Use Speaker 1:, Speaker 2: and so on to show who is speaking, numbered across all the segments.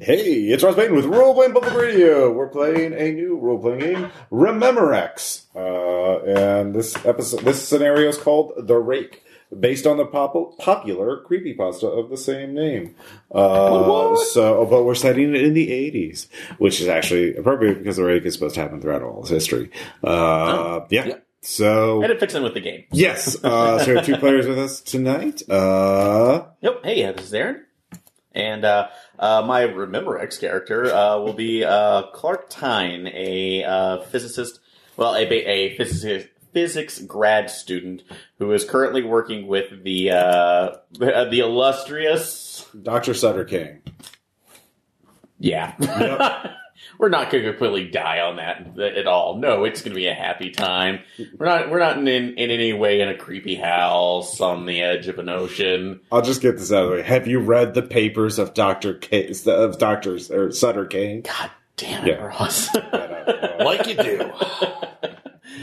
Speaker 1: Hey, it's Ross Payton with Role Playing Public Radio. We're playing a new role playing game, Rememorex. Uh, and this episode, this scenario is called The Rake, based on the pop- popular creepypasta of the same name. Uh, so, but we're setting it in the 80s, which is actually appropriate because The Rake is supposed to happen throughout all of history. Uh, yeah.
Speaker 2: yeah.
Speaker 1: So,
Speaker 2: And it fits in with the game.
Speaker 1: yes. Uh, so we have two players with us tonight. Uh,
Speaker 2: Yep. Hey, this is Aaron. And uh, uh, my Rememberex character uh, will be uh, Clark Tyne, a uh, physicist, well, a, ba- a physicist, physics grad student who is currently working with the uh, the illustrious.
Speaker 1: Dr. Sutter King.
Speaker 2: Yeah. We're not going to completely die on that at all. No, it's going to be a happy time. We're not. We're not in, in any way in a creepy house on the edge of an ocean.
Speaker 1: I'll just get this out of the way. Have you read the papers of Doctor K, of Doctor or Sutter Kane?
Speaker 2: God damn
Speaker 1: Yeah.
Speaker 2: it, Ross.
Speaker 1: like
Speaker 3: you do.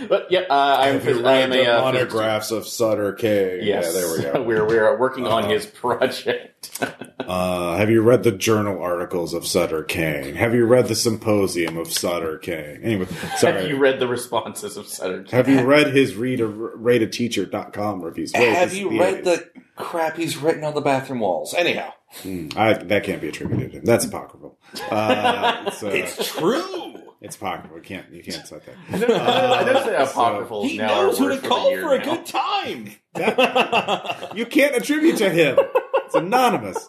Speaker 2: but yeah, uh, I'm.
Speaker 1: Have you
Speaker 2: I
Speaker 1: read
Speaker 2: am a
Speaker 1: the
Speaker 2: uh,
Speaker 1: monographs of Sutter Kane?
Speaker 2: Yes,
Speaker 1: Yeah, there we go.
Speaker 2: we're we're working
Speaker 1: Uh-huh.
Speaker 2: on his project.
Speaker 1: Uh, have you read the journal articles of Sutter Kane? Have you read the symposium of Sutter Kane? Anyway, sorry.
Speaker 2: Have you read the responses of Sutter?
Speaker 1: read his read a, rate a teacher.com reviews? Wait,
Speaker 3: Have
Speaker 1: this is
Speaker 3: you read
Speaker 1: 80s.
Speaker 3: the crap he's written on the bathroom walls? Anyhow,
Speaker 1: Hmm, I, that can't be attributed to him. That's apocryphal. Uh, so, it's,
Speaker 3: it's true.
Speaker 1: apocryphal. You can't, you can't cite that.
Speaker 2: I know- I know that apocryphal is
Speaker 3: He
Speaker 2: now our
Speaker 3: knows who
Speaker 2: word
Speaker 3: to
Speaker 2: the
Speaker 3: call
Speaker 2: year
Speaker 3: for a
Speaker 2: now.
Speaker 3: good time.
Speaker 1: You can't attribute to him. It's anonymous.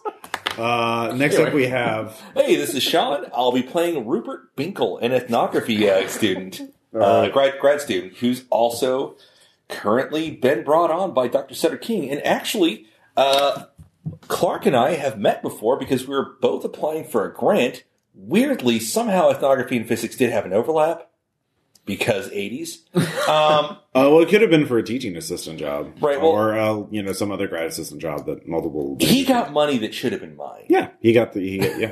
Speaker 1: Uh, next up, we have
Speaker 3: Hey, this is Sean. I'll be playing Rupert Binkle, an ethnography uh, student, uh,
Speaker 1: Alright.
Speaker 3: grad grad student, who's also currently been brought on by Dr. Sutter King. And actually, uh, Clark and I have met before because we were both applying for a grant. Weirdly, somehow ethnography and physics did have an overlap because 80s. Um,
Speaker 1: uh, well, it could have been for a teaching assistant job,
Speaker 3: Right, well-
Speaker 1: or uh, you know, some other grad assistant job that multiple.
Speaker 3: He got money that should have been mine.
Speaker 1: yeah, he got the he got, yeah.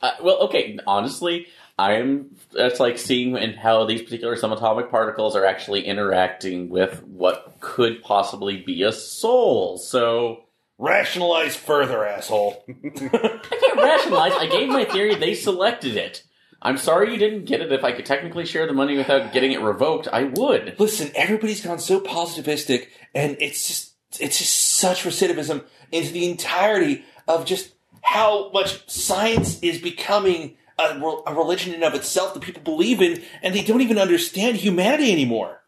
Speaker 2: Uh, well, okay. Honestly, I'm. That's like seeing and how these particular subatomic particles are actually interacting with what could possibly be a soul. So
Speaker 3: Rationalize further, asshole.
Speaker 2: I can't rationalize. I gave my theory. They selected it. I'm sorry you didn't get it. If I could technically share the money without getting it revoked, I would.
Speaker 3: Listen, everybody's gone so positivistic, and it's just it's just such recidivism into the entirety of just how much science is becoming a, rel- a religion in of itself that people believe in, and they don't even understand humanity anymore.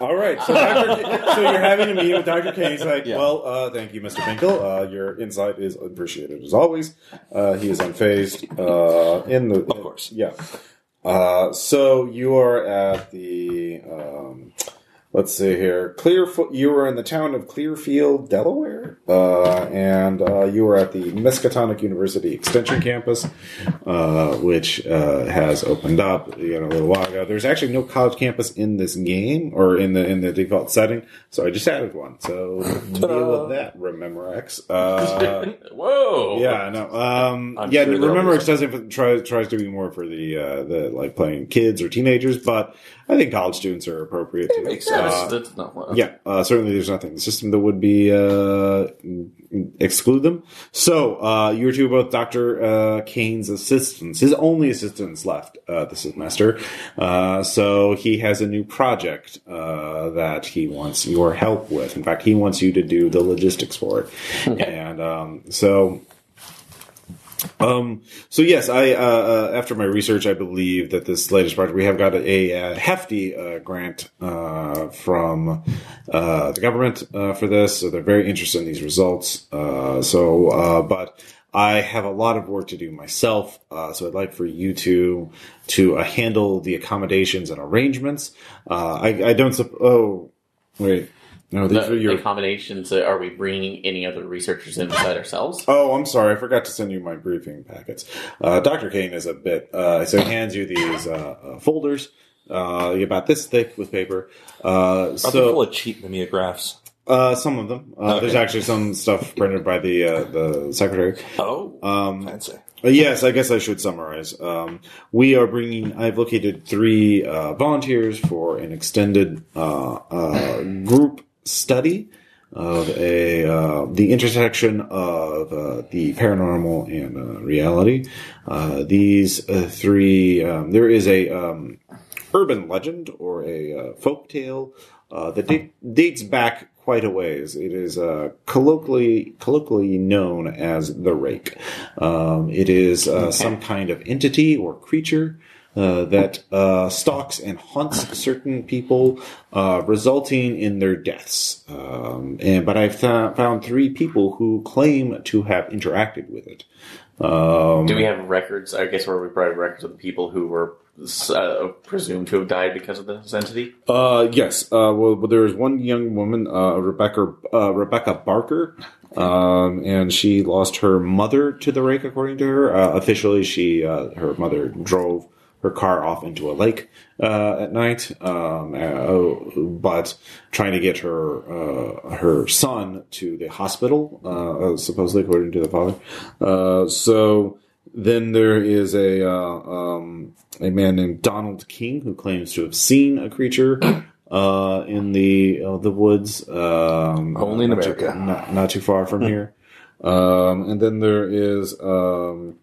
Speaker 1: All right, so, Dr. K- so you're having a meeting with Dr. K. He's like, "Well, uh, thank you, Mr. Finkel. Uh, your insight is appreciated as always." Uh, he is unfazed. Uh, in the
Speaker 3: Of course.
Speaker 1: yeah. Uh, so you are at the um, let's see here, Clearfoot. You were in the town of Clearfield, Delaware, uh, and uh, you were at the Miskatonic University Extension Campus, uh, which uh, has opened up you know a little while ago. There's actually no college campus in this game or in the in the default setting, so I just added one. So deal with that, remember X. Uh,
Speaker 2: Whoa.
Speaker 1: yeah, I know. Um,
Speaker 2: I'm
Speaker 1: yeah,
Speaker 2: sure there'll
Speaker 1: remember,
Speaker 2: be
Speaker 1: it doesn't try, tries to be more for the uh, the like playing kids or teenagers, but I think college students are appropriate. too.
Speaker 3: makes
Speaker 2: Yeah,
Speaker 3: sense.
Speaker 2: that's,
Speaker 1: Uh,
Speaker 2: that's not what.
Speaker 1: yeah, uh, certainly there's nothing in the system that would be uh, exclude them. So uh, you two are both Doctor uh, Kane's assistants, his only assistants left uh, this semester. Uh, so he has a new project uh, that he wants your help with. In fact, he wants you to do the logistics for it, and um, so. Um, so yes, I uh, uh, after my research, I believe that this latest project we have got a, uh hefty uh, grant uh, from uh, the government uh, for this, so they're very interested in these results. Uh, so, uh, but I have a lot of work to do myself, uh, so I'd like for you to to uh, handle the accommodations and arrangements. Uh, I, I don't. Sup- oh, wait, no, these
Speaker 2: The,
Speaker 1: are your
Speaker 2: the combinations. uh, Are we bringing any other researchers in beside ourselves?
Speaker 1: Oh, I'm sorry. I forgot to send you my briefing packets. Uh, Dr. Kane is a bit, uh, so he hands you these uh, uh, folders uh, about this thick with paper.
Speaker 3: Are
Speaker 1: Uh,
Speaker 3: they full
Speaker 1: so
Speaker 3: of cheap mimeographs?
Speaker 1: uh, some of them. Uh,
Speaker 3: Okay.
Speaker 1: There's actually some stuff printed by the uh, the secretary.
Speaker 3: Oh,
Speaker 1: Um,
Speaker 3: fancy.
Speaker 1: uh, Yes, I guess I should summarize. Um, we are bringing. I've located three uh, volunteers for an extended uh, uh, group study of a uh, the intersection of uh, the paranormal and uh, reality. Uh, these uh, three, um, there is a um, urban legend or a uh, folk tale uh, that date, dates back quite a ways. It is uh, colloquially colloquially known as the rake. Um, it is uh, some kind of entity or creature. Uh, that uh, stalks and haunts certain people, uh, resulting in their deaths. Um, and but I've th- found three people who claim to have interacted with it. Um,
Speaker 2: Do we have records? I guess where we probably have records of the people who were uh, presumed to have died because of this entity.
Speaker 1: Uh, yes. Uh, well, well, there is one young woman, uh, Rebecca uh, Rebecca Barker, um, and she lost her mother to the rake. According to her, uh, officially, she uh, her mother drove her car off into a lake uh, at night, um, uh, oh, but trying to get her uh, her son to the hospital, uh, uh, supposedly according to the father. Uh, so then there is a uh, um, a man named Donald King who claims to have seen a creature uh, in the uh, the woods. Um,
Speaker 3: Only in
Speaker 1: not too-
Speaker 3: America.
Speaker 1: not, not too far from here. Um, and then there is um,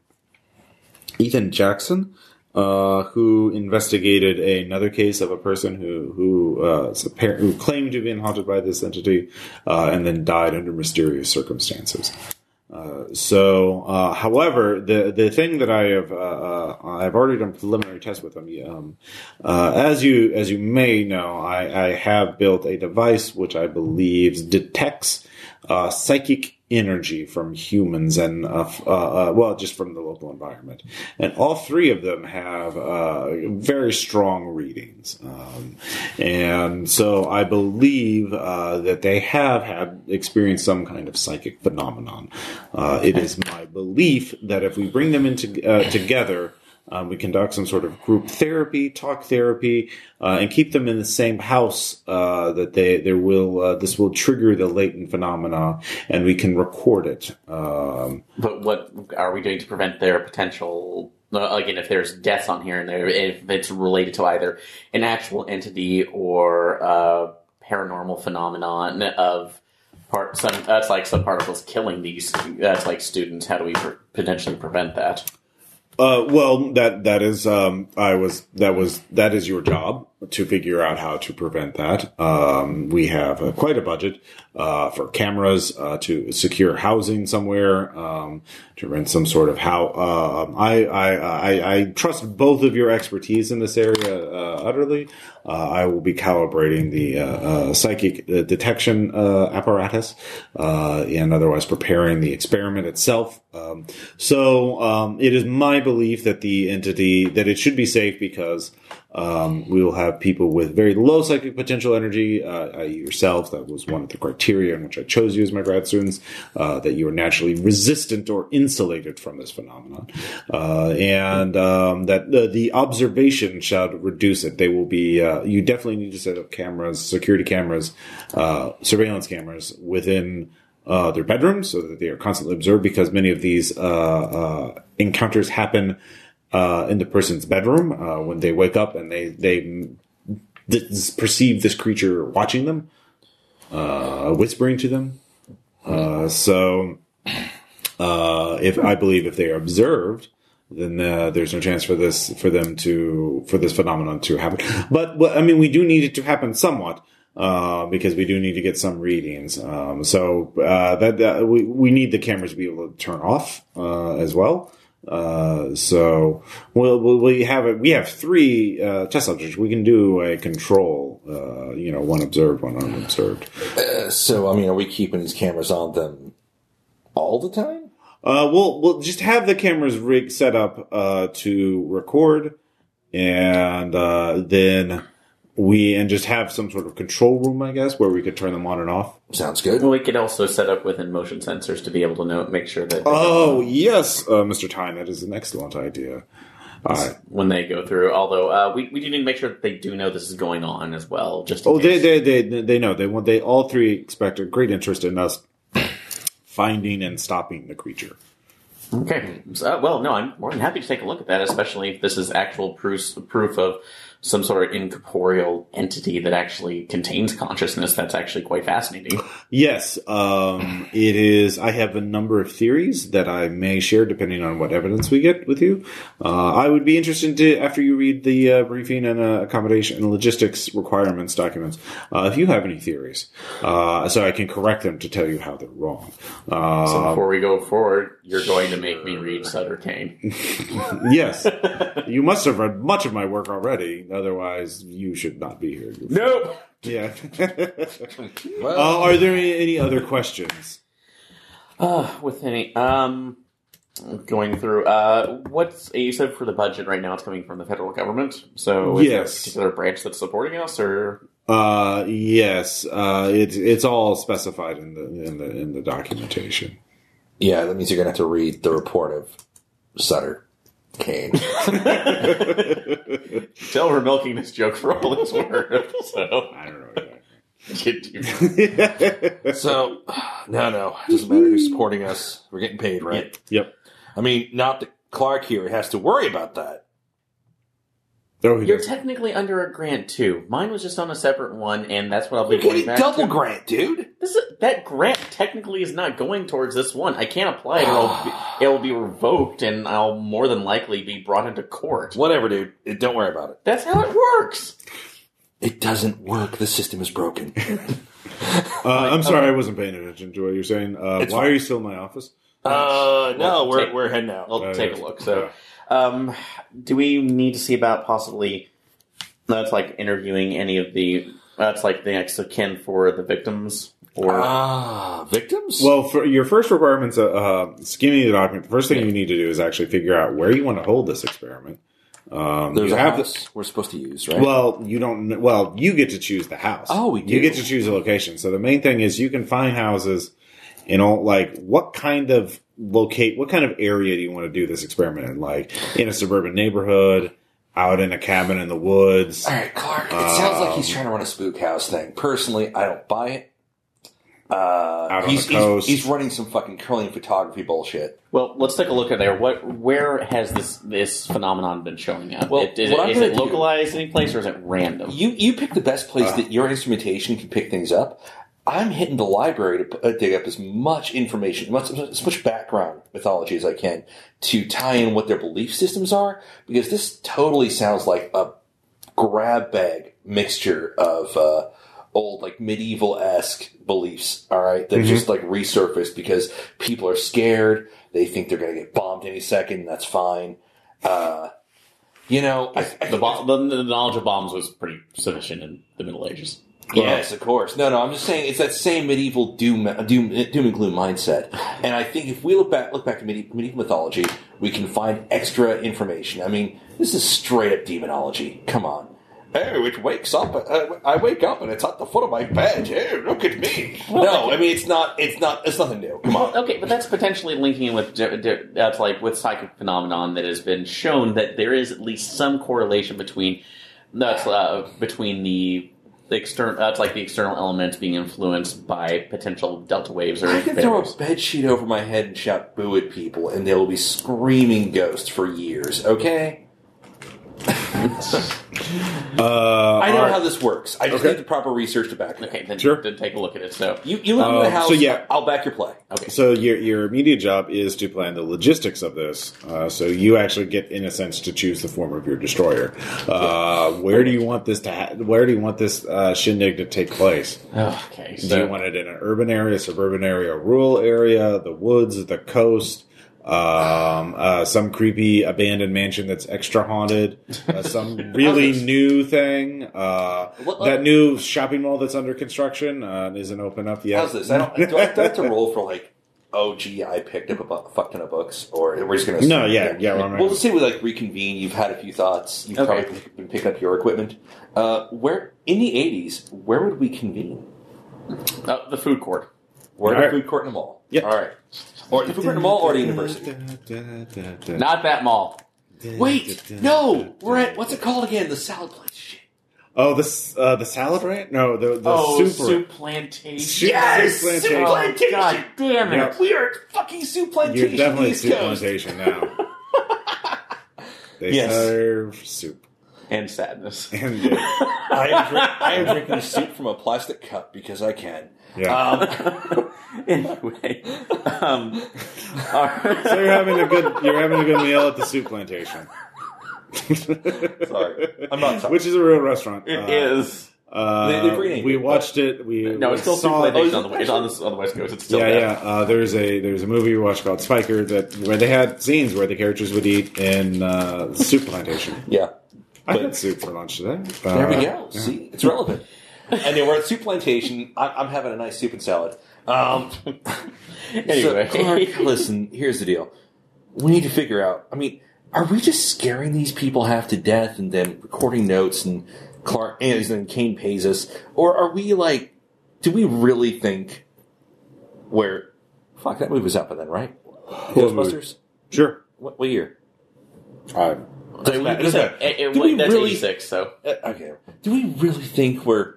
Speaker 1: Ethan Jackson, uh, who investigated another case of a person who who uh, is appar- who claimed to have been haunted by this entity, uh, and then died under mysterious circumstances. Uh, so, uh, however, the the thing that I have uh, uh, I've already done preliminary tests with them. Um, uh, as you as you may know, I, I have built a device which I believe detects uh, psychic energy from humans and uh, f- uh, uh, well, just from the local environment. And all three of them have uh, very strong readings, um, and so I believe uh, that they have had experienced some kind of psychic phenomenon. Uh, it is my belief that if we bring them into uh, together. Um, we conduct some sort of group therapy, talk therapy, uh, and keep them in the same house. Uh, that they there will uh, this will trigger the latent phenomena, and we can record it. Um,
Speaker 2: But what are we doing to prevent their potential? uh, Again, if there's deaths on here and there, if it's related to either an actual entity or uh, paranormal phenomenon of part, some that's like some particles killing these. That's like students. How do we pre- potentially prevent that?
Speaker 1: Uh, well, that that is um, I was that was that is your job to figure out how to prevent that. Um, we have uh, quite a budget uh, for cameras uh, to secure housing somewhere um, to rent some sort of how. Uh, I, I I I trust both of your expertise in this area uh, utterly. Uh, I will be calibrating the uh, uh, psychic uh, detection uh, apparatus uh, and otherwise preparing the experiment itself. Um, so um, it is my belief that the entity that it should be safe because um, we will have people with very low psychic potential energy, uh, i.e., yourself. That was one of the criteria in which I chose you as my grad students. Uh, that you are naturally resistant or insulated from this phenomenon, uh, and um, that the, the observation shall reduce it. They will be. Uh, you definitely need to set up cameras, security cameras, uh, surveillance cameras within uh, their bedrooms so that they are constantly observed because many of these uh, uh, encounters happen uh, in the person's bedroom uh, when they wake up and they they mm, dis- perceive this creature watching them, uh, whispering to them. Uh, so, uh, if I believe if they are observed, then uh, there's no chance for this for them to for this phenomenon to happen. But well, I mean, we do need it to happen somewhat. Uh, because we do need to get some readings, um, so uh, that, that we we need the cameras to be able to turn off uh, as well. Uh, so we'll, we'll we have it. We have three uh, test subjects. We can do a control. Uh, you know, one observed, one unobserved.
Speaker 3: So, I mean, are we keeping these cameras on them all the time?
Speaker 1: Uh, we'll we'll just have the cameras rig set up uh, to record, and uh, then we and just have some sort of control room, I guess, where we could turn them on and off.
Speaker 3: Sounds good.
Speaker 2: Well, we could also set up within motion sensors to be able to know, make sure that
Speaker 1: Oh yes, uh, Mr. Tyne, that is an excellent idea. Uh,
Speaker 2: when they go through. Although uh, we we do need to make sure that they do know this is going on as well. Just in
Speaker 1: Oh, they,
Speaker 2: case.
Speaker 1: they they they know they want they all three expect a great interest in us finding and stopping the creature.
Speaker 2: Okay. So, uh, well, no, I'm more than happy to take a look at that, especially if this is actual proof proof of some sort of incorporeal entity that actually contains consciousness. That's actually quite fascinating.
Speaker 1: Yes, um, it is. I have a number of theories that I may share depending on what evidence we get with you. Uh, I would be interested to, after you read the uh, briefing and uh, accommodation and logistics requirements documents, uh, if you have any theories, uh, so I can correct them to tell you how they're wrong. Uh,
Speaker 2: So before we go forward, you're going to make me read Sutter Kane.
Speaker 1: yes, you must have read much of my work already. Otherwise, you should not be here.
Speaker 2: Nope.
Speaker 1: Yeah.
Speaker 4: Well,
Speaker 1: uh, are there any, any other questions?
Speaker 2: Uh, with any um, going through uh, what's you said for the budget right now? It's coming from the federal government. So is there a
Speaker 1: Yes.
Speaker 2: particular branch that's supporting us, or
Speaker 1: Uh, yes. Uh, it, it's all specified in the in the in the documentation.
Speaker 4: yeah, that means you're gonna have to read the report of Sutter Kane.
Speaker 1: I
Speaker 2: tell we're milking this joke for all it's worth. So
Speaker 1: don't know.
Speaker 4: so, no, no, it doesn't matter who's supporting us. We're getting paid, right?
Speaker 1: Yep.
Speaker 4: I mean, not that Clark here has to worry about that.
Speaker 1: Oh, he
Speaker 2: you're
Speaker 1: does.
Speaker 2: technically under a grant too. Mine was just on a separate one, and that's what I'll be
Speaker 4: You're
Speaker 2: going
Speaker 4: getting
Speaker 2: back.
Speaker 4: double
Speaker 2: to.
Speaker 4: grant, dude.
Speaker 2: This is, that grant technically is not going towards this one. I can't apply it. It'll be, it'll be revoked, and I'll more than likely be brought into court.
Speaker 4: Whatever, dude. It- don't worry about it.
Speaker 2: That's how it works.
Speaker 4: It doesn't work. The system is broken.
Speaker 1: Uh, I'm sorry, I wasn't paying attention to what you're saying. Uh,
Speaker 4: It's
Speaker 1: why
Speaker 4: fine.
Speaker 1: are you still in my office?
Speaker 4: Uh, no,
Speaker 2: Well,
Speaker 4: we're
Speaker 2: take-
Speaker 4: we're heading out.
Speaker 2: I'll
Speaker 1: Uh,
Speaker 2: take a look. So, um, do we need to see about possibly? That's like interviewing any of the. That's like the next of kin for the victims, or
Speaker 4: Ah, victims.
Speaker 1: Well, for your first requirements, uh, uh, skimming the document. The first thing you need to do is actually figure out where you want to hold this experiment. Um,
Speaker 4: there's
Speaker 1: you
Speaker 4: a
Speaker 1: have
Speaker 4: house we're supposed to use, right?
Speaker 1: Well, you don't. kn- Well, you get to choose the house.
Speaker 4: Oh, we do.
Speaker 1: You get to choose a location. So the main thing is you can find houses. You know, like what kind of locate, what kind of area do you want to do this experiment in? Like in a suburban neighborhood, out in a cabin in the woods.
Speaker 4: All right, Clark. It sounds like
Speaker 1: um,
Speaker 4: he's trying to run a spook house thing. Personally, I don't buy it. Uh,
Speaker 1: on
Speaker 4: he's,
Speaker 1: the
Speaker 4: he's-
Speaker 1: coast.
Speaker 4: he's running some fucking curling photography bullshit.
Speaker 2: well, let's take a look at there. What, where has this this phenomenon been showing up?
Speaker 4: Well,
Speaker 2: It- is
Speaker 4: what I'm
Speaker 2: it, is
Speaker 4: gonna
Speaker 2: it
Speaker 4: do-
Speaker 2: localized any place, or is it random?
Speaker 4: You you pick the best place that your instrumentation can pick things up. I'm hitting the library to p- uh, dig up as much information, much, as much background mythology as I can to tie in what their belief systems are, because this totally sounds like a grab bag mixture of uh, old, like medieval esque beliefs. All right, that just like resurfaced because people are scared. They think they're going to get bombed any second. And that's fine. Uh, you know, I, I think
Speaker 2: the, bomb, the, the knowledge of bombs was pretty sufficient in the Middle Ages.
Speaker 4: Yes, of course. No, no. I'm just saying it's that same medieval doom, doom, doom and gloom mindset. And I think if we look back, look back to medieval, medieval mythology, we can find extra information. I mean, this is straight up demonology. Come on. Oh, it wakes up. Uh, I wake up and it's at the foot of my bed. Oh, look at me. No, I mean it's not. It's not. It's nothing new. Come on.
Speaker 2: Okay, but that's potentially linking in with di- di- that's like with psychic phenomenon that has been shown that there is at least some correlation between that's uh, between the the external that's like the external elements being influenced by potential delta waves or
Speaker 4: I can throw
Speaker 2: waves.
Speaker 4: a bed sheet over my head and shout boo at people, and they will be screaming ghosts for years. Okay.
Speaker 1: Uh,
Speaker 4: I know
Speaker 1: alright.
Speaker 4: how this works. I just
Speaker 1: Okay.
Speaker 4: need the proper research to back it. up.
Speaker 2: Okay, then,
Speaker 1: Sure.
Speaker 2: then take a look at it. So
Speaker 4: You you look
Speaker 1: Uh,
Speaker 4: in the house.
Speaker 1: so yeah.
Speaker 4: I'll back your play.
Speaker 2: okay,
Speaker 1: So your your immediate job is to plan the logistics of this. Uh, so you actually get, in a sense, to choose the form of your destroyer. Uh, where do you want this to? Ha- where do you want this uh, shindig to take place?
Speaker 2: okay.
Speaker 1: Do
Speaker 2: So
Speaker 1: you want it in an urban area, suburban area, rural area, the woods, the coast, um, uh, some creepy abandoned mansion that's extra haunted, uh, some really new thing, uh,
Speaker 4: What-
Speaker 1: that new shopping mall that's under construction uh, isn't open up yet.
Speaker 4: How's this? I don't. Do I, do I have to roll for like? Oh, gee, I picked up a bu- fuck ton of books, or we're just gonna.
Speaker 1: No, yeah, yeah. we're-
Speaker 4: Well, let's say we like reconvene. You've had a few thoughts. You've
Speaker 2: Okay.
Speaker 4: probably been picking up your equipment. Uh, where in the '80s, where would we convene?
Speaker 2: uh, the food court.
Speaker 4: We're in
Speaker 1: All
Speaker 4: a
Speaker 1: right.
Speaker 4: food court in a mall.
Speaker 1: Yeah.
Speaker 4: All right. Or the food court in a mall or at a university.
Speaker 2: Not that mall.
Speaker 4: Wait, no, we're at what's it called again? The salad place. Shit.
Speaker 1: Oh, this uh, the salad right? No, the the
Speaker 2: oh,
Speaker 1: super.
Speaker 2: soup plantation.
Speaker 1: Soup-
Speaker 4: Yes,
Speaker 1: soup plantation.
Speaker 4: soup
Speaker 2: Oh,
Speaker 4: plantation.
Speaker 2: God damn it!
Speaker 1: Yep.
Speaker 4: We are at fucking soup plantation.
Speaker 1: You're definitely
Speaker 4: East
Speaker 1: soup
Speaker 4: Coast.
Speaker 1: plantation now. they
Speaker 4: Yes.
Speaker 1: serve soup.
Speaker 2: and sadness.
Speaker 1: And uh,
Speaker 4: I am, drink, I am drinking soup from a plastic cup because I can.
Speaker 1: yeah.
Speaker 4: Um,
Speaker 2: anyway, um, all right.
Speaker 1: so you're having a good you're having a good meal at the soup plantation.
Speaker 4: sorry, I'm not sorry.
Speaker 1: Which is a real restaurant.
Speaker 2: It
Speaker 1: Uh,
Speaker 2: is.
Speaker 1: Uh,
Speaker 4: They- they've renamed
Speaker 1: we
Speaker 4: it,
Speaker 1: watched it. We
Speaker 2: No, it's still
Speaker 1: saw
Speaker 2: Soup
Speaker 1: it.
Speaker 2: Plantation
Speaker 4: Oh,
Speaker 2: on the way. It's on, the, on the West Coast. It's still
Speaker 1: yeah,
Speaker 2: there.
Speaker 1: yeah. Uh, there's a there's a movie we watched called Spiker that where they had scenes where the characters would eat in uh, the soup plantation.
Speaker 4: Yeah,
Speaker 1: I
Speaker 4: But-
Speaker 1: had soup for lunch today. Uh,
Speaker 4: there we go. See, it's relevant. And then we're at soup plantation. I, I'm having a nice soup and salad. Um,
Speaker 2: Anyway.
Speaker 4: so, Clark, listen. Here's the deal. We need to figure out. I mean, are we just scaring these people half to death and then recording notes and Clark and then Kane pays us, or are we like? Do we really think where? Fuck, that movie was up and then right.
Speaker 1: What movie?
Speaker 4: Ghostbusters.
Speaker 1: Sure.
Speaker 4: What, what year?
Speaker 1: I,
Speaker 4: Did we-
Speaker 2: That's,
Speaker 4: that-
Speaker 2: it, it,
Speaker 4: do we
Speaker 2: that's
Speaker 4: really-
Speaker 2: 86, so.
Speaker 4: Uh, okay. Do we really think we're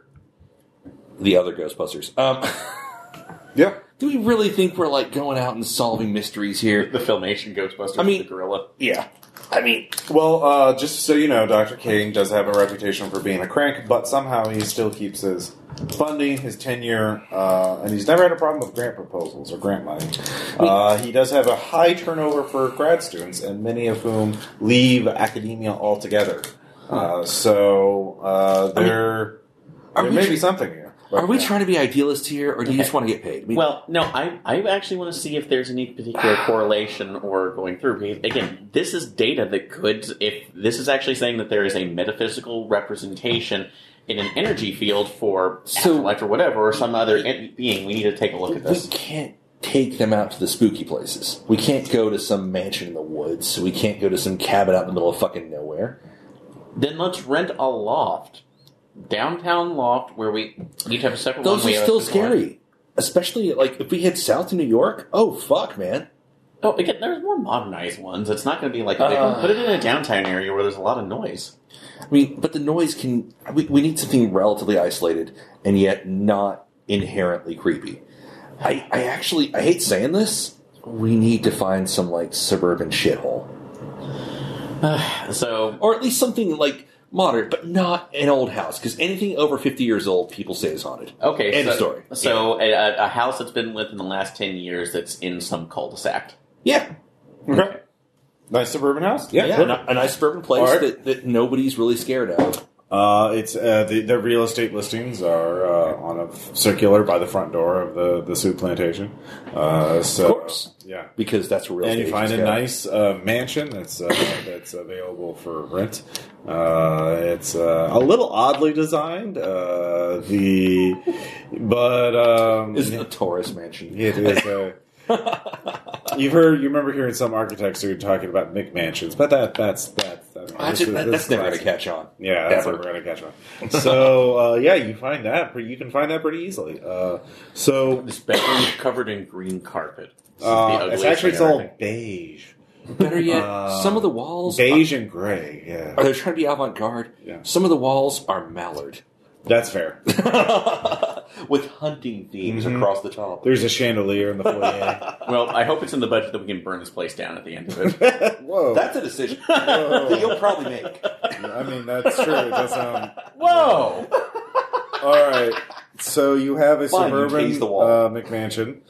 Speaker 4: the other Ghostbusters? Um,
Speaker 1: yeah.
Speaker 4: do we really think we're like going out and solving mysteries here?
Speaker 2: The Filmation Ghostbusters,
Speaker 4: I mean-
Speaker 2: the gorilla.
Speaker 4: Yeah. I mean,
Speaker 1: Well, uh, just so you know, Dr. King does have a reputation for being a crank, but somehow he still keeps his funding, his tenure, uh, and he's never had a problem with grant proposals or grant money. Uh, he does have a high turnover for grad students, and many of whom leave academia altogether. Uh, so uh, there,
Speaker 4: are
Speaker 1: there
Speaker 4: we,
Speaker 1: may
Speaker 4: tr-
Speaker 1: be something here.
Speaker 4: are we
Speaker 1: Yeah.
Speaker 4: trying to be idealists here, or do you just want to get paid? We-
Speaker 2: Well, no, I, I actually want to see if there's any particular correlation or going through. Because, again, this is data that could, if this is actually saying that there is a metaphysical representation in an energy field for
Speaker 4: So-
Speaker 2: afterlife or whatever, or some other en- being, we need to take a look at
Speaker 4: we
Speaker 2: this.
Speaker 4: can't take them out to the spooky places. We can't go to some mansion in the woods. We can't go to some cabin out in the middle of fucking nowhere.
Speaker 2: Then let's rent a loft, downtown loft, where we each have a separate
Speaker 4: Those
Speaker 2: one. we
Speaker 4: are
Speaker 2: have a
Speaker 4: still
Speaker 2: separate one.
Speaker 4: scary. Especially like if we head south to New York. Oh fuck, man.
Speaker 2: Oh, again, there's more modernized ones. It's not going to be like a big
Speaker 4: Uh.
Speaker 2: one. Put it in a downtown area where there's a lot of noise.
Speaker 4: I mean, but the noise can. We, we need something relatively isolated and yet not inherently creepy. I, I actually I hate saying this. We need to find some like suburban shithole,
Speaker 2: So,
Speaker 4: or at least something like modern, but not an old house. Because anything over fifty years old, people say is haunted.
Speaker 1: Oh.
Speaker 2: okay,
Speaker 4: End
Speaker 2: so,
Speaker 4: of story.
Speaker 2: So, a, a house that's been lit in the last ten years that's in some cul-de-sac.
Speaker 4: Yeah,
Speaker 1: Okay. Nice suburban house.
Speaker 4: yeah, a ni- a nice suburban place
Speaker 1: Alright.
Speaker 4: that, that nobody's really scared of.
Speaker 1: Uh, it's uh, the, the real estate listings are uh, on a f- circular by the front door of the the soup plantation. Uh, so,
Speaker 4: Of course.
Speaker 1: yeah.
Speaker 4: Because that's where real
Speaker 1: And
Speaker 4: estate
Speaker 1: you find a
Speaker 4: agents go.
Speaker 1: nice uh, mansion that's uh, that's available for rent. Uh, it's uh, a little oddly designed. Uh, the but um,
Speaker 4: This is a Taurus mansion.
Speaker 1: it is. Uh, you've heard. You remember hearing some architects who were talking about McMansions, but that that's that's. I don't know,
Speaker 4: That's,
Speaker 1: this is-
Speaker 4: that-
Speaker 1: this
Speaker 4: that's
Speaker 1: is
Speaker 4: never going
Speaker 1: classic.
Speaker 4: to catch on.
Speaker 1: Yeah, that's
Speaker 4: Ever.
Speaker 1: never gonna catch on. So uh, yeah, you find that pretty, you can find that pretty easily. Uh, so
Speaker 2: This bedroom is covered in green carpet. This is the
Speaker 1: uh,
Speaker 2: ugliest
Speaker 1: it's actually
Speaker 2: thing
Speaker 1: it's
Speaker 2: I've
Speaker 1: all
Speaker 2: ever seen.
Speaker 1: beige,
Speaker 4: Better yet,
Speaker 1: Uh,
Speaker 4: some of the walls
Speaker 1: beige and gray. Yeah,
Speaker 4: Are they trying to be avant garde?
Speaker 1: Yeah.
Speaker 4: Some of the walls are mallard
Speaker 1: that's fair.
Speaker 4: with hunting themes
Speaker 1: Mm-hmm.
Speaker 4: across the top.
Speaker 1: There's a chandelier in the foyer.
Speaker 2: Well, I hope it's in the budget that we can burn this place down at the end of it.
Speaker 1: Whoa,
Speaker 4: That's a decision
Speaker 1: Whoa.
Speaker 4: that you'll probably make.
Speaker 1: I mean that's true. It does sound
Speaker 2: Whoa!
Speaker 1: Oh. all right. So you have a
Speaker 4: Fine, you
Speaker 1: suburban
Speaker 4: tase the wall.
Speaker 1: Uh, McMansion.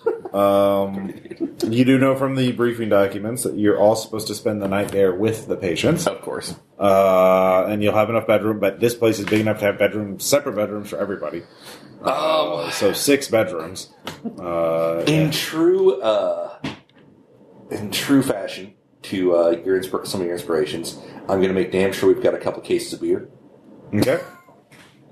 Speaker 1: Um, you do know from the briefing documents that you're all supposed to spend the night there with the patients.
Speaker 2: of course.
Speaker 1: uh, and you'll have enough bedroom. But this place is big enough to have bedrooms, separate bedrooms for everybody.
Speaker 4: Oh.
Speaker 1: Uh, so six bedrooms. Uh,
Speaker 4: In true, uh, in true fashion to uh, your inspir- some of your inspirations, I'm going to make damn sure we've got a couple cases of beer.
Speaker 1: okay,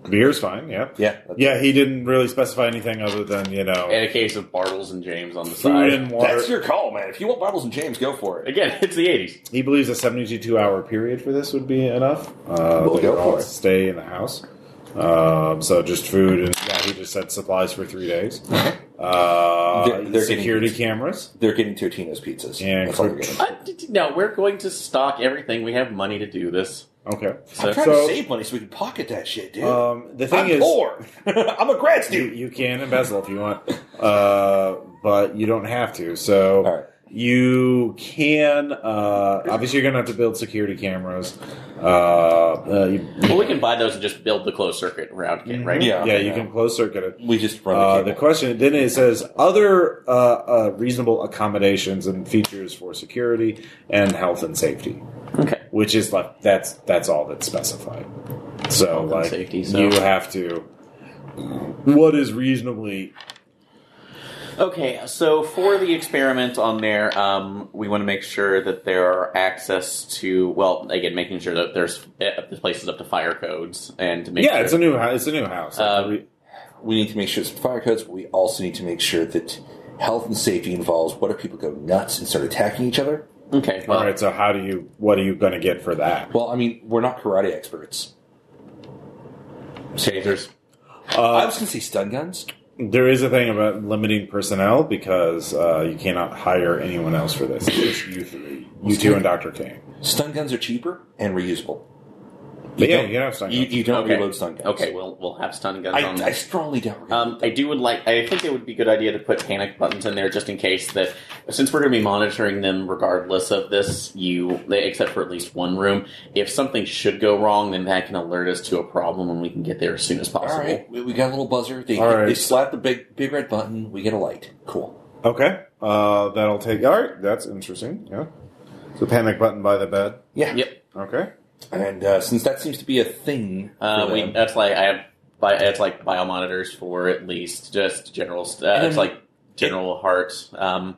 Speaker 1: beer's fine. Yeah,
Speaker 4: Yeah,
Speaker 1: yeah. He didn't really specify anything other than you know
Speaker 2: And a case of Bartles and James on the
Speaker 1: food
Speaker 2: side.
Speaker 1: and water.
Speaker 4: that's your call, man. If you want Bottles and James, go for it.
Speaker 2: Again, it's the 80s.
Speaker 1: he believes a seventy-two hour period for this would be enough. Uh,
Speaker 4: We'll
Speaker 1: they
Speaker 4: go
Speaker 1: all
Speaker 4: for it.
Speaker 1: Stay in the house. Um, so just food and yeah, he just said supplies for three days. Uh,
Speaker 4: They're- they're getting-
Speaker 1: security cameras.
Speaker 4: They're getting Totino's pizzas.
Speaker 1: Yeah,
Speaker 4: that's all they're
Speaker 1: good.
Speaker 4: getting.
Speaker 2: Uh, d- d- no, we're going to stock everything. We have money to do this.
Speaker 1: Okay.
Speaker 4: I'm trying
Speaker 1: So-
Speaker 4: to save money so we can pocket that shit, dude.
Speaker 1: Um, the thing
Speaker 4: I'm
Speaker 1: is,
Speaker 4: poor. I'm a grad student.
Speaker 1: You, you can embezzle if you want, uh, but you don't have to. So
Speaker 4: All right.
Speaker 1: You can uh, obviously you're gonna have to build security cameras. Uh, uh, you,
Speaker 2: Well, we can buy those and just build the closed circuit round kit, right?
Speaker 4: Yeah.
Speaker 1: yeah, you can close circuit it.
Speaker 4: We just run
Speaker 1: Uh,
Speaker 4: the
Speaker 1: the
Speaker 4: cable.
Speaker 1: question then it says other uh, uh, reasonable accommodations and features for security and health and safety,
Speaker 2: Okay.
Speaker 1: which is like that's that's all that's specified. So
Speaker 2: and
Speaker 1: like
Speaker 2: safety, so-
Speaker 1: you have to what is reasonably
Speaker 2: Okay, so for the experiment on there, um, we want to make sure that there are access to, well, again, making sure that there's uh, this place is up to fire codes and to make
Speaker 1: yeah
Speaker 2: sure-
Speaker 1: it's a new house it's a new house
Speaker 4: Uh,
Speaker 2: Um,
Speaker 1: Re-
Speaker 4: we need to make sure it's fire codes, but we also need to make sure that health and safety involves what if people go nuts and start attacking each other?
Speaker 2: okay. Well,
Speaker 1: all right so how do you what are you going to get for that
Speaker 4: Well, I mean, we're not karate experts.
Speaker 2: tasers.
Speaker 4: I
Speaker 1: uh,
Speaker 4: was going to say stun guns.
Speaker 1: there is a thing about limiting personnel because uh, you cannot hire anyone else for this It's just you three you two and dr king
Speaker 4: Stun guns are cheaper and reusable.
Speaker 1: but yeah
Speaker 4: don't-
Speaker 1: you can have some
Speaker 4: You, you don't
Speaker 2: Okay.
Speaker 4: reload stun guns.
Speaker 2: Okay, we'll we'll have stun guns
Speaker 4: I,
Speaker 2: on
Speaker 4: I
Speaker 2: that.
Speaker 4: strongly doubt we're gonna
Speaker 2: Um, I do would like. I think it would be a good idea to put panic buttons in there just in case that, since we're going to be monitoring them regardless of this, you except for at least one room. If something should go wrong, then that can alert us to a problem, and we can get there as soon as
Speaker 4: All
Speaker 2: possible.
Speaker 4: right, we, we got a little buzzer. They,
Speaker 1: All right.
Speaker 4: they slap the big big red button. We get a light. Cool.
Speaker 1: Okay, uh, that'll take. All right, that's interesting. Yeah, so panic button by the bed.
Speaker 4: Yeah.
Speaker 2: Yep.
Speaker 1: Okay,
Speaker 4: And uh, since that seems to be a thing, for
Speaker 2: Uh, we,
Speaker 4: them-
Speaker 2: that's like I have. Bi- it's like biomonitors for at least just general. St- uh,
Speaker 4: And
Speaker 2: it's
Speaker 4: then-
Speaker 2: like general heart. Um,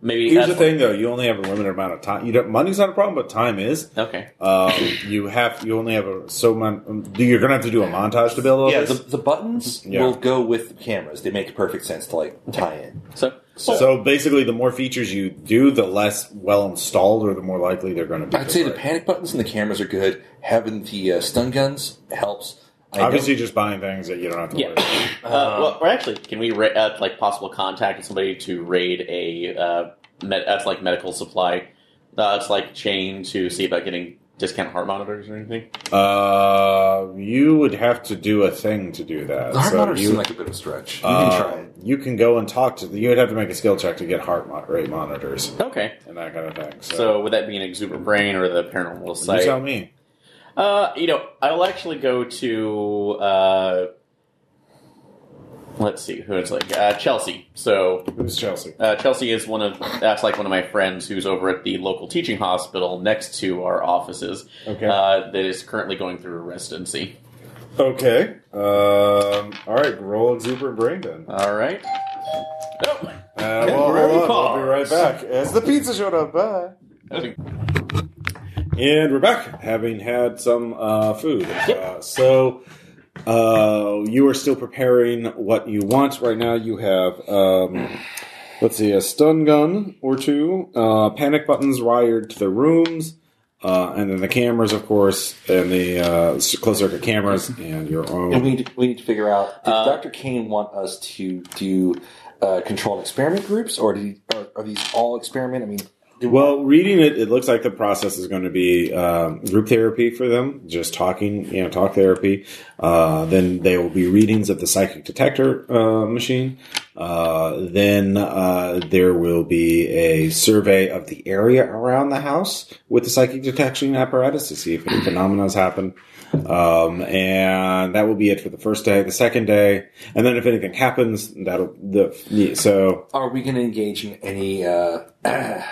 Speaker 2: maybe
Speaker 1: here's the
Speaker 2: that's-
Speaker 1: thing though: you only have a limited amount of time. You don't, money's not a problem, but time is.
Speaker 2: Okay.
Speaker 1: Um, you have you only have a so mon- you're gonna have to do a montage to build all
Speaker 4: yeah, the,
Speaker 1: this.
Speaker 4: the buttons
Speaker 1: Mm-hmm. Yeah.
Speaker 4: will go with the cameras. They make perfect sense to like tie in.
Speaker 2: So. uh,
Speaker 1: so basically, the more features you do, the less well installed, or the more likely they're going to be.
Speaker 4: I'd say the
Speaker 1: deployed.
Speaker 4: panic buttons and the cameras are good. Having the uh, stun guns helps. I don't-
Speaker 1: Obviously, just buying things that you don't have to.
Speaker 2: Yeah.
Speaker 1: Worry. about.
Speaker 2: Uh, well, or actually, can we ra- uh, like possible contact with somebody to raid a uh, med- that's like medical supply? Uh, it's like chain to see about getting discount heart monitors or anything.
Speaker 1: Uh, you would have to do a thing to do that.
Speaker 4: the hard
Speaker 1: so
Speaker 4: monitors
Speaker 1: you-
Speaker 4: seem like a bit of a stretch. You
Speaker 1: uh,
Speaker 4: can try it.
Speaker 1: You can go and talk to. The, you would have to make a skill check to get heart mo- rate monitors.
Speaker 2: Okay.
Speaker 1: and that kind of thing. So,
Speaker 2: So would that be an exuberant brain or the paranormal
Speaker 1: you
Speaker 2: site?
Speaker 1: tell me.
Speaker 2: Uh, you know, I'll actually go to uh, let's see who it's like uh, Chelsea. So
Speaker 1: Who's Chelsea?
Speaker 2: uh, Chelsea is one of that's like one of my friends who's over at the local teaching hospital next to our offices.
Speaker 1: Okay.
Speaker 2: Uh, that is currently going through a residency.
Speaker 1: okay. Um, all right. Roll exuberant brain then. Uh,
Speaker 2: All right. Oh.
Speaker 1: well,
Speaker 2: Temporary
Speaker 1: hold on, We'll be right
Speaker 2: pause.
Speaker 1: back as the pizza showed up. Bye. And we're back, having had some uh, food. Uh, so uh, you are still preparing what you want right now. You have. Um, Let's see, a stun gun or two, uh, panic buttons wired to the rooms, uh, and then the cameras, of course, and the uh, closed circuit cameras, and your own.
Speaker 4: And we need to, we need to figure out did
Speaker 2: Uh,
Speaker 4: Dr. Kane want us to do uh, controlled experiment groups, or did he, are, are these all experiment? I mean, did
Speaker 1: Well, reading it, it looks like the process is going to be um, group therapy for them, just talking, you know, talk therapy. Uh, then they will be readings of the psychic detector uh, machine. Uh, then uh, there will be a survey of the area around the house with the psychic detection apparatus to see if any phenomena happen. Um, and that will be it for the first day. The second day, and then if anything happens, that'll the yeah, so
Speaker 4: are we going to engage in any uh,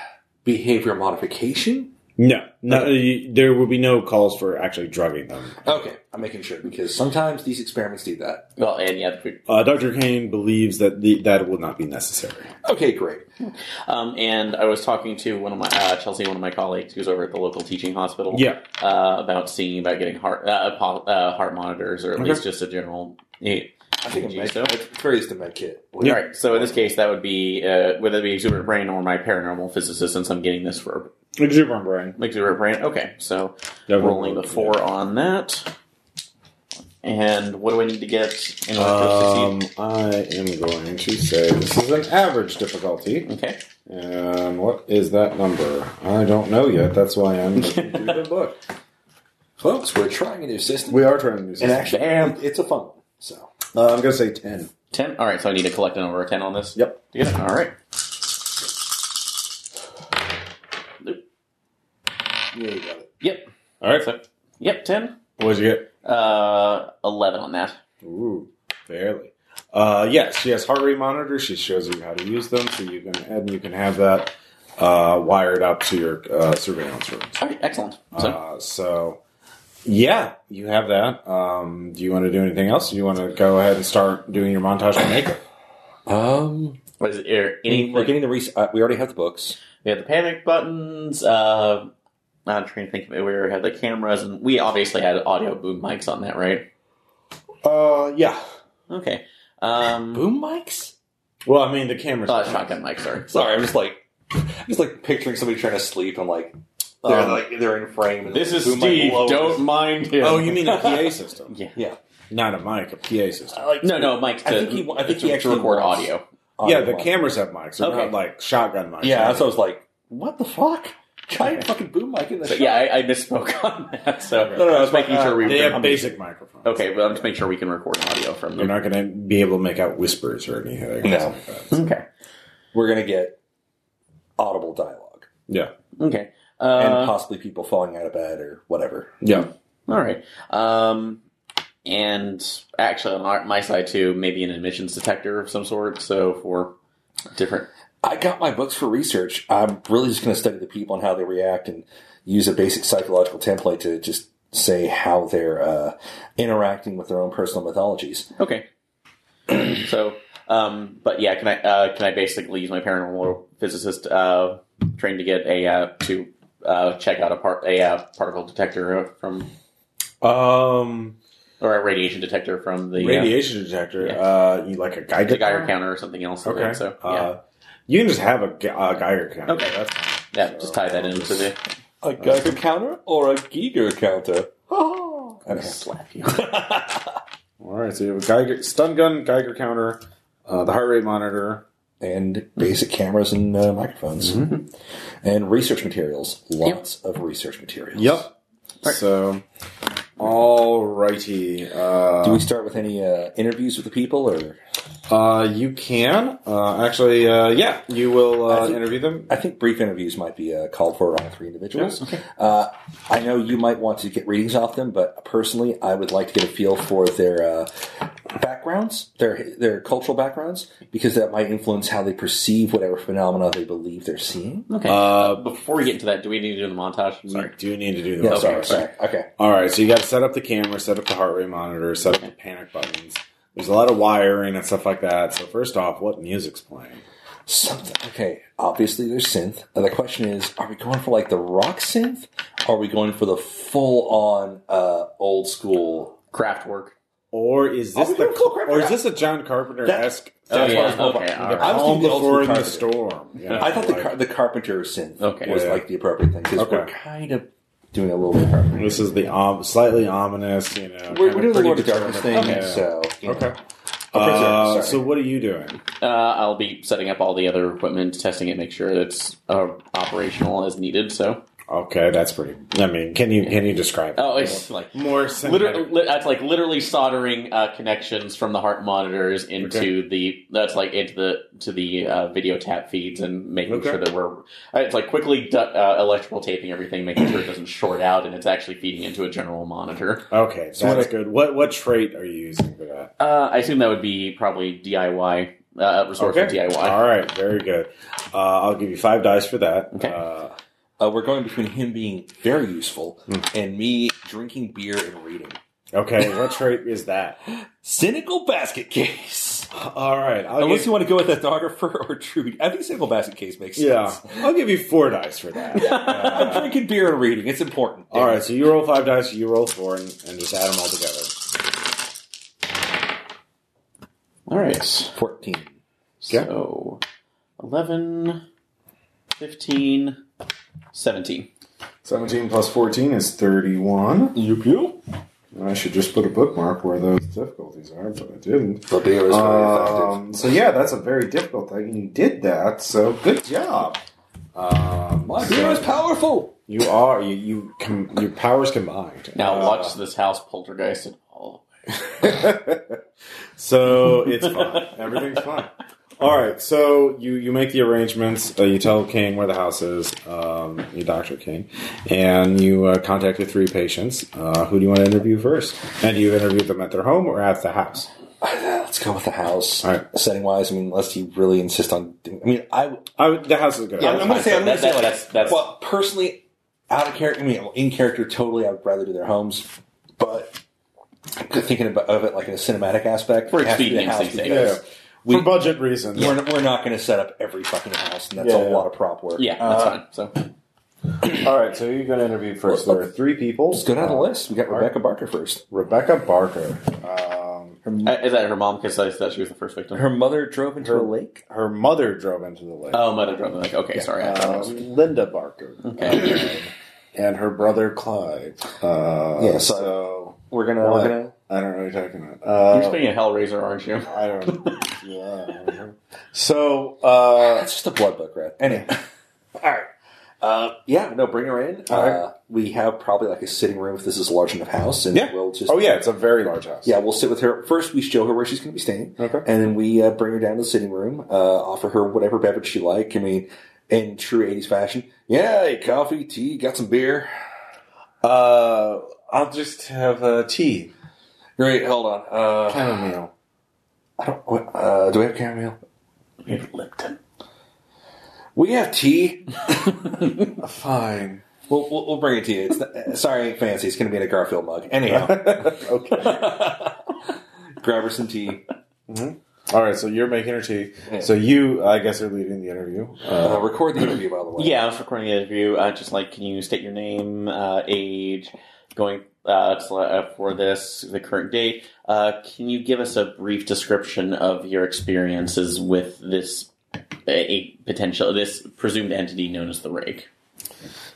Speaker 4: behavior modification?
Speaker 1: No, no. You, there will be no calls for actually drugging them.
Speaker 4: Okay, I'm making sure because sometimes these experiments do that.
Speaker 2: Well, and yeah, we-
Speaker 1: Uh, Doctor Kane believes that the, that will not be necessary.
Speaker 4: Okay, great.
Speaker 2: um, and I was talking to one of my uh, Chelsea, one of my colleagues who's over at the local teaching hospital.
Speaker 1: Yeah.
Speaker 2: uh, about seeing about getting heart uh, apo- uh, heart monitors or at
Speaker 1: Okay.
Speaker 2: least just a general. Yeah.
Speaker 4: I think I'm
Speaker 2: Do you
Speaker 4: med-
Speaker 2: so?
Speaker 4: it's very just a med kit.
Speaker 2: All right. So in this case, that would be uh, whether it be exuberant brain or my paranormal physicist, since I'm getting this for
Speaker 1: Exuberant brain.
Speaker 2: exuberant brain. Okay, so rolling the four on that. And what do I need to get in order
Speaker 1: Um,
Speaker 2: to
Speaker 1: I am going to say this is an average difficulty.
Speaker 2: succeed? Okay.
Speaker 1: And what is that number? I don't know yet. That's why I'm looking through the book.
Speaker 4: Folks, we're trying a new system.
Speaker 1: We are trying to do
Speaker 4: and
Speaker 1: something.
Speaker 4: actually,
Speaker 2: Damn.
Speaker 4: it's a fun one. So,
Speaker 1: Uh, I'm going to say ten.
Speaker 2: 10. All right, so I need to collect an over a 10 on this.
Speaker 1: Yep.
Speaker 2: To get it? All right.
Speaker 1: Yeah, you got it.
Speaker 2: Yep.
Speaker 1: All right. What
Speaker 2: Yep. Ten.
Speaker 1: would you get?
Speaker 2: Uh, eleven on that.
Speaker 1: Ooh, barely. Uh, yes, she has heart rate monitors. She shows you how to use them, so you can and you can have that uh, wired up to your uh, surveillance room.
Speaker 2: All right. Excellent. So,
Speaker 1: Uh, so, yeah, you have that. Um, do you want to do anything else? Do you want to go ahead and start doing your montage of makeup?
Speaker 4: Um,
Speaker 1: Uh,
Speaker 2: what is it? Er, anything?
Speaker 4: we're getting the res- uh, we already have the books.
Speaker 2: We had the panic buttons. Uh, I'm trying to think. Of it. We had the cameras, and we obviously had audio boom mics on that, right?
Speaker 1: Uh, yeah.
Speaker 2: Okay. Um,
Speaker 4: Boom mics.
Speaker 1: Well, I mean, the camera's
Speaker 2: oh, shotgun mic. Sorry.
Speaker 4: Sorry, I'm just like, I'm just like picturing somebody trying to sleep and like they're
Speaker 2: Um,
Speaker 4: like they're in frame. And
Speaker 2: This is
Speaker 4: boom mic
Speaker 2: Steve.
Speaker 4: lowers.
Speaker 2: Don't mind him.
Speaker 1: Oh, you mean a PA system?
Speaker 2: Yeah.
Speaker 1: Not a mic, a PA system.
Speaker 2: no, no, Mike. To,
Speaker 4: I think he wa- I think
Speaker 2: to-
Speaker 4: he
Speaker 2: to
Speaker 4: actually
Speaker 2: record
Speaker 4: wants-
Speaker 2: audio.
Speaker 1: yeah, the
Speaker 4: mic.
Speaker 1: cameras have mics. They're
Speaker 2: Okay.
Speaker 1: not like shotgun mics.
Speaker 4: Yeah, that's what I was like. What the fuck? Giant fucking boom mic in the
Speaker 2: But yeah, I, I misspoke on that. So
Speaker 1: No,
Speaker 4: no,
Speaker 2: I'm
Speaker 4: it's
Speaker 2: just making
Speaker 4: like, uh,
Speaker 2: sure we.
Speaker 1: They have
Speaker 2: Have
Speaker 1: basic microphones.
Speaker 2: okay, well, I'm just making sure we can record audio from
Speaker 1: You're
Speaker 2: them.
Speaker 1: not going to be able to make out whispers or anything.
Speaker 4: No.
Speaker 1: Like that.
Speaker 2: Okay.
Speaker 4: We're gonna get audible dialogue
Speaker 1: Yeah.
Speaker 2: Okay.
Speaker 4: and
Speaker 2: Uh,
Speaker 4: possibly people falling out of bed or whatever.
Speaker 1: Yeah.
Speaker 2: all right. Um, and actually, on our, my side too, maybe an admissions detector of some sort. So for different.
Speaker 4: I got my books for research. I'm really just gonna study the people and how they react and use a basic psychological template to just say how they're uh, interacting with their own personal mythologies.
Speaker 2: Okay. so, um, but yeah, can I uh, can I basically use my paranormal physicist uh, trained to get a uh, to uh, check out a part a uh, particle detector from
Speaker 1: Um,
Speaker 2: or a radiation detector from the uh,
Speaker 1: radiation detector.
Speaker 2: Yeah.
Speaker 1: Uh, you like a Geiger
Speaker 2: the Geiger counter or something else.
Speaker 1: Okay.
Speaker 2: Okay. So yeah,
Speaker 1: Uh, you can just have a, Ge- a Geiger counter.
Speaker 2: Okay.
Speaker 1: That's fine.
Speaker 2: yeah, just tie that into the.
Speaker 4: A Geiger counter or a Geiger counter? Oh.
Speaker 2: I'm gonna slap you.
Speaker 1: All right. So you have a Geiger stun gun, Geiger counter, uh, the heart rate monitor.
Speaker 4: and basic cameras and uh, microphones and research materials. Lots of research materials.
Speaker 2: Right.
Speaker 1: So, all righty. Uh,
Speaker 4: Do we start with any uh, interviews with the people or?
Speaker 1: Uh, you can uh, actually, uh, yeah, you will uh,
Speaker 4: I think-
Speaker 1: interview them.
Speaker 4: I think brief interviews might be uh, called for on three individuals. Uh, I know you might want to get readings off them, but personally, I would like to get a feel for their uh, backgrounds, their their cultural backgrounds, because that might influence how they perceive whatever phenomena they believe they're seeing.
Speaker 2: Okay.
Speaker 1: Uh,
Speaker 2: Before we get into that, do we need to do the montage? Sorry.
Speaker 1: You do need to do Oh, the
Speaker 4: Yeah,
Speaker 1: okay,
Speaker 4: sorry,
Speaker 1: sorry.
Speaker 4: sorry. Okay.
Speaker 1: All right, so you got to set up the camera, set up the heart rate monitor, set up the panic buttons. There's a lot of wiring and stuff like that. So first off, what music's playing?
Speaker 4: Something. Okay. Obviously, there's synth. Uh, The question is, are we going for like the rock synth? Or are we going for the full on uh, old school?
Speaker 2: Craft work.
Speaker 1: Or is this
Speaker 4: Oh, we
Speaker 1: the
Speaker 4: can call Carpenter.
Speaker 1: or is this a John Carpenter esque?
Speaker 2: Oh,
Speaker 4: That's what I
Speaker 2: yeah.
Speaker 4: was going for.
Speaker 2: Okay. All
Speaker 4: I
Speaker 2: right.
Speaker 4: was
Speaker 1: Calm
Speaker 4: thinking the old
Speaker 1: before the
Speaker 4: school Carpenter.
Speaker 1: storm. Yeah,
Speaker 4: I thought the
Speaker 1: like-
Speaker 4: car- the carpenter synth
Speaker 2: Okay.
Speaker 4: was
Speaker 1: Yeah.
Speaker 4: like the appropriate thing because we're
Speaker 1: Okay.
Speaker 4: kind of doing a little bit. of Carpenter.
Speaker 1: this is the om- slightly ominous. You know,
Speaker 4: We're,
Speaker 1: kind
Speaker 4: we're
Speaker 1: of
Speaker 4: doing the
Speaker 1: pretty
Speaker 4: Lord of Darkness thing,
Speaker 1: determined- Yeah.
Speaker 4: so you know.
Speaker 1: Okay.
Speaker 4: Okay, sorry,
Speaker 1: Uh,
Speaker 4: sorry.
Speaker 1: so what are you doing?
Speaker 2: Uh, I'll be setting up all the other equipment, testing it, make sure it's uh, operational as needed. So,
Speaker 1: Okay, that's pretty. I mean, can you can you describe?
Speaker 2: oh, it's like
Speaker 1: more
Speaker 2: literally
Speaker 1: cinematic.
Speaker 2: li- that's like literally soldering uh, connections from the heart monitors into the that's like into the to the uh, video tap feeds and making
Speaker 1: Okay.
Speaker 2: sure that we're uh, it's like quickly du- uh, electrical taping everything making sure it doesn't short out and it's actually feeding into a general monitor
Speaker 1: Okay,
Speaker 4: So
Speaker 1: that's
Speaker 4: what I-
Speaker 1: good. What what trait are you using for that?
Speaker 2: uh, i assume that would be probably diy uh, resource for diy
Speaker 1: All right, very good. Uh, I'll give you five dice for that.
Speaker 2: Okay.
Speaker 1: Uh,
Speaker 4: Uh, we're going between him being very useful
Speaker 1: Hmm.
Speaker 4: and me drinking beer and reading.
Speaker 1: okay, what trait is that?
Speaker 4: Cynical basket case.
Speaker 1: All right, I'll
Speaker 4: Unless
Speaker 1: give-
Speaker 4: you want to go with ethnographer or true, I think cynical basket case makes sense.
Speaker 1: yeah, I'll give you four dice for that. Uh,
Speaker 4: I'm drinking beer and reading. It's important.
Speaker 1: all right, so you roll five dice, you roll four, and, and just add them all together.
Speaker 2: all right
Speaker 4: 14.
Speaker 1: Yeah.
Speaker 2: so 11 15 17
Speaker 1: Seventeen plus fourteen is thirty-one.
Speaker 4: You pew?
Speaker 1: I should just put a bookmark where those difficulties are, but I didn't.
Speaker 4: The beer is Uh,
Speaker 1: Um, so yeah, that's a very difficult thing, and you did that. So good job. Um,
Speaker 4: My beer is powerful.
Speaker 1: You are you you com- your powers combined.
Speaker 2: now
Speaker 1: Uh,
Speaker 2: watch this house poltergeist and all
Speaker 1: so it's fun. Everything's fine. All right, so you you make the arrangements. Uh, you tell King where the house is. Um, you doctor King, and you uh, contact the three patients. Uh, who do you want to interview first? And you interview them at their home or at the house?
Speaker 4: Let's go with the house.
Speaker 1: All right.
Speaker 4: Setting wise, I mean, unless you really insist on. doing- I mean, I.
Speaker 1: I would, the house is good.
Speaker 4: I'm, going to say, I'm
Speaker 2: That-
Speaker 4: going to say,
Speaker 2: that-
Speaker 4: like,
Speaker 2: that's- that's-
Speaker 4: well, personally, out of character, I mean, in character, totally, I would rather do their homes, but thinking about, of it like in a cinematic aspect,
Speaker 2: For
Speaker 4: it has to be a
Speaker 2: expediency
Speaker 4: house
Speaker 2: sake.
Speaker 1: yeah.
Speaker 4: because we,
Speaker 1: for budget reasons.
Speaker 4: we're, we're not going to set up every fucking house, and that's
Speaker 1: Yeah,
Speaker 4: a
Speaker 1: yeah.
Speaker 4: lot of prop work.
Speaker 2: Yeah, that's
Speaker 4: uh,
Speaker 2: fine. So
Speaker 1: All right, so you're going to interview first. There are three people. Uh,
Speaker 4: let's go down the list. We got Rebecca Barker first.
Speaker 1: Rebecca Barker. Um,
Speaker 4: Her,
Speaker 2: Uh, is that her mom? Because I thought she was the first victim.
Speaker 4: her mother drove into
Speaker 1: Her-
Speaker 4: a lake.
Speaker 1: her mother drove into the lake.
Speaker 2: oh, mother drove. Like, okay, sorry. I thought it
Speaker 1: Uh,
Speaker 2: was-
Speaker 1: Linda Barker.
Speaker 2: Okay.
Speaker 1: Um, and her brother Clive. Uh,
Speaker 4: Yeah, so-
Speaker 1: so
Speaker 4: We're gonna.
Speaker 1: What?
Speaker 4: We're gonna
Speaker 1: I don't know what you're talking about.
Speaker 2: You're
Speaker 1: Uh,
Speaker 2: just being a Hellraiser, aren't you?
Speaker 1: I don't. Yeah. So, uh,
Speaker 4: that's just a blood book, right? Anyway, all right. Uh, yeah, no, bring her in.
Speaker 1: All right.
Speaker 4: Uh, we have probably like a sitting room if this is a large enough house, and
Speaker 1: Yeah.
Speaker 4: we'll just.
Speaker 1: oh yeah, it's a very large house.
Speaker 4: Yeah, we'll sit with her. First, we show her where she's going to be staying,
Speaker 1: Okay.
Speaker 4: and then we uh, bring her down to the sitting room, uh, offer her whatever beverage she like. I mean, in true '80s fashion, yeah, coffee, tea, got some beer.
Speaker 1: Uh, I'll just have uh, tea.
Speaker 4: Great. Hold on. Uh,
Speaker 1: Chamomile.
Speaker 4: I don't. what- Uh, do we have chamomile?
Speaker 2: Lipton.
Speaker 4: We have tea.
Speaker 1: Fine.
Speaker 4: We'll, we'll, we'll bring it to you. It's not, uh, sorry, ain't fancy. It's going to be in a Garfield mug. Anyhow,
Speaker 1: okay.
Speaker 4: grab her some tea.
Speaker 1: All right. So you're making her tea.
Speaker 4: Yeah.
Speaker 1: So you, I guess, are leading the interview.
Speaker 4: Uh,
Speaker 1: Uh,
Speaker 4: record the interview, by the way.
Speaker 2: Yeah, I was recording the interview. Uh, just like, can you state your name, uh, age, going uh, to- uh, for this, the current date? Uh, can you give us a brief description of your experiences with this a potential, this presumed entity known as the Rake?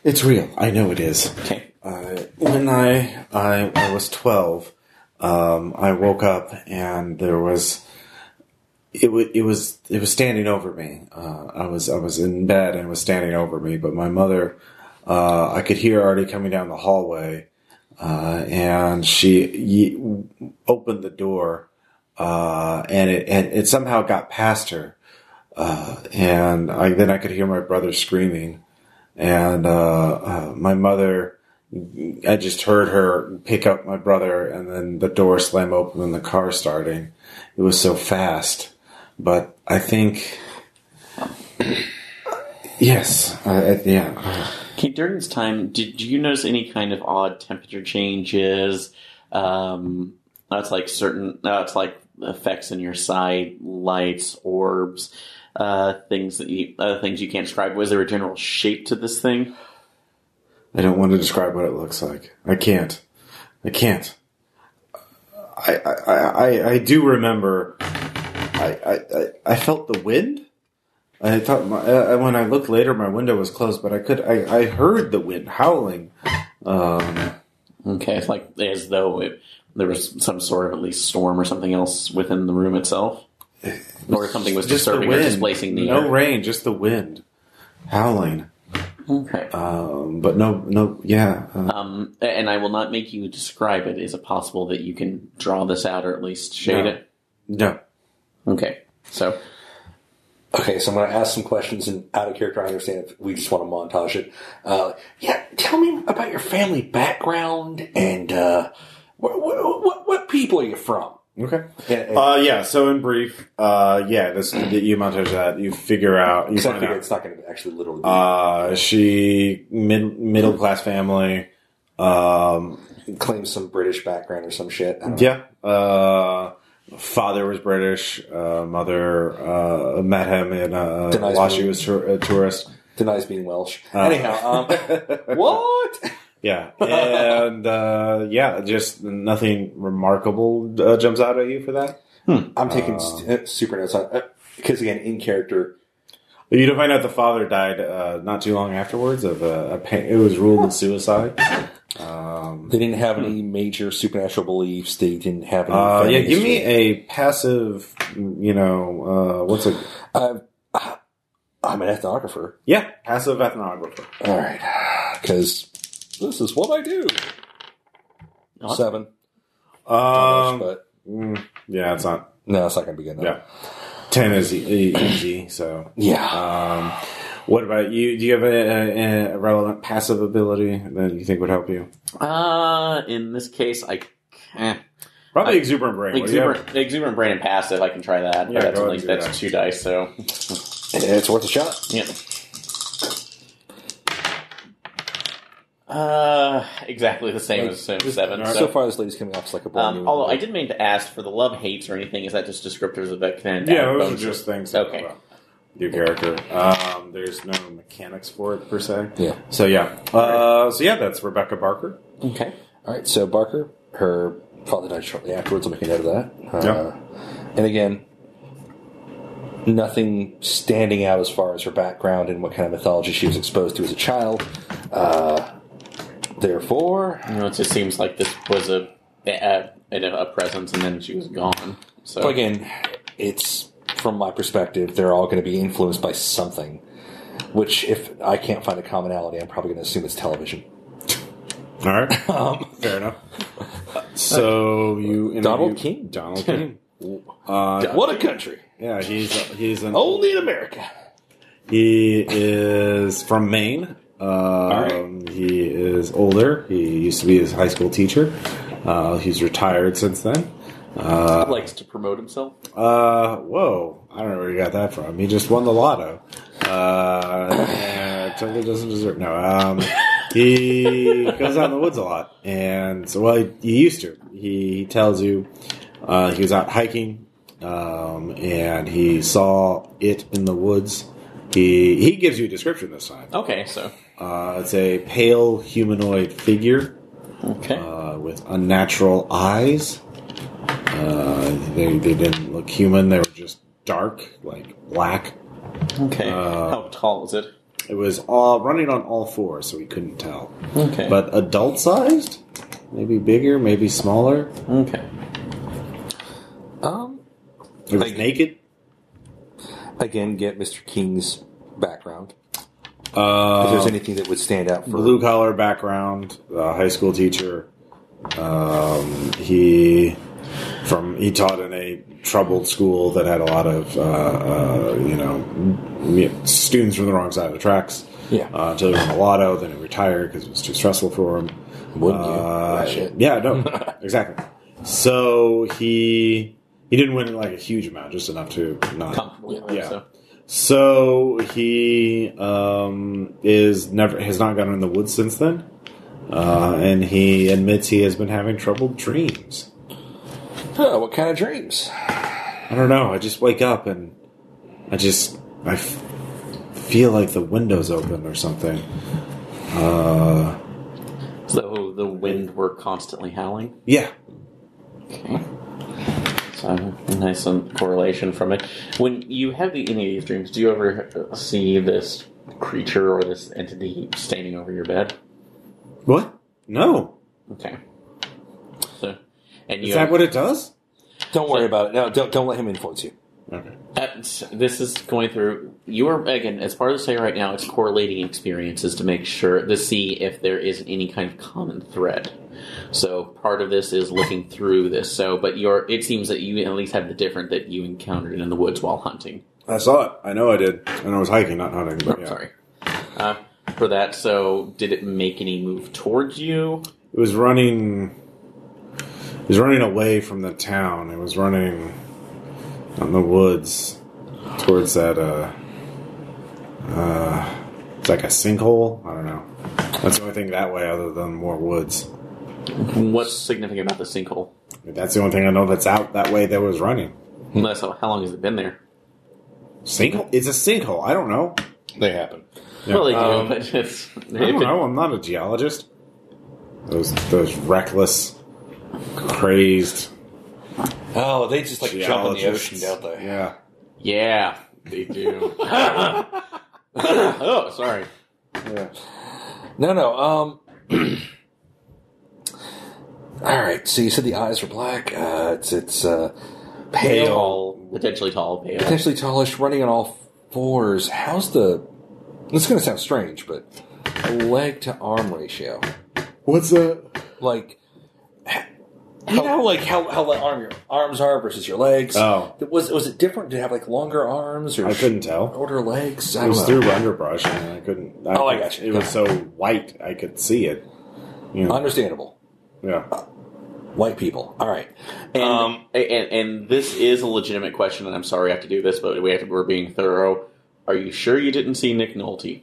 Speaker 1: it's real. I know it is.
Speaker 2: Okay.
Speaker 1: Uh, when I, I I was twelve, um, I woke up and there was it was it was it was standing over me. Uh, I was I was in bed and it was standing over me, but my mother, uh, I could hear already coming down the hallway, uh, and she ye- opened the door, uh, and it and it somehow got past her, uh, and I, then I could hear my brother screaming, and uh, uh, my mother. I just heard her pick up my brother and then the door slam open and the car starting. It was so fast. But I think. Yes. I, I, yeah.
Speaker 2: Okay, during this time, did do you notice any kind of odd temperature changes? Um, that's like certain. That's like effects in your side lights, orbs, uh, things that you, uh, things you can't describe. Was there a general shape to this thing?
Speaker 1: I don't want to describe what it looks like. I can't. I can't. I, I, I, I- I do remember. I, I, I- I felt the wind. I thought my, uh, when I looked later, my window was closed, but I could. I, I heard the wind howling.
Speaker 2: Okay, it's like as though it, there was some sort of at least storm or something else within the room itself, or something was
Speaker 1: just the
Speaker 2: disturbing or
Speaker 1: wind,
Speaker 2: displacing the
Speaker 1: no
Speaker 2: air.
Speaker 1: rain, just the wind howling.
Speaker 2: okay.
Speaker 1: Um, but no, no, yeah, uh,
Speaker 2: Um, and I will not make you describe it. Is it possible that you can draw this out or at least shade
Speaker 1: No.
Speaker 2: it?
Speaker 1: no.
Speaker 2: Okay. So,
Speaker 4: Okay, so I'm going to ask some questions, and out of character, I understand if we just want to montage it. Uh, yeah, tell me about your family background and uh, what, what, what, what people are you from?
Speaker 1: Okay.
Speaker 4: Yeah, and-
Speaker 1: Uh, yeah. So in brief, uh, yeah, this that you montage that you figure out. You
Speaker 4: So I
Speaker 1: find
Speaker 4: figure
Speaker 1: out.
Speaker 4: it's not going to actually literally. Be.
Speaker 1: Uh, she mid middle class family. Um,
Speaker 4: claim some British background or some shit. I don't
Speaker 1: yeah. Uh, father was British. Uh, mother uh, met him in uh,
Speaker 4: Denies
Speaker 1: while she
Speaker 4: me.
Speaker 1: was tour- a tourist.
Speaker 4: denies being Welsh.
Speaker 1: Uh.
Speaker 4: Anyhow, um, what?
Speaker 1: Yeah, and uh, yeah, just nothing remarkable uh, jumps out at you for that.
Speaker 4: I'm taking st- uh, super notes on because again, in character,
Speaker 1: You do find out the father died uh, not too long afterwards of uh, a pain. It was ruled as suicide. Um,
Speaker 4: they didn't have any major supernatural beliefs. They didn't have. Any
Speaker 1: uh,
Speaker 4: family
Speaker 1: yeah, give me
Speaker 4: history.
Speaker 1: a passive. You know, uh, what's a
Speaker 4: Uh, uh, I'm an ethnographer.
Speaker 1: yeah passive ethnographer.
Speaker 4: All right, because this is what I do.
Speaker 2: Not-
Speaker 4: Seven,
Speaker 1: Um,
Speaker 4: but
Speaker 1: mm, yeah, it's not.
Speaker 4: no, it's not going to be good enough.
Speaker 1: Yeah. ten is e- easy. So
Speaker 3: Yeah.
Speaker 1: Um, what about you? Do you have a, a, a relevant passive ability that you think would help you?
Speaker 2: Uh, in this case, I eh,
Speaker 1: Probably
Speaker 2: I-
Speaker 1: exuberant brain. what do you have?
Speaker 2: exuberant, exuberant brain and passive. I can try that.
Speaker 1: Yeah,
Speaker 2: but that's
Speaker 1: go
Speaker 2: only
Speaker 1: ahead and do
Speaker 2: that's
Speaker 1: that.
Speaker 2: two dice. So
Speaker 4: And it's worth a shot.
Speaker 2: yeah. Uh, exactly the same as as seven.
Speaker 1: Alright.
Speaker 4: So
Speaker 2: So,
Speaker 4: far, this lady's coming off like a brand
Speaker 2: um,
Speaker 4: new.
Speaker 2: although I did mean to ask for the love hates or anything. Is that just descriptors of that can?
Speaker 1: Yeah, those
Speaker 2: bonuses?
Speaker 1: are just things.
Speaker 2: Okay.
Speaker 1: About your character. Um, there's no mechanics for it per se.
Speaker 4: Yeah.
Speaker 1: So yeah. Uh, so yeah, that's Rebecca Barker.
Speaker 2: Okay.
Speaker 4: All right, so Barker, her father died shortly afterwards. I'll make a note of that. Uh, And again, nothing standing out as far as her background and what kind of mythology she was exposed to as a child. Uh, therefore,
Speaker 2: You know, it just seems like this was a a, a a presence, and then she was gone. So
Speaker 4: Well, again, it's from my perspective, they're all going to be influenced by something. Which, if I can't find a commonality, I'm probably going to assume it's television. Um,
Speaker 1: All right. Fair enough. So you interview-
Speaker 4: Donald King?
Speaker 1: Donald King. Uh,
Speaker 4: What a country!
Speaker 1: yeah, he's he's an
Speaker 4: Only in America.
Speaker 1: He is from Maine. Um, He is older. He used to be his high school teacher. Uh, he's retired since then. Uh,
Speaker 2: likes to promote himself.
Speaker 1: uh, whoa, I don't know where he got that from. He just won the lotto. Uh, and totally doesn't deserve. No, um, he goes out in the woods a lot, and so well, he, he used to. He, he tells you uh, he was out hiking, um, and he saw it in the woods. He he gives you a description this time.
Speaker 2: Okay, so
Speaker 1: Uh, it's a pale humanoid figure
Speaker 2: okay.
Speaker 1: uh, with unnatural eyes. Uh, they, they didn't look human, they were just dark, like black.
Speaker 2: Okay.
Speaker 1: Uh,
Speaker 2: How tall is it?
Speaker 1: It was all running on all fours, so we couldn't tell.
Speaker 2: Okay.
Speaker 1: But adult sized? Maybe bigger, maybe smaller.
Speaker 2: okay.
Speaker 4: Um,
Speaker 1: It was
Speaker 4: Like-
Speaker 1: naked.
Speaker 4: again, get Mr. King's background. If
Speaker 1: Uh,
Speaker 4: there's anything that would stand out for
Speaker 1: blue collar background, uh, high school teacher. Um, he from he taught in a troubled school that had a lot of uh, uh, you know m- students from the wrong side of the tracks.
Speaker 4: Yeah.
Speaker 1: uh, until he won the lotto, then he retired because it was too stressful for him.
Speaker 4: Wouldn't you?
Speaker 1: Uh,
Speaker 4: That shit.
Speaker 1: Yeah, no, exactly. So he he didn't win like a huge amount, just enough to not
Speaker 2: Comfortably.
Speaker 1: yeah.
Speaker 2: So.
Speaker 1: So he um, is never has not gone in the woods since then, uh, and he admits he has been having troubled dreams.
Speaker 4: Huh, what kind of dreams?
Speaker 1: I don't know. I just wake up and I just I f- feel like the window's open or something. Uh,
Speaker 2: So the wind were constantly howling.
Speaker 1: yeah,
Speaker 2: Okay. So nice some correlation from it. When you have the, any of these dreams, do you ever see this creature or this entity standing over your bed?
Speaker 1: what? No,
Speaker 2: Okay. So, and you
Speaker 1: is that what it does?
Speaker 4: Don't worry about it. No, don't don't let him influence you.
Speaker 1: Okay.
Speaker 2: That's- this is going through. You are again as part of the say right now. It's correlating experiences to make sure to see if there is any kind of common thread. So part of this is looking through this. So, but you're. It seems that you at least have the different that you encountered in the woods while hunting.
Speaker 1: I saw it. I know I did, and I was hiking, not hunting. But
Speaker 2: Oh,
Speaker 1: yeah.
Speaker 2: Sorry uh, for that. So, did it make any move towards you?
Speaker 1: It was running. It was running away from the town. It was running out in the woods towards that. Uh, uh, it's like a sinkhole. I don't know. That's the only thing that way, other than more woods.
Speaker 2: What's significant about the sinkhole?
Speaker 1: That's the only thing I know that's out that way that was running.
Speaker 2: Unless, how how long has it been there?
Speaker 1: Sinkhole. It's a sinkhole. I don't know.
Speaker 4: They happen.
Speaker 1: Yeah.
Speaker 2: Well, they do,
Speaker 1: Um,
Speaker 2: but it's.
Speaker 1: I don't know. I'm not a geologist. Those those reckless, crazed
Speaker 4: Oh, they just like jump in the ocean,
Speaker 1: geologists.
Speaker 4: don't they?
Speaker 1: Yeah.
Speaker 2: Yeah, they do. oh, sorry.
Speaker 1: Yeah.
Speaker 4: No, no. Um. all right. So you said the eyes were black. Uh, it's it's uh, pale,
Speaker 2: Pale, potentially tall, pale.
Speaker 4: potentially tallish, running on all fours. How's the? This is going to sound strange, but leg to arm ratio.
Speaker 1: What's that?
Speaker 4: Like,
Speaker 3: you know, like how how like arm your arms are versus your legs.
Speaker 1: Oh.
Speaker 3: It was was it different? Did it have like longer arms or
Speaker 1: I couldn't tell.
Speaker 3: shorter legs? I
Speaker 1: It was
Speaker 3: don't know.
Speaker 1: through underbrush, and I couldn't. I,
Speaker 3: Oh, I got you.
Speaker 1: It was so white, I could see it. You know,
Speaker 4: Understandable.
Speaker 1: yeah.
Speaker 4: White people. All right.
Speaker 2: And,
Speaker 3: Um,
Speaker 2: and and this is a legitimate question, and I'm sorry I have to do this, but we have to, we're being thorough. Are you sure you didn't see Nick Nolte?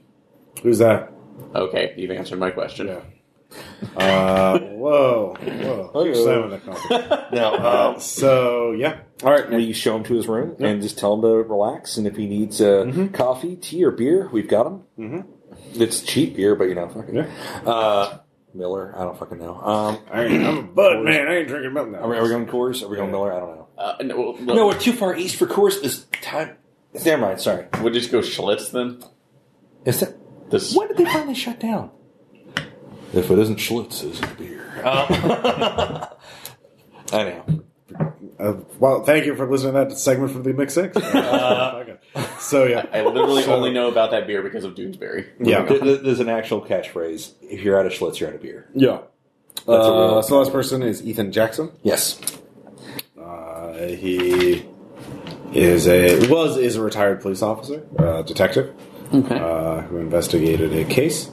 Speaker 1: Who's that?
Speaker 2: Okay, you've answered my question.
Speaker 1: Yeah. Uh, whoa, whoa. Huge slam on the company.
Speaker 3: No,
Speaker 1: Uh, so yeah. All right.
Speaker 4: Will you show him to his room and just tell him to relax? And if he needs uh,
Speaker 3: Mm-hmm.
Speaker 4: coffee, tea, or beer, we've got him. Mm-hmm. It's cheap beer, but you know, fucking
Speaker 1: Yeah.
Speaker 4: uh, Miller. I don't fucking know. Um,
Speaker 1: I ain't, I'm a bud man. I ain't drinking milk now.
Speaker 4: are, we, are we going Coors? Are we going Miller? I don't know.
Speaker 2: Uh, no, well,
Speaker 4: No, we're too far east for Coors this time. Never mind. Sorry.
Speaker 2: we'll just go Schlitz then.
Speaker 4: Is that
Speaker 2: This
Speaker 4: when did they finally shut down? If it isn't Schlitz, it's beer. Um, I know.
Speaker 1: Uh, well, thank you for listening to that segment from the Mix Six. Uh, so yeah,
Speaker 2: I literally
Speaker 1: So-
Speaker 2: only know about that beer because of Doonesbury.
Speaker 1: Yeah.
Speaker 4: There- there- there's an actual catchphrase. If you're out of Schlitz, you're out of beer.
Speaker 1: Yeah.
Speaker 4: That's what we're-
Speaker 1: Uh, so last person is Ethan Jackson.
Speaker 4: Yes.
Speaker 1: Uh, he is a was is a retired police officer, uh, detective, uh, who investigated a case.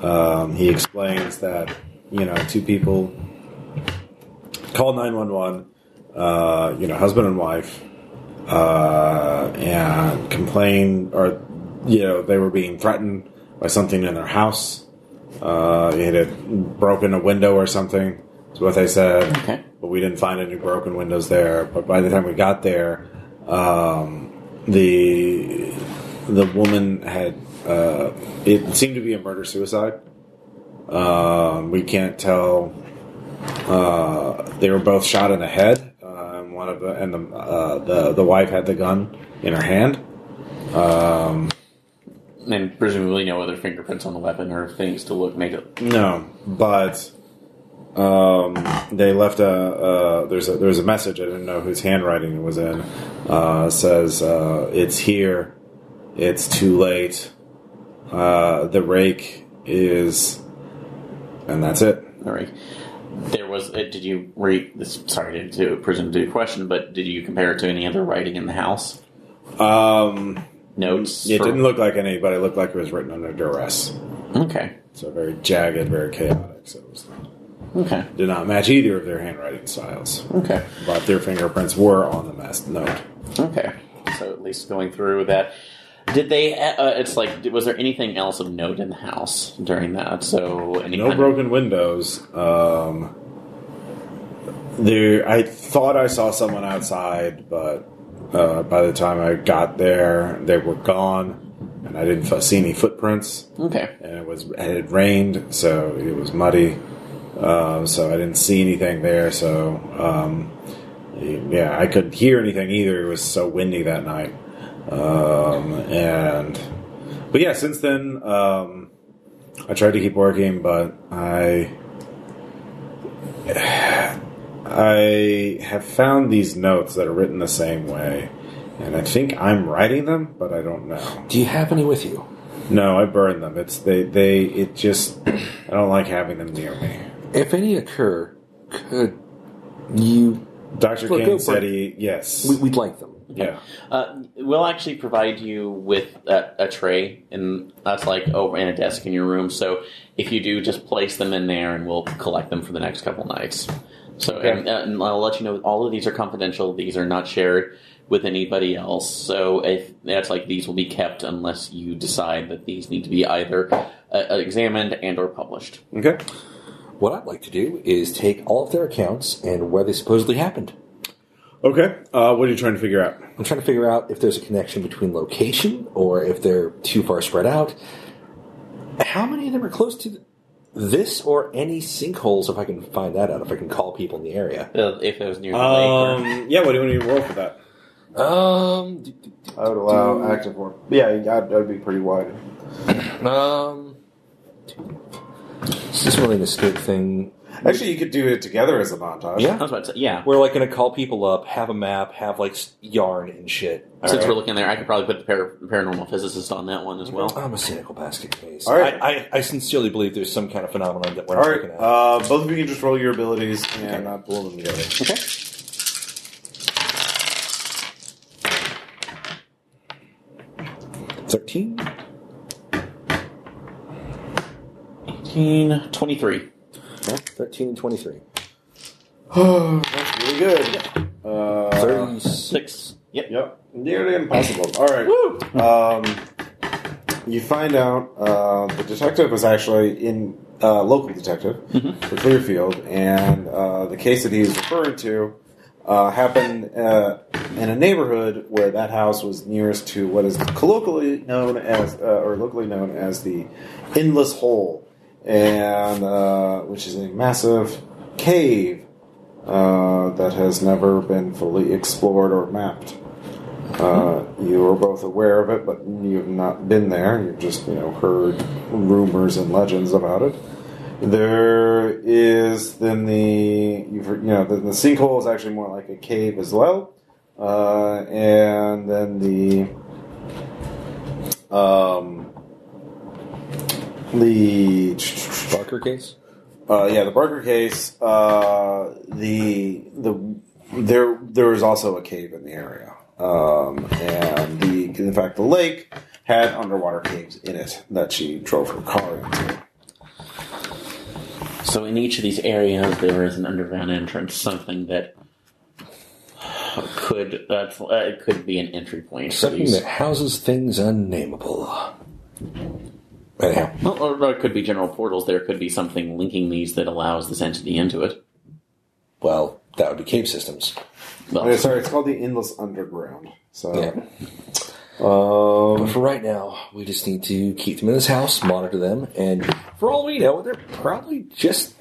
Speaker 1: Um, he explains that you know two people called nine one one, you know, husband and wife, uh, and complained or you know they were being threatened by something in their house. Uh, it had broken a window or something. Is what they said.
Speaker 2: Okay.
Speaker 1: But we didn't find any broken windows there. But by the time we got there, um, the the woman had uh, it seemed to be a murder suicide. Um, we can't tell. Uh, they were both shot in the head. Um, one of the and the, uh, the the wife had the gun in her hand.
Speaker 2: And presumably no other fingerprints on the weapon or things to look make it.
Speaker 1: No, but um, they left a uh, there's a there's a message I didn't know whose handwriting it was in. Uh, it says uh, it's here, it's too late. Uh, the rake is, and that's it.
Speaker 2: All right. There was. Uh, did you read this? Sorry to, to presume to do a question, but did you compare it to any other writing in the house?
Speaker 1: Um,
Speaker 2: Notes.
Speaker 1: it
Speaker 2: for-
Speaker 1: didn't look like any, but it looked like it was written under duress.
Speaker 2: Okay.
Speaker 1: So very jagged, very chaotic. So it was
Speaker 2: Okay.
Speaker 1: did not match either of their handwriting styles,
Speaker 2: Okay.
Speaker 1: but their fingerprints were on the mass note.
Speaker 2: Okay. So at least going through that. Did they? Uh, it's like, was there anything else of note in the house during that? So any
Speaker 1: No
Speaker 2: kind
Speaker 1: broken windows. Um, there, I thought I saw someone outside, but uh, by the time I got there, they were gone, and I didn't f- see any footprints.
Speaker 2: Of, okay.
Speaker 1: And it was it had rained, so it was muddy. Uh, so I didn't see anything there. So um, yeah, I couldn't hear anything either. It was so windy that night. Um, and but yeah, since then um, I tried to keep working, but I I have found these notes that are written the same way, and I think I'm writing them, but I don't know.
Speaker 4: Do you have any with you?
Speaker 1: No, I burn them. It's they they it just I don't like having them near me.
Speaker 4: If any occur, could you?
Speaker 1: Dr.
Speaker 4: Look,
Speaker 1: Kane
Speaker 4: go for
Speaker 1: said
Speaker 4: it.
Speaker 1: he yes.
Speaker 4: We, we'd like them.
Speaker 1: yeah.
Speaker 2: Uh, we'll actually provide you with a, a tray, and that's like over in a desk in your room. So if you do, just place them in there, and we'll collect them for the next couple nights. So and, uh, and I'll let you know all of these are confidential. These are not shared with anybody else. So if that's like these will be kept unless you decide that these need to be either uh, examined and or published.
Speaker 1: Okay.
Speaker 4: What I'd like to do is take all of their accounts and where they supposedly happened.
Speaker 1: Okay. Uh, what are you trying to figure out?
Speaker 4: I'm trying to figure out if there's a connection between location or if they're too far spread out. How many of them are close to this or any sinkholes? If I can find that out, if I can call people in the area.
Speaker 2: Uh, if it was near the lake. Or,
Speaker 1: Um, yeah, what do you want to roll for that?
Speaker 4: Um, d- d-
Speaker 1: I would allow active work. Yeah, I'd, I'd be pretty wide.
Speaker 4: Um, is this really an escape thing?
Speaker 1: Actually, you could do it together as a montage.
Speaker 2: I
Speaker 4: Yeah.
Speaker 2: was about to say, yeah.
Speaker 4: We're like going to call people up, have a map, have like s- yarn and shit.
Speaker 2: Since
Speaker 1: right.
Speaker 2: we're looking there, I could probably put the par- paranormal physicist on that one as well.
Speaker 4: I'm a cynical basket case.
Speaker 1: All right.
Speaker 4: I, I, I sincerely believe there's some kind of phenomenon that we're
Speaker 1: All
Speaker 4: not
Speaker 1: right,
Speaker 4: looking at.
Speaker 1: uh, both of you can just roll your abilities and uh, pull them together.
Speaker 4: okay. Thirteen.
Speaker 2: 18, 23.
Speaker 4: Yeah, Thirteen and twenty-three.
Speaker 1: That's really good. Uh,
Speaker 4: Thirty-six.
Speaker 2: Six. Yep.
Speaker 1: Yep, nearly impossible. All right. Um, you find out uh, the detective was actually in uh, local detective for Clearfield, and uh, the case that he is referring to uh, happened uh, in a neighborhood where that house was nearest to what is colloquially known as, uh, or locally known as, the Endless Hole, and uh, which is a massive cave uh, that has never been fully explored or mapped. Uh, you are both aware of it, but you have not been there. You've just, you know, heard rumors and legends about it. There is then the you've heard, you know the, the sinkhole is actually more like a cave as well, uh, and then the um, the
Speaker 4: Barker case.
Speaker 1: uh, yeah, the Barker case. Uh, the the there there was also a cave in the area, um, and the in fact the lake had underwater caves in it that she drove her car into.
Speaker 2: So in each of these areas, there is an underground entrance, something that could uh, uh, it could be an entry point for
Speaker 4: Something
Speaker 2: these.
Speaker 4: that houses things unnameable. Anyhow,
Speaker 2: Well, or, or it could be general portals. There could be something linking these that allows this entity into it.
Speaker 4: well, that would be cave systems.
Speaker 2: Well,
Speaker 1: Oh, sorry, it's called the Endless Underground. So
Speaker 4: Yeah. But
Speaker 1: um,
Speaker 4: for right now, we just need to keep them in this house, monitor them, and for all we know, they're probably just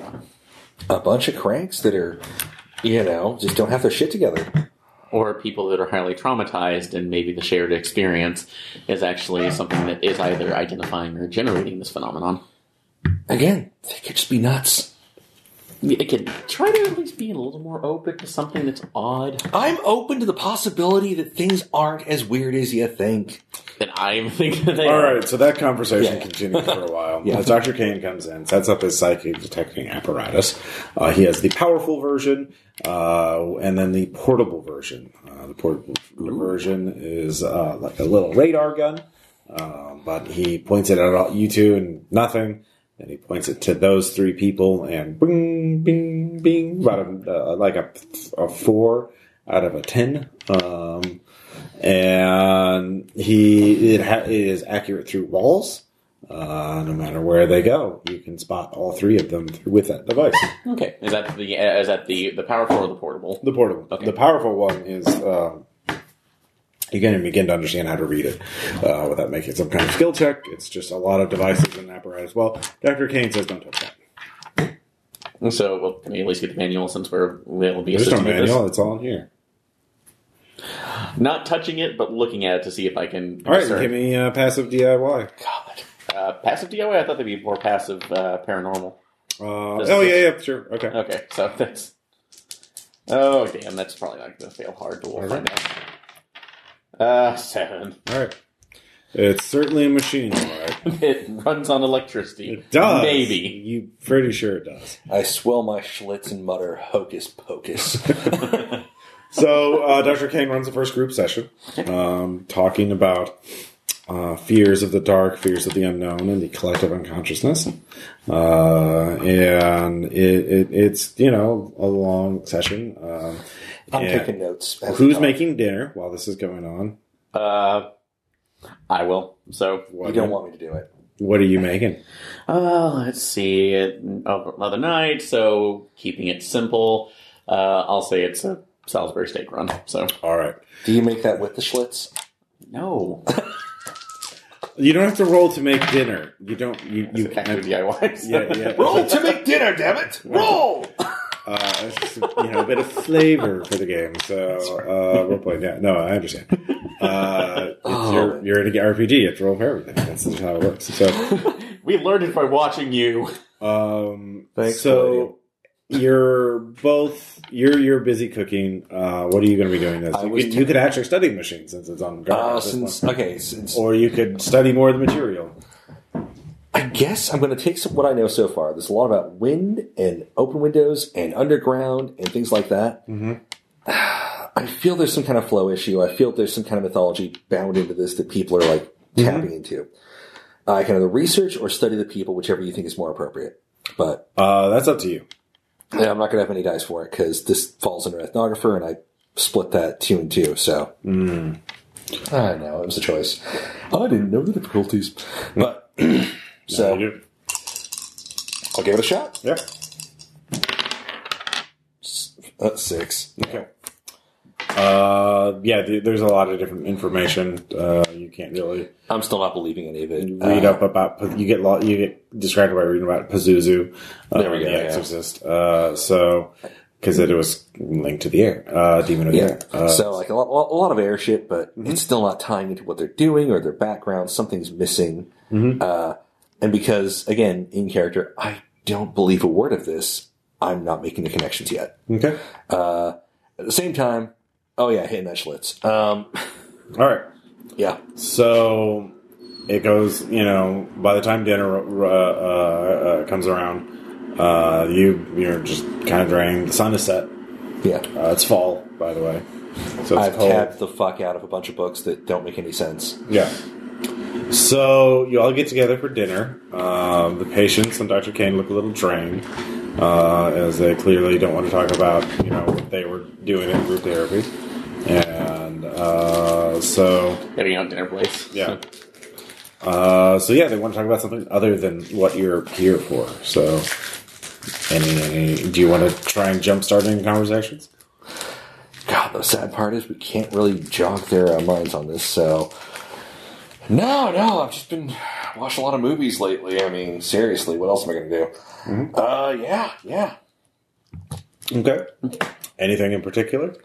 Speaker 4: a bunch of cranks that are, you know, just don't have their shit together.
Speaker 2: or people that are highly traumatized, and maybe the shared experience is actually something that is either identifying or generating this phenomenon.
Speaker 4: Again, they could just be nuts.
Speaker 2: It could try to at least be a little more open to something that's odd.
Speaker 4: I'm open to the possibility that things aren't as weird as you think.
Speaker 2: than I'm thinking. They
Speaker 1: all
Speaker 2: are.
Speaker 1: right, so that conversation
Speaker 4: Yeah.
Speaker 1: continued for a while.
Speaker 4: Yeah.
Speaker 1: As Dr. Kane comes in, sets up his psychic detecting apparatus. Uh, he has the powerful version uh, and then the portable version. Uh, the portable version is uh, like a little radar gun, uh, but he points it at all, you two and nothing. And he points it to those three people, and bing, bing, bing, about a, uh, like a, a four out of a ten. Um, and he it, ha- it is accurate through walls. Uh, no matter where they go, you can spot all three of them through, with that device.
Speaker 2: Okay. Is that the uh, is that the the powerful or the portable?
Speaker 1: The portable,
Speaker 2: Okay.
Speaker 1: the powerful one is. Uh, you can begin to understand how to read it uh, without making some kind of skill check. It's just a lot of devices and apparatus. Well, Doctor Kane says don't touch that.
Speaker 2: So well, can we at least get the manual since we're we'll be
Speaker 1: There's no
Speaker 2: assisting with
Speaker 1: manual.
Speaker 2: this?
Speaker 1: It's all in here.
Speaker 2: Not touching it, but looking at it to see if I can.
Speaker 1: All right,
Speaker 2: discern.
Speaker 1: give me uh, passive DIY.
Speaker 4: God.
Speaker 2: uh, passive DIY. I thought that'd be more passive uh, paranormal.
Speaker 1: Uh,
Speaker 2: This
Speaker 1: oh
Speaker 2: is-
Speaker 1: yeah, yeah, sure. Okay.
Speaker 2: Okay, so that's. Oh damn, that's probably not going to fail hard, but we'll
Speaker 1: All
Speaker 2: find out. Uh, seven.
Speaker 1: All right. It's certainly a machine. All right.
Speaker 2: It runs on electricity.
Speaker 1: It does.
Speaker 2: Maybe.
Speaker 1: You pretty sure it does.
Speaker 4: I swell my Schlitz and mutter hocus pocus.
Speaker 1: So uh, Dr. Kane runs the first group session, um, talking about uh, fears of the dark, fears of the unknown, and the collective unconsciousness. Uh, and it, it, it's you know a long session. Um,
Speaker 4: I'm
Speaker 1: and
Speaker 4: taking notes. as we
Speaker 1: Who's
Speaker 4: go.
Speaker 1: making dinner while this is going on?
Speaker 2: Uh, I will. So
Speaker 1: What,
Speaker 4: You don't want me to do it.
Speaker 1: What are you making?
Speaker 2: Uh, let's see. it- oh, Another night, so keeping it simple, uh, I'll say it's a Salisbury steak run. So
Speaker 1: All right.
Speaker 4: Do you make that with the Schlitz?
Speaker 2: no,
Speaker 1: You don't have to roll to make dinner. You don't. You, you
Speaker 2: you can't do DIYs.
Speaker 1: yeah, yeah.
Speaker 4: Roll to make dinner, damn it! Roll.
Speaker 1: uh, it's just, you know, a bit of flavor for the game. So uh, role playing, yeah. No, I understand. Uh, it's
Speaker 4: Oh.
Speaker 1: you're, you're in a RPG. You have to roll for everything. That's just how it works. So,
Speaker 2: we learned it by watching you.
Speaker 1: um,
Speaker 4: Thanks,
Speaker 1: so you're both you're you're busy cooking. Uh, what are you going to be doing? This
Speaker 3: I
Speaker 1: you
Speaker 3: was
Speaker 1: could,
Speaker 3: t-
Speaker 1: you could actually study machine since it's on. guard
Speaker 3: Uh,
Speaker 1: at this
Speaker 3: since
Speaker 1: point.
Speaker 3: okay, since
Speaker 1: or you could study more of the material.
Speaker 4: I guess I'm going to take some, what I know so far. There's a lot about wind and open windows and underground and things like that.
Speaker 1: Mhm.
Speaker 4: I feel there's some kind of flow issue. I feel there's some kind of mythology bound into this that people are like
Speaker 1: Mm-hmm.
Speaker 4: tapping into. I can either research or study the people, whichever you think is more appropriate. But
Speaker 1: Uh, that's up to you.
Speaker 4: yeah, I'm not going to have any dice for it because this falls under ethnographer, and I split that two and two. So
Speaker 1: Hmm.
Speaker 4: I know it was a choice. Oh, I didn't know the difficulties, but so
Speaker 1: You do.
Speaker 4: I'll give it a shot.
Speaker 1: Yeah.
Speaker 4: Uh, six.
Speaker 1: Okay. Uh, yeah. th- There's a lot of different information. Uh, you can't really
Speaker 4: I'm still not believing any of it.
Speaker 1: read
Speaker 4: Uh,
Speaker 1: up about. You get lo- you get distracted by reading about Pazuzu, uh,
Speaker 4: There we go,
Speaker 1: The
Speaker 4: yeah.
Speaker 1: Exorcist. Uh, so because it was linked to the air, uh, demon of
Speaker 4: Yeah.
Speaker 1: the air. Uh, Mm-hmm.
Speaker 4: so like a lot, a lot of airship, but it's still not tying into what they're doing or their background. Something's missing.
Speaker 1: Mm-hmm.
Speaker 4: Uh, and because again, in character, I don't believe a word of this. I'm not making the connections yet.
Speaker 1: okay.
Speaker 4: Uh, at the same time, oh yeah, hitting that Schlitz. Um,
Speaker 1: All right.
Speaker 4: yeah,
Speaker 1: So it goes, you know, by the time dinner uh, uh, uh, comes around, uh, you you're just kind of drained. The sun is set.
Speaker 4: yeah.
Speaker 1: Uh, it's fall, by the way. So it's
Speaker 4: I've
Speaker 1: cold.
Speaker 4: tapped the fuck out of a bunch of books that don't make any sense.
Speaker 1: Yeah. So you all get together for dinner. Um, the patients and Dr. Kane look a little drained, uh, as they clearly don't want to talk about you know what they were doing in group therapy, and uh, so
Speaker 2: Getting out dinner place.
Speaker 1: yeah. Uh, so yeah, they want to talk about something other than what you're here for. So, any, any do you want to try and jumpstart any conversations?
Speaker 4: God, the sad part is we can't really jog their uh, minds on this. So, no, no, I've just been watching a lot of movies lately. I mean, seriously, what else am I going to do? Uh, yeah, yeah.
Speaker 1: Okay. Anything in particular?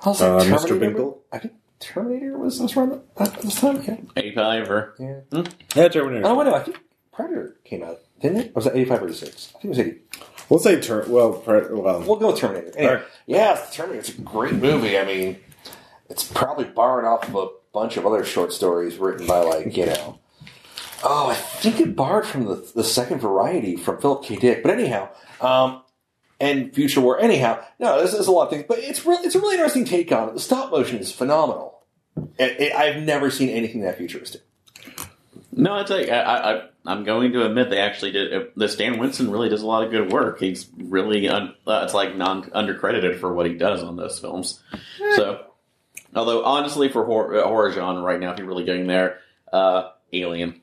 Speaker 4: How's
Speaker 1: Uh, Mr.
Speaker 4: Terminator?
Speaker 1: Binkle?
Speaker 4: I think Terminator was was around that this time. Yeah,
Speaker 2: Eighty five or
Speaker 4: yeah.
Speaker 1: Yeah, Terminator.
Speaker 4: Oh wait, no, I think Predator came out, didn't it? Or was that eighty five or six? I think it was eighty.
Speaker 1: We'll say ter- well, pre- well,
Speaker 4: We'll go with Terminator. Anyway,
Speaker 1: All right.
Speaker 4: Yeah, Terminator's a great movie. I mean, it's probably borrowed off of a bunch of other short stories written by, like, you know. Oh, I think it borrowed from the, the second variety from Philip K. Dick. But anyhow, um, and Future War. Anyhow, no, this is a lot of things, but it's really it's a really interesting take on it. The stop motion is phenomenal. It, it, I've never seen anything that futuristic.
Speaker 2: no, it's like I, I, I I'm going to admit they actually did. uh, This Dan Winston really does a lot of good work. He's really un, uh, it's like non undercredited for what he does on those films.
Speaker 1: Eh.
Speaker 2: So, although honestly, for horror, uh, horror genre right now, if you're really getting there, uh, Alien.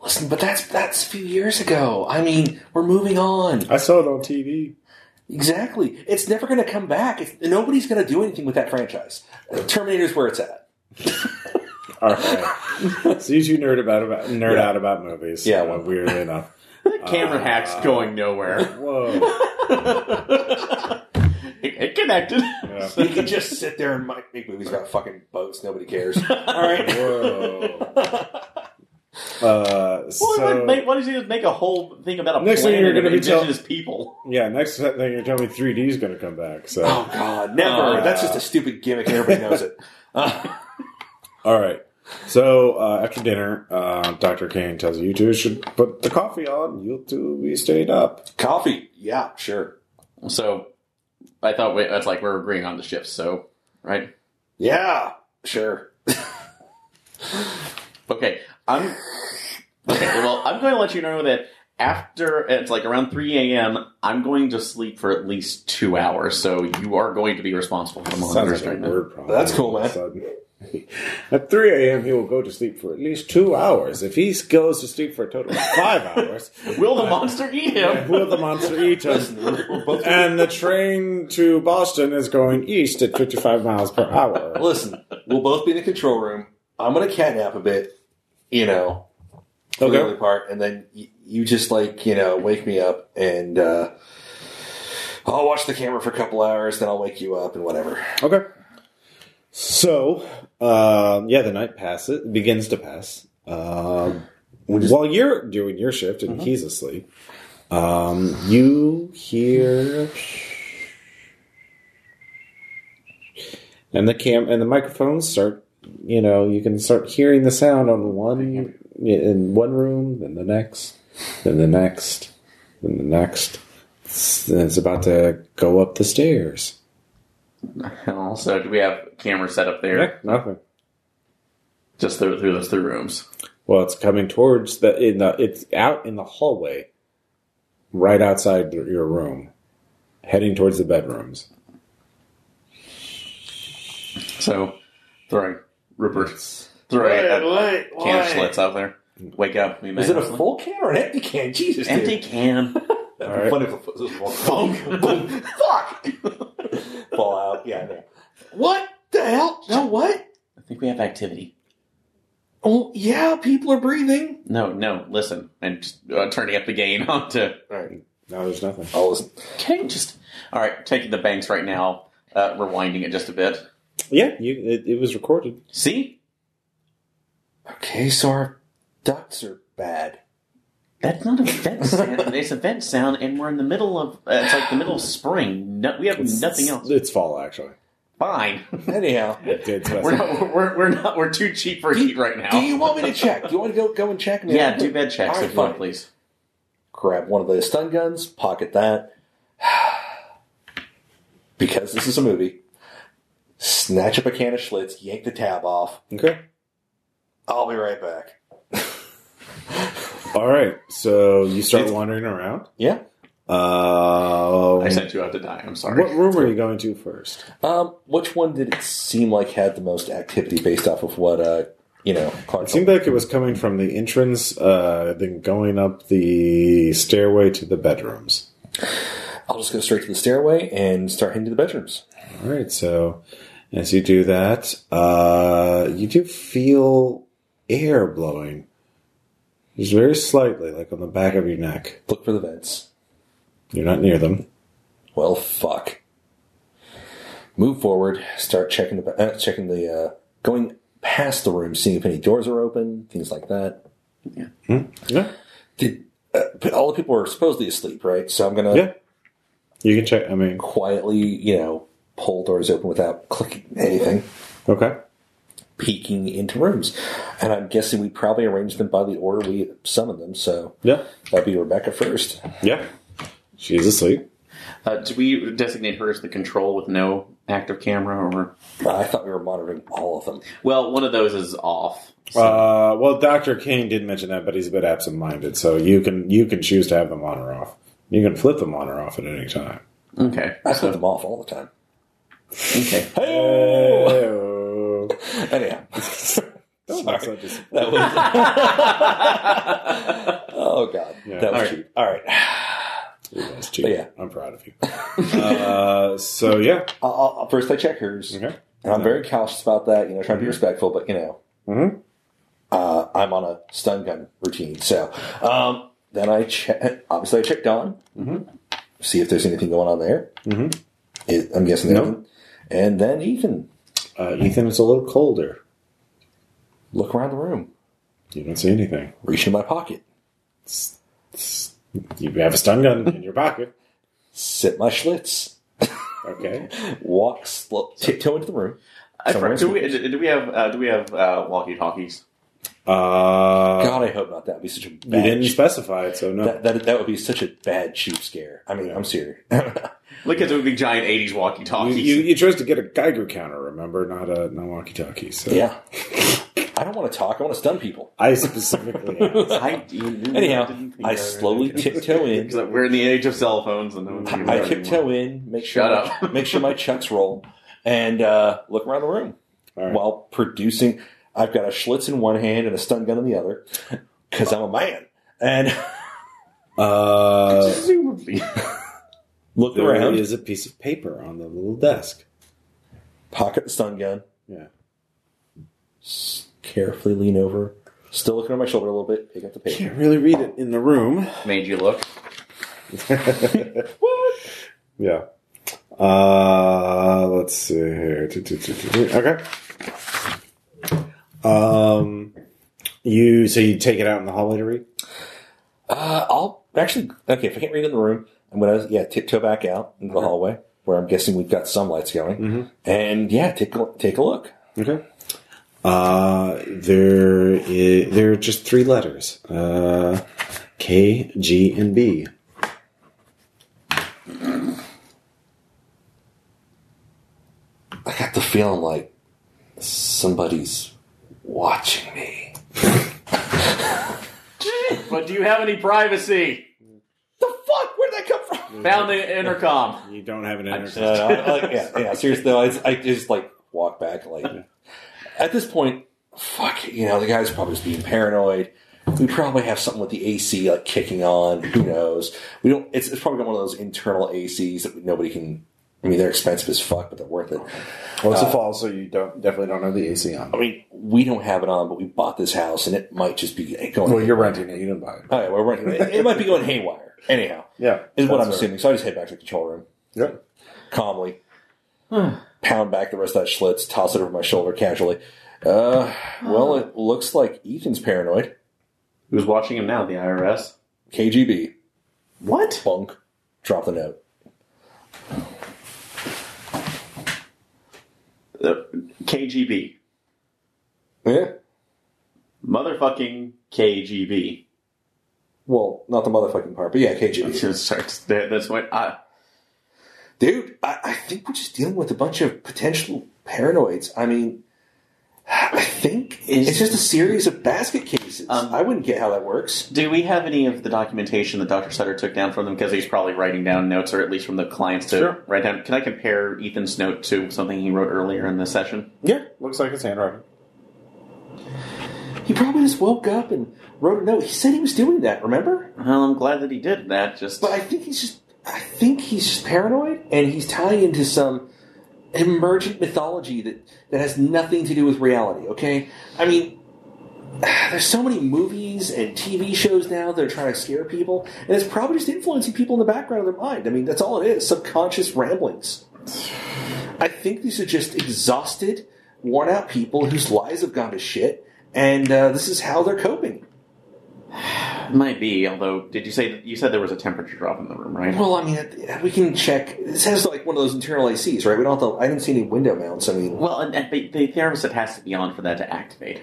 Speaker 4: Listen, but that's that's a few years ago. I mean, we're moving on.
Speaker 1: I saw it on TV.
Speaker 4: Exactly. It's never going to come back. It's, nobody's going to do anything with that franchise. Terminator's where it's at.
Speaker 1: All right. so you two nerd about, about nerd
Speaker 4: Yeah.
Speaker 1: out about movies.
Speaker 4: Yeah,
Speaker 1: uh,
Speaker 4: well.
Speaker 1: weirdly enough.
Speaker 2: Camera
Speaker 1: Uh,
Speaker 2: hacks going nowhere.
Speaker 1: Whoa.
Speaker 2: it, it connected.
Speaker 1: Yeah.
Speaker 4: You can just sit there and make, make movies about fucking boats. Nobody cares. All right.
Speaker 1: Whoa. Uh,
Speaker 2: Well,
Speaker 1: so,
Speaker 2: what, make, why does he just make a whole thing about a
Speaker 1: Next thing
Speaker 2: planet
Speaker 1: you're gonna
Speaker 2: of
Speaker 1: be tell-
Speaker 2: indigenous people?
Speaker 1: yeah, next thing you're telling me 3D is going to come back. So.
Speaker 4: Oh God, never.
Speaker 2: Uh,
Speaker 4: That's just a stupid gimmick, and everybody knows it. Uh,
Speaker 1: All right. So uh, after dinner, uh, Dr. Kane tells you two should put the coffee on. You two will be stayed up.
Speaker 4: coffee. Yeah, sure.
Speaker 2: So I thought we, that's like we're agreeing on the shifts. So right,
Speaker 4: Yeah, sure.
Speaker 2: okay. I'm okay. Well, I'm going to let you know that after it's like around 3 a.m. I'm going to sleep for at least two hours. So you are going to be responsible for monitoring
Speaker 1: Sounds like a
Speaker 2: right now.
Speaker 1: word problem.
Speaker 4: That's
Speaker 1: all
Speaker 4: cool,
Speaker 1: of a
Speaker 4: man.
Speaker 1: sudden. At 3 a.m., he will go to sleep for at least two hours. If he goes to sleep for a total of five hours,
Speaker 2: Will the monster eat him?
Speaker 1: will the monster eat him?
Speaker 4: We're both-
Speaker 1: And the train to Boston is going east at 55 miles per hour.
Speaker 4: Listen, we'll both be in the control room. I'm going to catnap a bit. You know, for the early
Speaker 1: Okay.
Speaker 4: part, and then y- you just like you know wake me up, and uh, I'll watch the camera for a couple hours, then I'll wake you up, and whatever.
Speaker 1: Okay. So, um, yeah, the night passes begins to pass. Um, while you're doing your shift and he's asleep, Um, you hear, and the cam and the microphones start. You know, you can start hearing the sound on one in one room, then the next, then the next, then the next. It's, it's about to go up the stairs.
Speaker 2: Hell, so do we have cameras set up there?
Speaker 1: Nothing.
Speaker 2: Just through, through those three rooms.
Speaker 1: Well, it's coming towards the in the it's out in the hallway, right outside your room, heading towards the bedrooms.
Speaker 2: So, throwing Rupert, throwing a can of Schlitz out there. Wake up. We
Speaker 4: Is it a full can or an empty can? Jesus, dude.
Speaker 2: empty can?
Speaker 4: That'd
Speaker 1: All
Speaker 4: be
Speaker 1: right.
Speaker 4: funny if it was a full
Speaker 2: Bonk, boom, fuck.
Speaker 4: fall out. Yeah, I know.
Speaker 2: What the hell? No, what? I think we have activity.
Speaker 4: Oh yeah, people are breathing.
Speaker 2: No, no. Listen, and just, uh, turning up the gain onto.
Speaker 1: No, there's nothing.
Speaker 2: Oh.
Speaker 4: I'll listen.
Speaker 2: Can you just? All right, taking the banks right now, uh, rewinding it just a bit.
Speaker 1: Yeah, you, it, it was recorded.
Speaker 2: See,
Speaker 4: Okay, so our ducks are bad.
Speaker 2: that's not a vent sound. it's a vent sound, and we're in the middle of. Uh, it's like the middle of spring. No, we have nothing else.
Speaker 1: It's fall actually.
Speaker 2: Fine.
Speaker 4: Anyhow,
Speaker 1: It- it's-
Speaker 2: We're not. We're, we're not. We're too cheap for heat right now.
Speaker 4: do you want me to check? Do you want to go go and check? me
Speaker 2: yeah,
Speaker 4: out?
Speaker 2: do bed checks
Speaker 4: All right,
Speaker 2: if you want,
Speaker 4: fine.
Speaker 2: please.
Speaker 4: Grab one of those stun guns, pocket that. because this is a movie. Snatch up a can of Schlitz, yank the tab off.
Speaker 1: okay.
Speaker 4: I'll be right back.
Speaker 1: All right. So you start wandering around.
Speaker 4: Yeah.
Speaker 1: Uh,
Speaker 2: I sent you out to die. I'm sorry.
Speaker 1: what room are you going to first?
Speaker 4: Um, which one did it seem like had the most activity based off of what uh you know Clark?
Speaker 1: It seemed like it was coming from the entrance, uh, then going up the stairway to the bedrooms.
Speaker 4: I'll just go straight to the stairway and start heading to the bedrooms.
Speaker 1: All right. So as you do that, uh, you do feel air blowing, just very slightly, like on the back of your neck.
Speaker 4: Look for the vents.
Speaker 1: You're not near them.
Speaker 4: Well, fuck. Move forward. Start checking the uh, checking the uh, going past the room, seeing if any doors are open, things like that.
Speaker 1: Yeah.
Speaker 4: Did uh, but all the people are supposedly asleep, right? So I'm gonna
Speaker 1: Yeah. Uh, You can check. I mean,
Speaker 4: quietly, you know, pull doors open without clicking anything.
Speaker 1: okay.
Speaker 4: peeking into rooms. And I'm guessing we probably arranged them by the order we summoned them, so
Speaker 1: Yeah.
Speaker 4: that'd be Rebecca first.
Speaker 1: Yeah. She's asleep.
Speaker 2: Uh, do we designate her as the control with no active camera, or
Speaker 4: I thought we were monitoring all of them.
Speaker 2: well, one of those is off. So
Speaker 1: Uh, well, Doctor Kane did mention that, but he's a bit absent-minded, so you can you can choose to have them on or off. You can flip them on or off at any time.
Speaker 2: okay,
Speaker 4: I put
Speaker 2: so,
Speaker 4: them off all the time.
Speaker 2: okay.
Speaker 1: Oh,
Speaker 4: Anyhow.
Speaker 1: that's
Speaker 4: Sorry.
Speaker 1: not dis-
Speaker 4: That was Oh god.
Speaker 1: Yeah.
Speaker 4: That was
Speaker 2: All right.
Speaker 4: cheap. All right.
Speaker 1: Ooh, that's cheap.
Speaker 4: But yeah.
Speaker 1: I'm proud of you. uh, so yeah,
Speaker 4: I'll, I'll- first I check hers.
Speaker 1: okay. Uh,
Speaker 4: And I'm very cautious about that, you know,
Speaker 1: Mm-hmm.
Speaker 4: trying to be respectful, but you know.
Speaker 1: Mhm.
Speaker 4: Uh, I'm on a stun gun routine, so um, then I check. Obviously, I check Dawn,
Speaker 1: Mm-hmm.
Speaker 4: see if there's anything going on there.
Speaker 1: Mhm.
Speaker 4: It- I'm guessing there.
Speaker 1: No.
Speaker 4: isn't. And then Ethan,
Speaker 1: Uh, Ethan, it's a little colder.
Speaker 4: look around the room,
Speaker 1: You don't see anything.
Speaker 4: reach in my pocket,
Speaker 1: It's- you have a stun gun in your pocket.
Speaker 4: sit my Schlitz,
Speaker 1: Okay.
Speaker 4: walk, slow, tiptoe into the room.
Speaker 2: I
Speaker 4: Somewhere
Speaker 2: forgot- do we do we have uh, do we have uh, walkie talkies?
Speaker 1: Uh,
Speaker 4: God, I hope not. That would be such a bad.
Speaker 1: you didn't
Speaker 4: cheap-
Speaker 1: specify it, so no.
Speaker 4: that, that that would be such a bad cheap scare. I mean, I'm serious.
Speaker 2: Look at the big giant '80s walkie
Speaker 1: You,
Speaker 2: talkies.
Speaker 1: you, you chose to get a Geiger counter, remember, not a not walkie-talkie. So
Speaker 4: yeah, I don't want to talk. I want to stun people.
Speaker 1: I specifically asked.
Speaker 2: I, you knew
Speaker 4: Anyhow,
Speaker 2: didn't think
Speaker 4: I
Speaker 2: that.
Speaker 4: slowly tiptoe in.
Speaker 2: Because we're in the age of cell phones, and no one's gonna
Speaker 4: I
Speaker 2: do that
Speaker 4: tiptoe in, make sure
Speaker 2: Shut
Speaker 4: my,
Speaker 2: up.
Speaker 4: make sure my chucks roll, and uh, look around the room
Speaker 1: All right.
Speaker 4: while producing. I've got a Schlitz in one hand and a stun gun in the other because I'm a man. And
Speaker 1: Uh,
Speaker 2: Presumably.
Speaker 4: look
Speaker 1: there
Speaker 4: around,
Speaker 1: is a piece of paper on the little desk.
Speaker 4: pocket the stun gun.
Speaker 1: Yeah.
Speaker 4: S- Carefully lean over, still looking over my shoulder a little bit. Pick up the paper.
Speaker 1: Can't really read it in the room.
Speaker 2: made you look.
Speaker 1: Yeah. Uh, let's see here. Do, do, do, do, do. Okay. Um, you so you take it out in the hallway to read?
Speaker 4: Uh, I'll actually okay. If I can't read in the room, I'm gonna yeah tiptoe back out into the hallway where I'm guessing we've got some lights going, and yeah, take a, take a look.
Speaker 1: Okay. Uh, there, i there are just three letters: uh, K, G, and B.
Speaker 4: I got the feeling like somebody's watching me.
Speaker 2: But do you have any privacy?
Speaker 4: The fuck? Where'd that come from?
Speaker 2: Found the intercom.
Speaker 1: You don't have an
Speaker 4: Uh, I- I- yeah, yeah. Seriously, though, I, I just like walk back. Like at this point, fuck. You know, the guy's probably just being paranoid. We probably have something with the AC like kicking on. Who knows? We don't. It's, it's probably one of those internal ACs that nobody can. I mean, they're expensive as fuck, but they're worth it.
Speaker 5: Well, it's a fall, so you don't definitely don't have the AC on.
Speaker 4: I mean, we don't have it on, but we bought this house, and it might just be going.
Speaker 5: Well, you're renting it. You didn't buy it.
Speaker 4: Oh, yeah, we're renting it. It might be going haywire. Anyhow,
Speaker 5: Yeah,
Speaker 4: is what
Speaker 5: that's
Speaker 4: I'm
Speaker 5: right.
Speaker 4: assuming. So I just head back to the control room.
Speaker 5: Yep.
Speaker 4: calmly,
Speaker 2: Hmm.
Speaker 4: pound back the rest of that Schlitz, toss it over my shoulder casually. Uh, well, it looks like Ethan's paranoid.
Speaker 2: Who's watching him now? The IRS.
Speaker 4: KGB,
Speaker 2: What?
Speaker 4: bunk, drop the note.
Speaker 2: The KGB.
Speaker 4: Yeah.
Speaker 2: Motherfucking KGB.
Speaker 4: Well, not the motherfucking part, but yeah, KGB.
Speaker 2: Starts- that- That's what I.
Speaker 4: Dude, I, I think we're just dealing with a bunch of potential paranoids. I mean, I think
Speaker 2: Is-
Speaker 4: it's just a series of basket cases.
Speaker 2: Um,
Speaker 4: I wouldn't get how that works.
Speaker 2: Do we have any of the documentation that Dr. Sutter took down from them? Because he's probably writing down notes, or at least from the clients to
Speaker 5: Sure.
Speaker 2: write down. Can I compare Ethan's note to something he wrote earlier in the session?
Speaker 5: Yeah, looks like it's handwriting.
Speaker 4: He probably just woke up and wrote a note. He said he was doing that, remember?
Speaker 2: Well, I'm glad that he did that. Just
Speaker 4: But I think he's just I think he's just paranoid and he's tied into some emergent mythology that, that has nothing to do with reality, okay? I mean there's so many movies and TV shows now that are trying to scare people, and it's probably just influencing people in the background of their mind. I mean, that's all it is subconscious ramblings. I think these are just exhausted, worn out people whose lives have gone to shit, and uh, this is how they're coping.
Speaker 2: it might be. Although, did you say you said there was a temperature drop in the room, right?
Speaker 4: Well, I mean, it- we can check. This has like one of those internal ACs, right? We don't have to. I didn't see any window mounts. I mean,
Speaker 2: Well, and, and the, the thermostat has to be on for that to activate,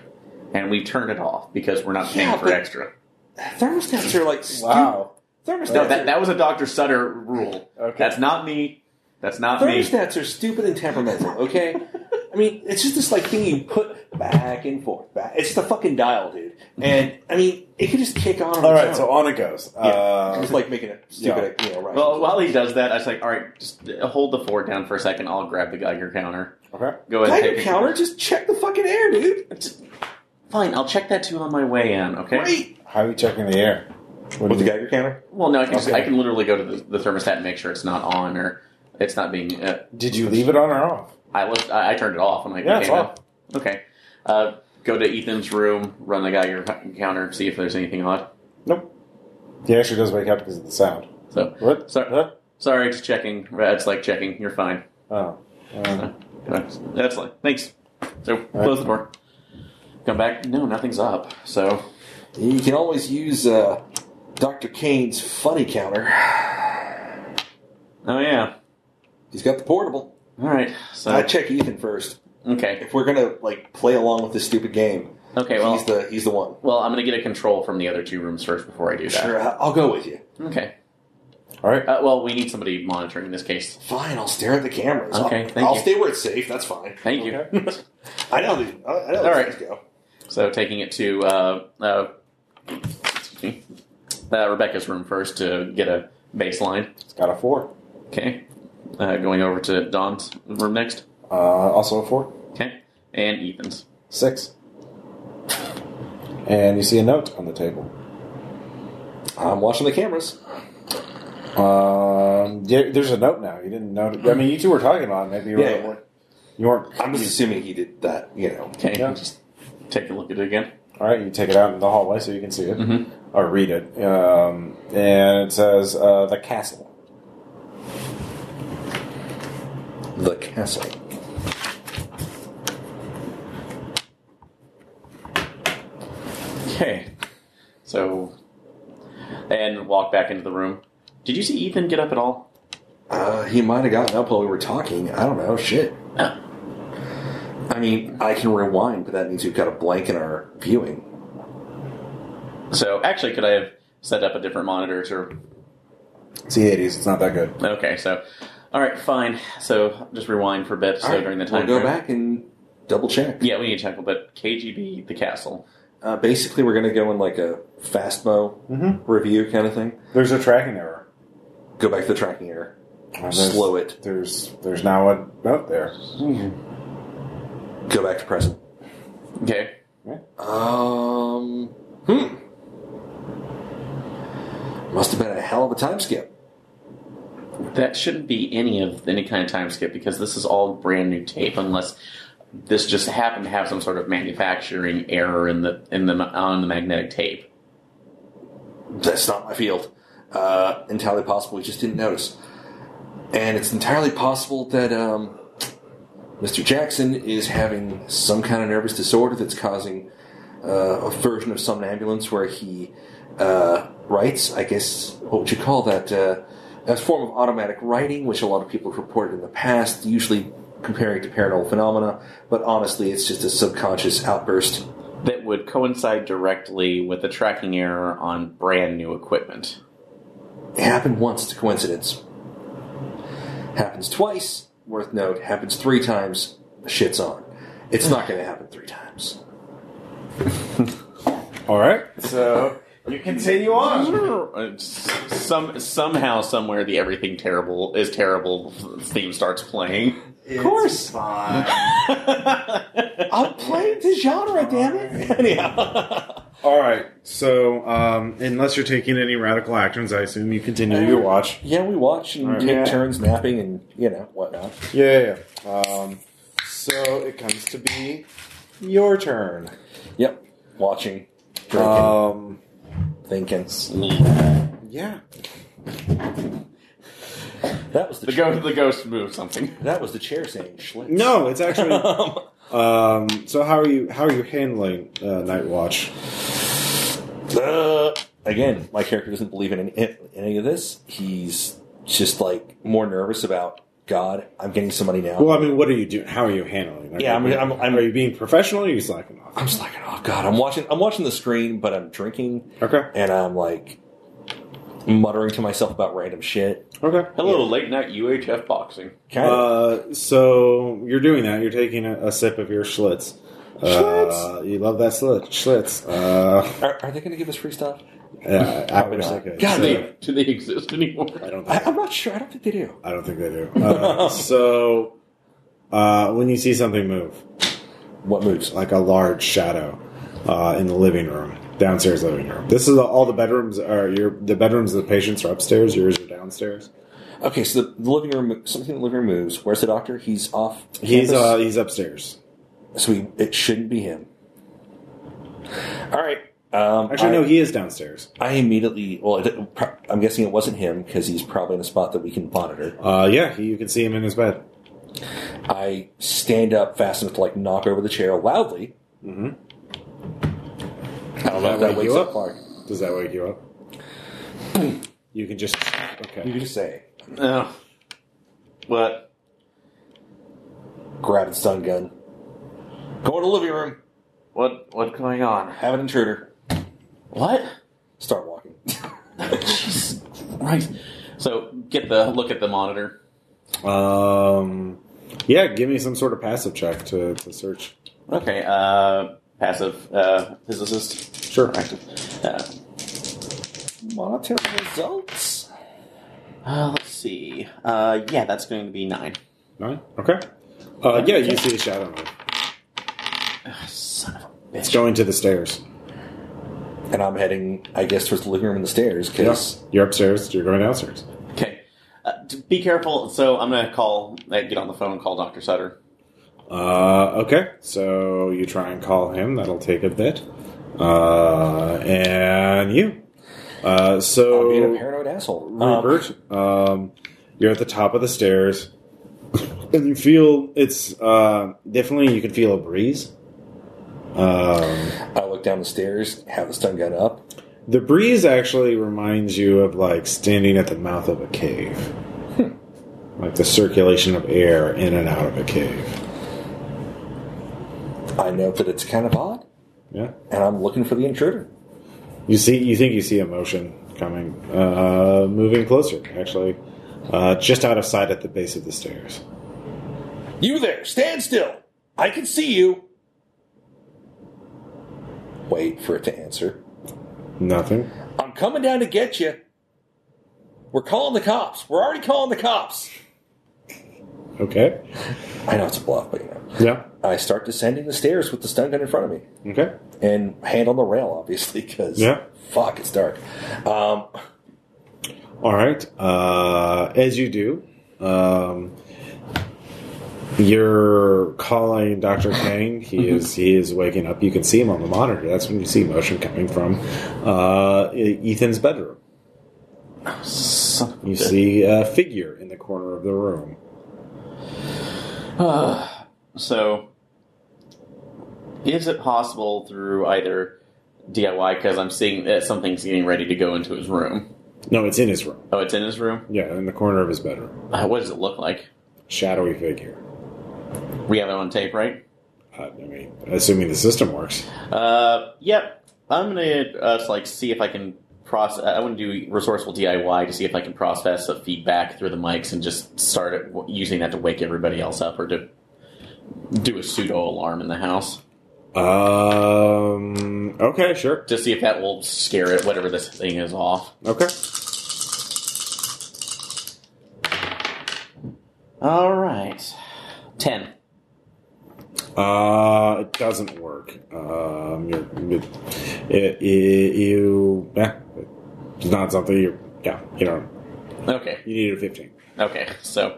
Speaker 2: and we turned it off because we're not paying
Speaker 4: Yeah,
Speaker 2: for
Speaker 4: but-
Speaker 2: extra.
Speaker 4: thermostats are like stu-
Speaker 5: Wow.
Speaker 4: Thermostats,
Speaker 2: No, that,
Speaker 4: are-
Speaker 2: that was a Dr. Sutter rule.
Speaker 5: Okay.
Speaker 2: That's not me. That's not me.
Speaker 4: thermostats are stupid and temperamental. Okay, I mean, it's just this like thing you put back and forth. Back. It's the fucking dial, dude. And I mean, it could just kick on. on
Speaker 5: All
Speaker 4: its
Speaker 5: right,
Speaker 4: own.
Speaker 5: so on it goes.
Speaker 4: It's
Speaker 5: Uh,
Speaker 4: just like making a stupid, you know, right?
Speaker 2: Well, while he does that, I was like, all right, just uh, hold the fort down for a second. I'll grab the Geiger counter.
Speaker 5: okay.
Speaker 2: Go ahead. and
Speaker 4: Tiger
Speaker 2: take a-
Speaker 4: counter, just check the fucking air, dude.
Speaker 2: Fine, I'll check that too on my way in. Okay.
Speaker 4: Great.
Speaker 5: How are you checking the air? What do you-
Speaker 4: Geiger counter?
Speaker 2: Well, no, I can just,
Speaker 5: Okay.
Speaker 2: I can literally go to the, the thermostat and make sure it's not on or it's not being. Uh,
Speaker 5: Did you leave it on or off?
Speaker 2: I left. I, I turned it off when I
Speaker 5: Yeah, it's
Speaker 2: came in.
Speaker 5: off.
Speaker 2: Okay. Uh, go to Ethan's room, run the Geiger counter, see if there's anything odd.
Speaker 5: Nope. He actually does wake up because of the sound.
Speaker 2: So
Speaker 5: What?
Speaker 2: Sorry.
Speaker 5: Huh?
Speaker 2: sorry, just checking. Uh, It's like checking. You're fine.
Speaker 5: Oh. Uh,
Speaker 2: That's that's like thanks. So close the door. Come back. No, nothing's up. So
Speaker 4: You can always use uh, Dr. Kane's funny counter.
Speaker 2: oh yeah.
Speaker 4: He's got the portable.
Speaker 2: All right. So
Speaker 4: I check Ethan first.
Speaker 2: okay.
Speaker 4: If we're gonna like play along with this stupid game,
Speaker 2: Okay. Well,
Speaker 4: he's the he's the one.
Speaker 2: well, I'm gonna get a control from the other two rooms first before I do that.
Speaker 4: Sure, I- I'll go with you.
Speaker 2: Okay.
Speaker 5: all right.
Speaker 2: Uh, well, we need somebody monitoring this case.
Speaker 4: Fine, I'll stare at the cameras.
Speaker 2: Okay,
Speaker 4: I'll,
Speaker 2: thank
Speaker 4: I'll
Speaker 2: you.
Speaker 4: stay where it's safe. That's fine.
Speaker 2: Thank you.
Speaker 5: Okay.
Speaker 4: I know. The, I I know. All
Speaker 2: right.
Speaker 4: right, go.
Speaker 2: So taking it to uh, uh, excuse me, uh, Rebecca's room first to get a baseline.
Speaker 5: It's got a four.
Speaker 2: Okay. Uh, going over to Don's room next.
Speaker 5: Uh, also a four.
Speaker 2: Okay. And Ethan's.
Speaker 5: Six. And you see a note on the table.
Speaker 4: I'm watching the cameras.
Speaker 5: Um, yeah, there's a note now. You didn't know. I mean, you two were talking about it. Maybe you,
Speaker 4: Yeah.
Speaker 5: were, you weren't.
Speaker 4: I'm just assuming he did that. You know.
Speaker 2: Okay.
Speaker 5: Yeah.
Speaker 2: Just take a look at it again.
Speaker 5: All right, you take it out in the hallway so you can see it
Speaker 2: Mhm.
Speaker 5: or read it. Um, and it says uh, the castle.
Speaker 4: The castle.
Speaker 2: Okay. So and walk back into the room. Did you see Ethan get up at all?
Speaker 4: Uh, he might have gotten up while we were talking. I don't know. Shit.
Speaker 2: No.
Speaker 4: I mean, I can rewind, but that means we've got a blank in our viewing.
Speaker 2: So actually, could I have set up a different monitor or
Speaker 5: It's the 80s. It's not that good.
Speaker 2: Okay, so all right, fine. So just rewind for a bit. So
Speaker 4: All right,
Speaker 2: during the time
Speaker 4: we'll go
Speaker 2: frame-
Speaker 4: back and double check.
Speaker 2: Yeah, we need to check a bit. KGB, the castle.
Speaker 4: Uh, basically, we're going to go in like a fastmo
Speaker 5: Mhm.
Speaker 4: review kind of thing.
Speaker 5: There's a tracking error.
Speaker 4: Go back to the tracking error.
Speaker 1: Oh,
Speaker 5: Uh, there's-
Speaker 4: Slow it.
Speaker 5: There's there's now a note there.
Speaker 4: Go back to present.
Speaker 2: Okay.
Speaker 4: Um. Hmm. Must have been a hell of a time skip.
Speaker 2: That shouldn't be any of any kind of time skip because this is all brand new tape, unless this just happened to have some sort of manufacturing error in the in the on the magnetic tape.
Speaker 4: That's not my field. Uh, entirely possible. We just didn't notice. And it's entirely possible that um, Mr. Jackson is having some kind of nervous disorder that's causing uh, a version of somnambulance where he uh, writes, I guess, what would you call that? Uh, a form of automatic writing, which a lot of people have reported in the past, usually comparing it to paranormal phenomena, but honestly, it's just a subconscious outburst.
Speaker 2: That would coincide directly with the tracking error on brand new equipment.
Speaker 4: It happened once, it's a coincidence. Happens twice, worth note. Happens three times, shit's on. It's not going to happen three times.
Speaker 1: All right.
Speaker 5: So you continue on.
Speaker 2: Uh, Some somehow somewhere the everything terrible is terrible theme starts playing.
Speaker 5: Of
Speaker 4: course.
Speaker 5: fine.
Speaker 4: I'm playing the genre, damn it!
Speaker 2: Anyhow.
Speaker 1: All right. So, um, unless you're taking any radical actions, I assume you continue your watch.
Speaker 4: Yeah, we watch and
Speaker 1: Alright.
Speaker 4: take
Speaker 5: Yeah.
Speaker 4: turns napping and, you know, whatnot.
Speaker 1: Yeah. yeah. Um, so it comes to be your turn.
Speaker 4: Yep. Watching, drinking,
Speaker 1: Um,
Speaker 4: thinking.
Speaker 1: yeah.
Speaker 4: That was the,
Speaker 2: The
Speaker 4: chair-
Speaker 2: ghost, the ghost moved something.
Speaker 4: That was the chair saying schlitz.
Speaker 1: No, it's actually. um, so how are you? How are you handling uh, night watch?
Speaker 4: Uh, again, my character doesn't believe in any, in any of this. He's just, like, more nervous about, God, I'm getting somebody now.
Speaker 1: Well, I mean, what are you doing? How are you handling? it?
Speaker 4: Yeah, I mean, I'm- I'm-
Speaker 1: are you being professional? or Are you slacking off?
Speaker 4: I'm just like, oh god, I'm watching, I'm watching the screen, but I'm drinking,
Speaker 1: Okay.
Speaker 4: and I'm like muttering to myself about random shit.
Speaker 1: Okay.
Speaker 2: Hello, late night UHF boxing.
Speaker 4: Kind of.
Speaker 1: Uh, so you're doing that. You're taking a, a sip of your Schlitz. Uh,
Speaker 4: Schlitz?
Speaker 1: you love that Schlitz. Schlitz. Uh,
Speaker 4: are, are they going to give us free stuff?
Speaker 1: yeah, I wish they
Speaker 4: not.
Speaker 1: could.
Speaker 4: God
Speaker 2: Do
Speaker 1: So,
Speaker 4: damn.
Speaker 2: they, do they exist anymore?
Speaker 1: I don't
Speaker 4: I,
Speaker 1: think.
Speaker 4: I'm not sure. I don't think they do.
Speaker 1: I don't think they do. Uh, so uh, when you see something move,
Speaker 4: What moves?
Speaker 1: like a large shadow uh, in the living room, downstairs living room. This is all the bedrooms are your the bedrooms of the patients are upstairs. Yours are downstairs.
Speaker 4: Okay, so the, the living room, something in the living room moves. Where's the doctor? He's off.
Speaker 1: He's
Speaker 4: campus?
Speaker 1: uh, he's upstairs.
Speaker 4: so he, it shouldn't be him. All right. Um,
Speaker 1: Actually,
Speaker 4: I,
Speaker 1: no, he is downstairs.
Speaker 4: I immediately. Well, it, pro- I'm guessing it wasn't him because he's probably in a spot that we can monitor.
Speaker 1: Uh, yeah, he, you can see him in his bed.
Speaker 4: I stand up fast enough to like knock over the chair loudly. Mm-hmm. I don't know if that
Speaker 1: Wake
Speaker 4: wakes
Speaker 1: you
Speaker 4: up
Speaker 1: up?
Speaker 4: Clark.
Speaker 1: Does that wake you up? You can just
Speaker 4: You
Speaker 1: okay.
Speaker 4: can just say
Speaker 2: Oh. What?
Speaker 4: grab the stun gun. Go to the living room.
Speaker 2: What? What's going on?
Speaker 4: Have an intruder.
Speaker 2: What?
Speaker 4: Start walking.
Speaker 2: Jesus Christ. So get the look at the monitor.
Speaker 1: Um, yeah, give me some sort of passive check to, to search.
Speaker 2: Okay. Uh, passive uh, physicist.
Speaker 1: Sure.
Speaker 2: Active. Uh,
Speaker 4: Monitor results.
Speaker 2: uh, let's see. Uh, yeah, that's going to be nine.
Speaker 1: Nine. Okay. Uh, yeah, you see a shadow. move.
Speaker 2: Ah, son of a
Speaker 1: It's
Speaker 2: bitch.
Speaker 1: going to the stairs.
Speaker 4: And I'm heading, I guess, towards the living room and the stairs because
Speaker 1: Yeah. You're upstairs. You're going downstairs.
Speaker 2: Okay. Uh, d- be careful. So I'm going to call, uh, get on the phone and call Dr. Sutter.
Speaker 1: Uh, okay, so you try and call him. That'll take a bit. Uh, and you. Uh,
Speaker 4: I'm being a
Speaker 1: so,
Speaker 4: paranoid asshole. Um,
Speaker 1: Rupert, um, you're at the top of the stairs, and you feel it's uh, definitely you can feel a breeze. Uh, Um,
Speaker 4: I look down the stairs, have the stun gun up.
Speaker 1: The breeze actually reminds you of like standing at the mouth of a cave. Like the circulation of air in and out of a cave.
Speaker 4: I know that it's kind of odd,
Speaker 1: Yeah.
Speaker 4: and I'm looking for the intruder.
Speaker 1: You see, you think you see a motion coming, uh, moving closer. Actually, uh, just out of sight at the base of the stairs.
Speaker 3: You there, stand still. I can see you.
Speaker 4: Wait for it to answer.
Speaker 1: Nothing.
Speaker 3: I'm coming down to get you. We're calling the cops. We're already calling the cops.
Speaker 1: Okay.
Speaker 4: I know it's a bluff, but you know.
Speaker 1: Yeah.
Speaker 4: I start descending the stairs with the stun gun in front of me
Speaker 1: Okay.
Speaker 4: and hand on the rail, obviously, because
Speaker 1: Yeah.
Speaker 4: fuck, it's dark. Um,
Speaker 1: All right. Uh, as you do, um, you're calling Doctor Kang. He is he is waking up. You can see him on the monitor. That's when you see motion coming from uh, E- Ethan's bedroom.
Speaker 2: Son of a
Speaker 1: You
Speaker 2: bitch.
Speaker 1: see a figure in the corner of the room.
Speaker 2: So, is it possible through either DIY? Because I'm seeing that something's getting ready to go into his room.
Speaker 1: No, it's in his room.
Speaker 2: Oh, it's in his room.
Speaker 1: Yeah, in the corner of his bedroom.
Speaker 2: Uh, what does it look like?
Speaker 1: Shadowy figure. Uh,
Speaker 2: We have it on tape, right?
Speaker 1: I mean, assuming the system works.
Speaker 2: Uh, yep. I'm gonna uh, just, like see if I can process. I want to do resourceful DIY to see if I can process the feedback through the mics and just start it, w- using that to wake everybody else up or to do a pseudo alarm in the house.
Speaker 1: Um. Okay. Sure.
Speaker 2: Just see if that will scare it, whatever this thing is off.
Speaker 1: Okay.
Speaker 2: All right, ten.
Speaker 1: Uh, it doesn't work. Um, you're, it, it, it- you, eh, it's not something you. Yeah, you don't.
Speaker 2: Okay.
Speaker 1: You need a fifteen.
Speaker 2: Okay, so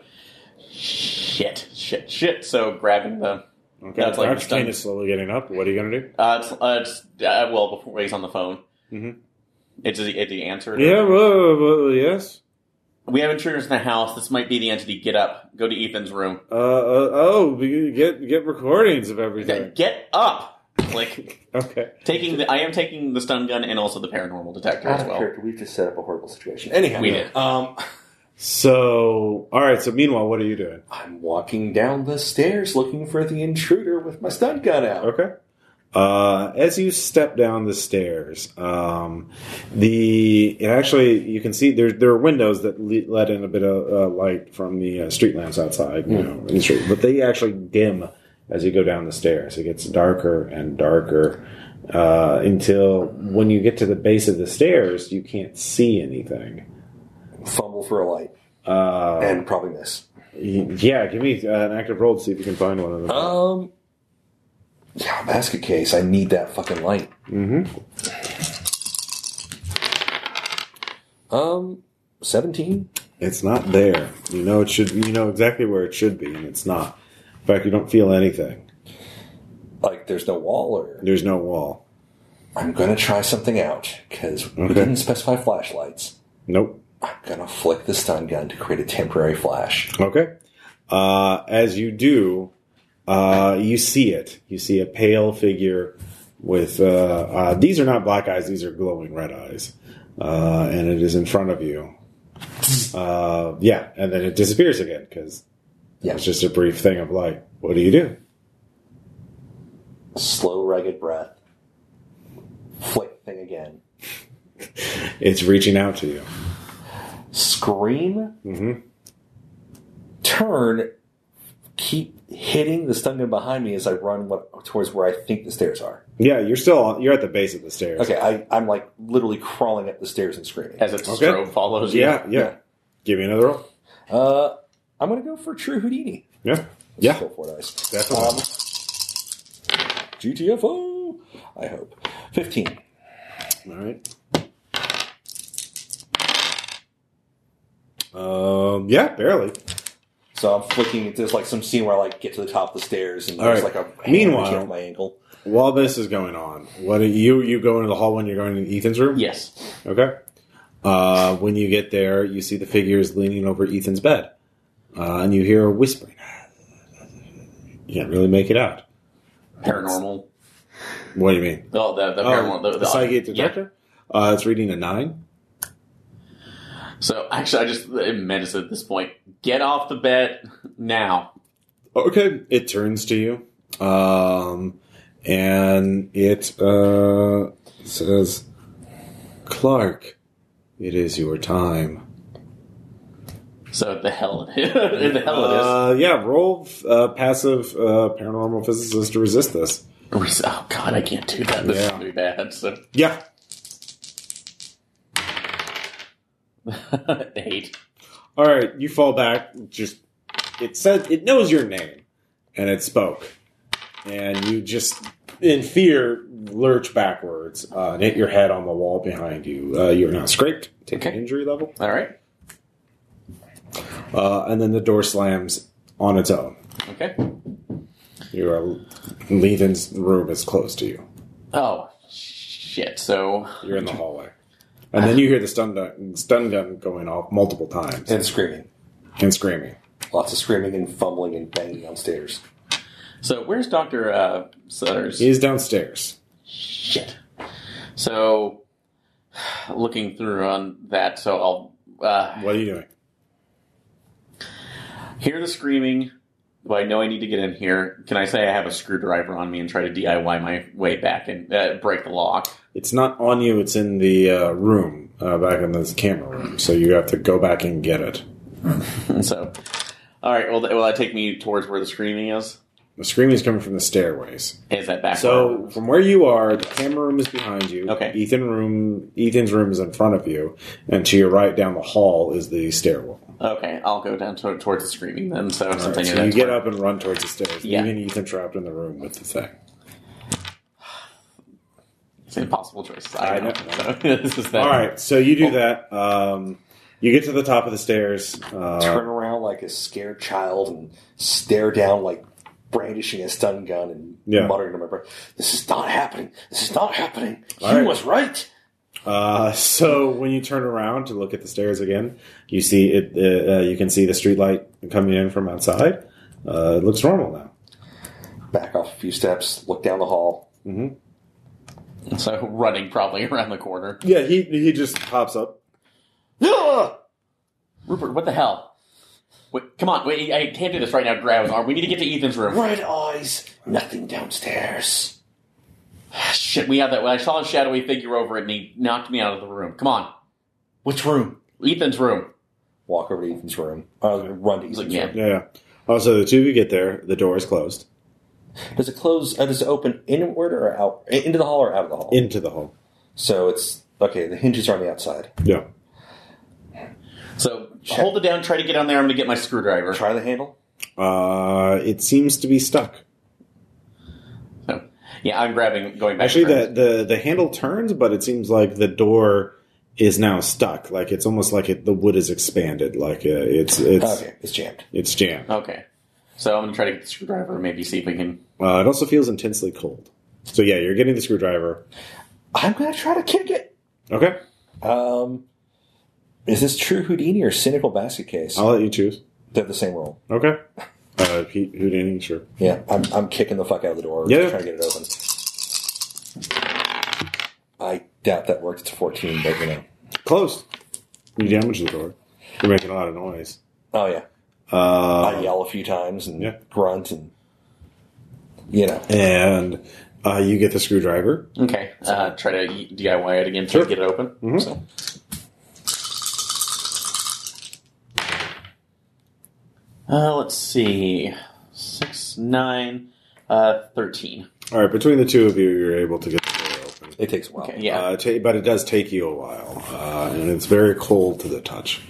Speaker 2: shit, shit, shit. So grabbing the
Speaker 1: Okay,
Speaker 2: That's like
Speaker 1: Dr.
Speaker 2: stun.
Speaker 1: Kane is slowly getting up. What are you gonna do?
Speaker 2: uh, it's, uh, it's, uh well before he's on the phone.
Speaker 1: Mhm.
Speaker 2: It's the, it's the answer.
Speaker 1: Yeah. Well, well, yes.
Speaker 2: we have intruders in the house. This might be the entity. Get up. Go to Ethan's room.
Speaker 1: Uh, uh. Oh, we get get recordings of everything.
Speaker 2: Get up. Like
Speaker 1: Okay.
Speaker 2: taking the I am taking the stun gun and also the paranormal detector
Speaker 4: Ah,
Speaker 2: as well.
Speaker 4: we've just set up a horrible situation.
Speaker 3: Anyhow,
Speaker 2: We did.
Speaker 3: Um,
Speaker 1: So, all right. So, meanwhile, what are you doing?
Speaker 4: I'm walking down the stairs looking for the intruder with my stun gun out.
Speaker 1: Okay. Uh, as you step down the stairs, um, the it actually you can see there there are windows that le- let in a bit of uh, light from the uh, street lamps outside, you know, in the street, but they actually dim as you go down the stairs. It gets darker and darker uh, until when you get to the base of the stairs, you can't see anything.
Speaker 4: Fumble for a light
Speaker 1: Uh,
Speaker 4: and probably miss.
Speaker 1: y- yeah, give me uh, an active roll to see if you can find one of them.
Speaker 4: Um, yeah, basket case. I need that fucking light. Mm-hmm. Um, seventeen.
Speaker 1: It's not there. You know it should. You know exactly where it should be, and it's not. In fact, you don't feel anything.
Speaker 4: Like, there's no wall, or
Speaker 1: There's no wall.
Speaker 4: I'm gonna try something out because we
Speaker 1: Okay.
Speaker 4: didn't specify flashlights.
Speaker 1: Nope.
Speaker 4: I'm gonna flick the stun gun to create a temporary flash.
Speaker 1: Okay. Uh, as you do, uh, you see it. You see a pale figure with. Uh, uh, these are not black eyes. These are glowing red eyes, uh, and it is in front of you. Uh, yeah, and then it disappears again because
Speaker 4: Yeah.
Speaker 1: it's just a brief thing of light. What do you do?
Speaker 4: Slow, ragged breath. Flick thing again.
Speaker 1: It's reaching out to you.
Speaker 4: Scream.
Speaker 1: hmm
Speaker 4: turn, keep hitting the stun gun behind me as I run what, towards where I think the stairs are.
Speaker 1: Yeah, you're still you're at the base of the stairs.
Speaker 4: Okay, I, I'm like literally crawling up the stairs and screaming.
Speaker 2: As its
Speaker 1: Okay.
Speaker 2: strobe follows you.
Speaker 1: Yeah, yeah.
Speaker 4: Yeah.
Speaker 1: Give me another roll.
Speaker 4: Uh, I'm gonna go for True Houdini.
Speaker 1: Yeah.
Speaker 4: Let's
Speaker 1: Yeah.
Speaker 4: roll four dice.
Speaker 1: Definitely.
Speaker 4: Um, GTFO. I hope. Fifteen.
Speaker 1: All right. Um, yeah, barely.
Speaker 4: So I'm flicking. There's like some scene where I like get to the top of the stairs and
Speaker 1: All
Speaker 4: there's
Speaker 1: right.
Speaker 4: like a hand
Speaker 1: Meanwhile-
Speaker 4: reaching off my ankle.
Speaker 1: While this is going on, what are you you go into the hall when you're going into Ethan's room?
Speaker 2: Yes.
Speaker 1: Okay. Uh, when you get there, you see the figures leaning over Ethan's bed, uh, and you hear a whispering. You can't really make it out.
Speaker 2: Paranormal.
Speaker 1: What do you mean?
Speaker 2: Oh, the the paranormal. The,
Speaker 1: psychic
Speaker 2: yeah.
Speaker 1: detector. Uh, it's reading a nine.
Speaker 2: So actually, I just am menaced at this point. Get off the bed now.
Speaker 1: Okay, it turns to you, um, and it uh, says, "Clark, it is your time."
Speaker 2: So the hell it is. the hell it is.
Speaker 1: Uh, yeah, roll uh, passive uh, paranormal physicist to resist this.
Speaker 2: Res- Oh god, I can't do that. This is
Speaker 1: Yeah.
Speaker 2: gonna be bad. So
Speaker 1: Yeah.
Speaker 2: eight.
Speaker 1: All right, you fall back. Just it said it knows your name, and it spoke, and you just in fear lurch backwards uh, and hit your head on the wall behind you. Uh, you are now scraped. Take an
Speaker 2: Okay.
Speaker 1: injury level,
Speaker 2: All right.
Speaker 1: uh, and then the door slams on its own.
Speaker 2: Okay.
Speaker 1: You are Levin's room is close to you.
Speaker 2: Oh shit. So
Speaker 1: You're in the hallway, and then you hear the stun gun, stun gun going off multiple times
Speaker 4: And screaming.
Speaker 1: and screaming.
Speaker 4: Lots of screaming and fumbling and banging on stairs.
Speaker 2: so where's Doctor uh, Sutter's?
Speaker 1: He's downstairs.
Speaker 2: Shit. So looking through on that. So I'll uh,
Speaker 1: What are you doing?
Speaker 2: hear the screaming. But I know I need to get in here. Can I say I have a screwdriver on me and try to DIY my way back and uh, break the lock?
Speaker 1: It's not on you. It's in the uh, room uh, back in this camera room. So you have to go back and get it.
Speaker 2: And so, all right. Well, th- will that take me towards where the screaming is?
Speaker 1: The screaming is coming from the stairways.
Speaker 2: Is that back?
Speaker 1: So from where you are, the camera room is behind you.
Speaker 2: Okay.
Speaker 1: Ethan room, Ethan's room is in front of you, and to your right down the hall is the stairwell.
Speaker 2: Okay, I'll go down to, towards the screaming then. So
Speaker 1: All
Speaker 2: since I
Speaker 1: right,
Speaker 2: knew
Speaker 1: so
Speaker 2: that
Speaker 1: you get
Speaker 2: toward-
Speaker 1: up and run towards the stairs,
Speaker 2: Yeah.
Speaker 1: leaving Ethan trapped in the room with the thing.
Speaker 2: it's an impossible choice. I,
Speaker 1: I
Speaker 2: know.
Speaker 1: know.
Speaker 2: So, this is that.
Speaker 1: All right, so you
Speaker 2: Oh.
Speaker 1: do that. Um, you get to the top of the stairs. Uh,
Speaker 4: Turn around like a scared child and stare down like brandishing a stun gun and
Speaker 1: Yeah.
Speaker 4: muttering to my brain, This is not happening. This is not happening.
Speaker 1: All
Speaker 4: he
Speaker 1: right.
Speaker 4: was right.
Speaker 1: Uh, so when you turn around to look at the stairs again, you see it. Uh, uh, you can see the streetlight coming in from outside. Uh, it looks normal now.
Speaker 4: Back off a few steps, look down the hall.
Speaker 2: So running probably around the corner.
Speaker 1: Yeah, he he just pops up.
Speaker 4: Ah!
Speaker 2: Rupert, what the hell? Wait, come on, wait! I can't do this right now. Grab his arm. We need to get to Ethan's room.
Speaker 4: Red eyes, nothing downstairs.
Speaker 2: Shit, we have that. Well, I saw a shadowy figure over it, and he knocked me out of the room. Come on,
Speaker 4: Which room?
Speaker 2: Ethan's room.
Speaker 4: Walk over to Ethan's room. Uh, run to
Speaker 2: He's
Speaker 4: Ethan's
Speaker 2: like, yeah.
Speaker 4: room.
Speaker 1: Yeah. Also, the two of you get there. The door is closed
Speaker 4: Does it close? Uh, does it open inward or out? in- Into the hall or out of the hall?
Speaker 1: into the hall.
Speaker 4: so it's okay. The hinges are on the outside.
Speaker 1: Yeah.
Speaker 2: So hold it down. Try to get on there. I'm gonna get my screwdriver.
Speaker 4: Try the handle.
Speaker 1: Uh, it seems to be stuck.
Speaker 2: So, yeah, I'm grabbing. Going back.
Speaker 1: Actually,
Speaker 2: to
Speaker 1: the, the the handle turns, but it seems like the door is now stuck. Like it's almost like it, the wood is expanded. Like uh, it's it's
Speaker 4: Okay, it's jammed.
Speaker 1: it's jammed.
Speaker 2: Okay. So I'm gonna try to get the screwdriver. and Maybe see if we can.
Speaker 1: Uh, it also feels intensely cold. So yeah, you're getting the screwdriver.
Speaker 4: I'm gonna try to kick it.
Speaker 1: Okay.
Speaker 4: Um, is this true Houdini or cynical basket case?
Speaker 1: I'll let you choose.
Speaker 4: They're the same rule.
Speaker 1: Okay. Uh, Pete Houdini, sure.
Speaker 4: Yeah, I'm, I'm kicking the fuck out of the door.
Speaker 1: Yeah.
Speaker 4: Just trying to get it open. I doubt that worked. It's a 14, but you know.
Speaker 1: Close. You damage the door. You're making a lot of noise.
Speaker 4: Oh, yeah. I
Speaker 1: Uh,
Speaker 4: yell a few times and
Speaker 1: Yeah.
Speaker 4: grunt and, you know.
Speaker 1: and uh, you get the screwdriver.
Speaker 2: Okay. Uh, try to y- DIY it again.
Speaker 1: Sure.
Speaker 2: Try
Speaker 1: Mm-hmm.
Speaker 2: to get it open.
Speaker 4: So.
Speaker 2: Uh, let's see. Six, nine, uh, 13.
Speaker 1: All right, between the two of you, you're able to get the door open.
Speaker 4: It takes a while.
Speaker 2: Okay, yeah.
Speaker 1: Uh, ta- but it does take you a while, uh, and it's very cold to the touch.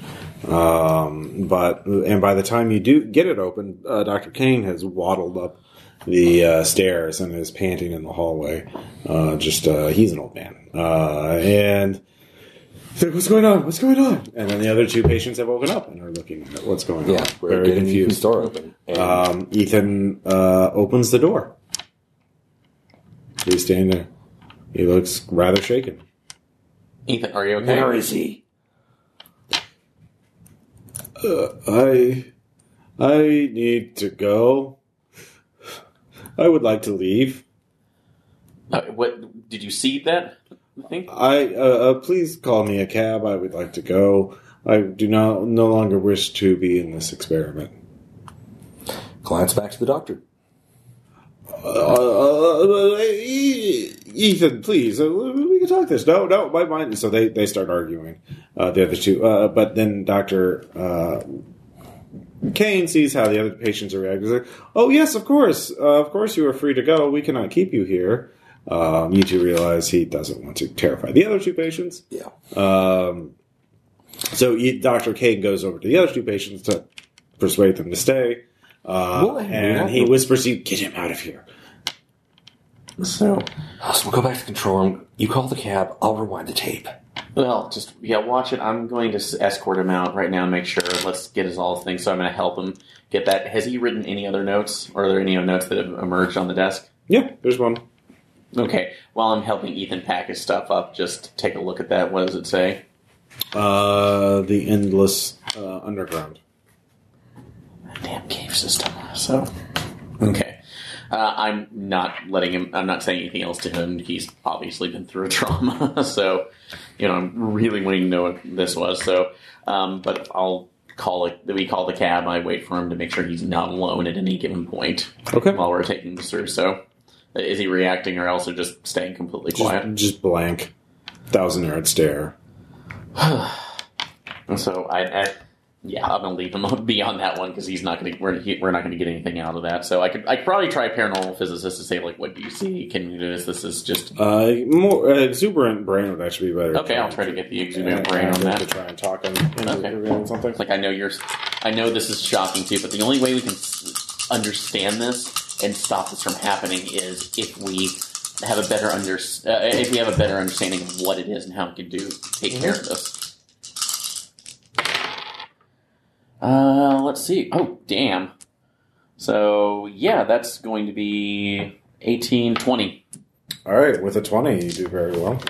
Speaker 1: Um, but and by the time you do get it open, uh, Doctor Kane has waddled up the uh, stairs and is panting in the hallway. Uh, just uh, he's an old man, uh, and he's like, what's going on? What's going on? And then the other two patients have woken up and are looking at what's going
Speaker 4: Yeah,
Speaker 1: on.
Speaker 4: we're
Speaker 1: very
Speaker 4: getting Ethan's
Speaker 1: confused.
Speaker 4: door open. And
Speaker 1: Um, Ethan uh, opens the door. He's standing there. He looks rather shaken.
Speaker 2: Ethan, are you okay?
Speaker 4: where is he?
Speaker 1: I I need to go. I would like to leave.
Speaker 2: Uh, what, did you see that? I think
Speaker 1: I uh, uh, please call me a cab. I would like to go. I do not no longer wish to be in this experiment.
Speaker 4: Glance back to the doctor.
Speaker 1: Uh, uh, uh, E- Ethan, please, uh, we can talk this. No, no, my mind. So they they start arguing. Uh, the other two, uh, but then Doctor uh, Kane sees how the other patients are reacting. He's like, "Oh yes, of course, uh, of course, you are free to go. We cannot keep you here." Um, you two realize he doesn't want to terrify the other two patients.
Speaker 4: Yeah.
Speaker 1: Um, so he, Dr. Kane goes over to the other two patients to persuade them to stay. Uh,
Speaker 4: Well, and we
Speaker 1: and
Speaker 4: have
Speaker 1: he
Speaker 4: to-
Speaker 1: whispers to you, get him out of here.
Speaker 2: so.
Speaker 4: So we'll go back to the control room. You call the cab. I'll rewind the tape.
Speaker 2: Well, just yeah, watch it. I'm going to s- escort him out right now. and Make sure. Let's get his all things. So I'm going to help him get that. Has he written any other notes? Or are there any other notes that have emerged on the desk?
Speaker 1: Yeah, there's one.
Speaker 2: Okay. While I'm helping Ethan pack his stuff up, just take a look at that. What does it say?
Speaker 1: Uh, the endless uh, underground.
Speaker 2: damn cave system. So, okay, uh, I'm not letting him. I'm not saying anything else to him. He's obviously been through a trauma, so you know I'm really wanting to know what this was. So, um, but I'll call it. We call the cab. I wait for him to make sure he's not alone at any given point
Speaker 1: Okay.
Speaker 2: while we're taking this through. So, is he reacting or also just staying completely quiet?
Speaker 1: Just, just blank. Thousand yard stare.
Speaker 2: So I, I yeah, I'm gonna leave him beyond that one because he's not gonna we're, he, we're not gonna get anything out of that. So I could I could probably try a paranormal physicist to say like, what do you see? Can you do this? This is just
Speaker 1: Uh, more uh, exuberant brain would actually be better.
Speaker 2: okay. I'll try to get the exuberant brain on
Speaker 1: to
Speaker 2: that.
Speaker 1: try and talk him into
Speaker 2: Okay.
Speaker 1: revealing something.
Speaker 2: Like I know you're, I know this is shocking to you, but the only way we can s- understand this and stop this from happening is if we have a better under uh, if we have a better understanding of what it is and how we can do take care of this. Uh, let's see. Oh, damn. So yeah, that's going to be eighteen twenty.
Speaker 1: All right, with a twenty, you do very well.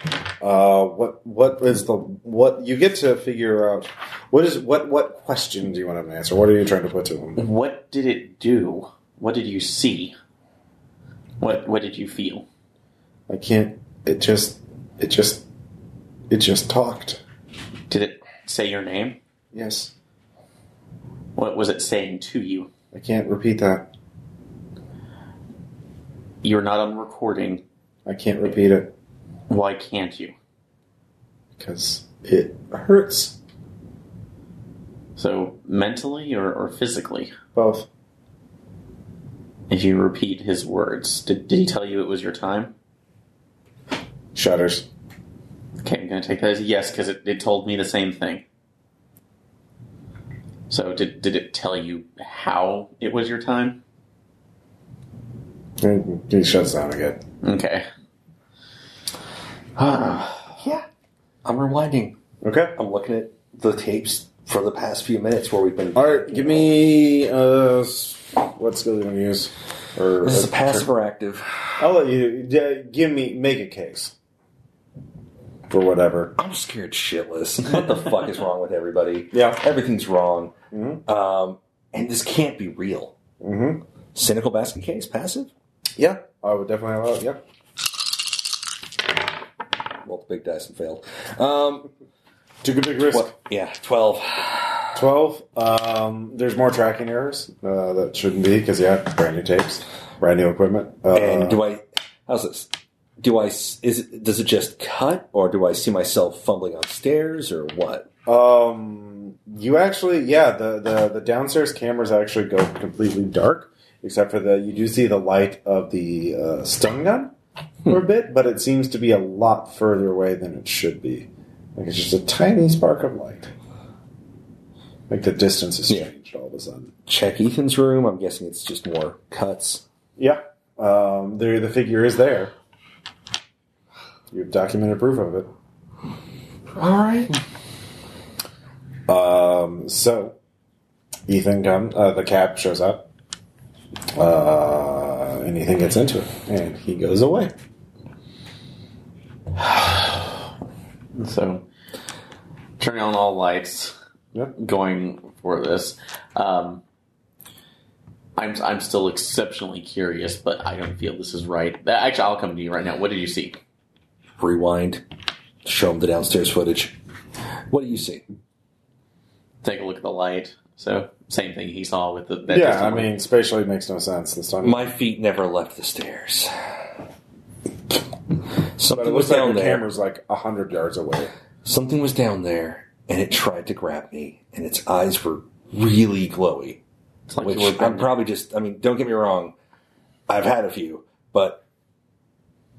Speaker 1: Uh, what what is the what you get to figure out? What is what what question do you want him to answer? What are you trying to put to him?
Speaker 2: What did it do? What did you see? What what did you feel?
Speaker 1: I can't. It just it just it just talked.
Speaker 2: Did it say your name?
Speaker 1: Yes,
Speaker 2: What was it saying to you?
Speaker 1: I can't repeat that.
Speaker 2: You're not on recording.
Speaker 1: I can't repeat it
Speaker 2: Why can't you?
Speaker 1: because it hurts.
Speaker 2: So, mentally or, or physically,
Speaker 1: Both.
Speaker 2: if you repeat his words, did, did he tell you it was your time?
Speaker 1: Shudders.
Speaker 2: Okay, I'm going to take that as a yes because it, it told me the same thing. So, did, did it tell you how it was your time?
Speaker 1: He shuts down again.
Speaker 2: Okay. Ah.
Speaker 4: Yeah. I'm rewinding.
Speaker 1: Okay.
Speaker 4: I'm looking at the tapes for the past few minutes where we've been.
Speaker 1: All right. Give me uh, s- what skill do you want to use? Or uh,
Speaker 4: This is a passive or active.
Speaker 1: I'll let you d- give me make a case for whatever.
Speaker 4: I'm scared shitless. What the fuck is wrong with everybody?
Speaker 1: Yeah.
Speaker 4: Everything's wrong.
Speaker 1: Mhm.
Speaker 4: Um, and this can't be real.
Speaker 1: Mm-hmm.
Speaker 4: Cynical basket case, passive.
Speaker 1: Yeah, I would definitely allow. it, Yeah.
Speaker 4: Rolled the big dice and failed. Um,
Speaker 1: Took a big risk.
Speaker 4: what? Yeah, twelve.
Speaker 1: Twelve. Um, there's more tracking errors uh, that shouldn't be because yeah, brand new tapes, brand new equipment. Uh,
Speaker 4: and do I? How's this? Do I? s- Is it, does it just cut, or do I see myself fumbling on stairs, or what?
Speaker 1: Um, you actually, yeah, the, the, the downstairs cameras actually go completely dark, except for the, you do see the light of the uh, stun gun for a bit, but it seems to be a lot further away than it should be. Like it's just a tiny spark of light. Like the distance has
Speaker 4: Yeah.
Speaker 1: changed all of a sudden.
Speaker 4: Check Ethan's room. I'm guessing it's just more cuts.
Speaker 1: Yeah. Um, there, the figure is there. You have documented proof of it.
Speaker 4: All right.
Speaker 1: Um, so, Ethan come, uh, the cab shows up. Uh, and Ethan gets into it, and he goes away.
Speaker 2: So, turning on all lights,
Speaker 1: Yep.
Speaker 2: going for this. Um, I'm I'm still exceptionally Uh, curious, but I don't feel this is right. Actually, I'll come to you right now. What did you see?
Speaker 4: Rewind. Show him the downstairs footage. What do you see?
Speaker 2: Take a look at the light. So same thing he saw with the that
Speaker 5: Yeah,
Speaker 2: pistol.
Speaker 5: I mean, spatially it makes no sense this time.
Speaker 4: My feet never left the stairs.
Speaker 5: but
Speaker 4: Something
Speaker 5: it
Speaker 4: was
Speaker 5: looks like
Speaker 4: down
Speaker 5: the
Speaker 4: there.
Speaker 5: camera's like a hundred yards away.
Speaker 4: Something was down there, and it tried to grab me, and its eyes were really glowy.
Speaker 2: It's like you
Speaker 4: which
Speaker 2: were
Speaker 4: I'm probably just. I mean, don't get me wrong. I've had a few, but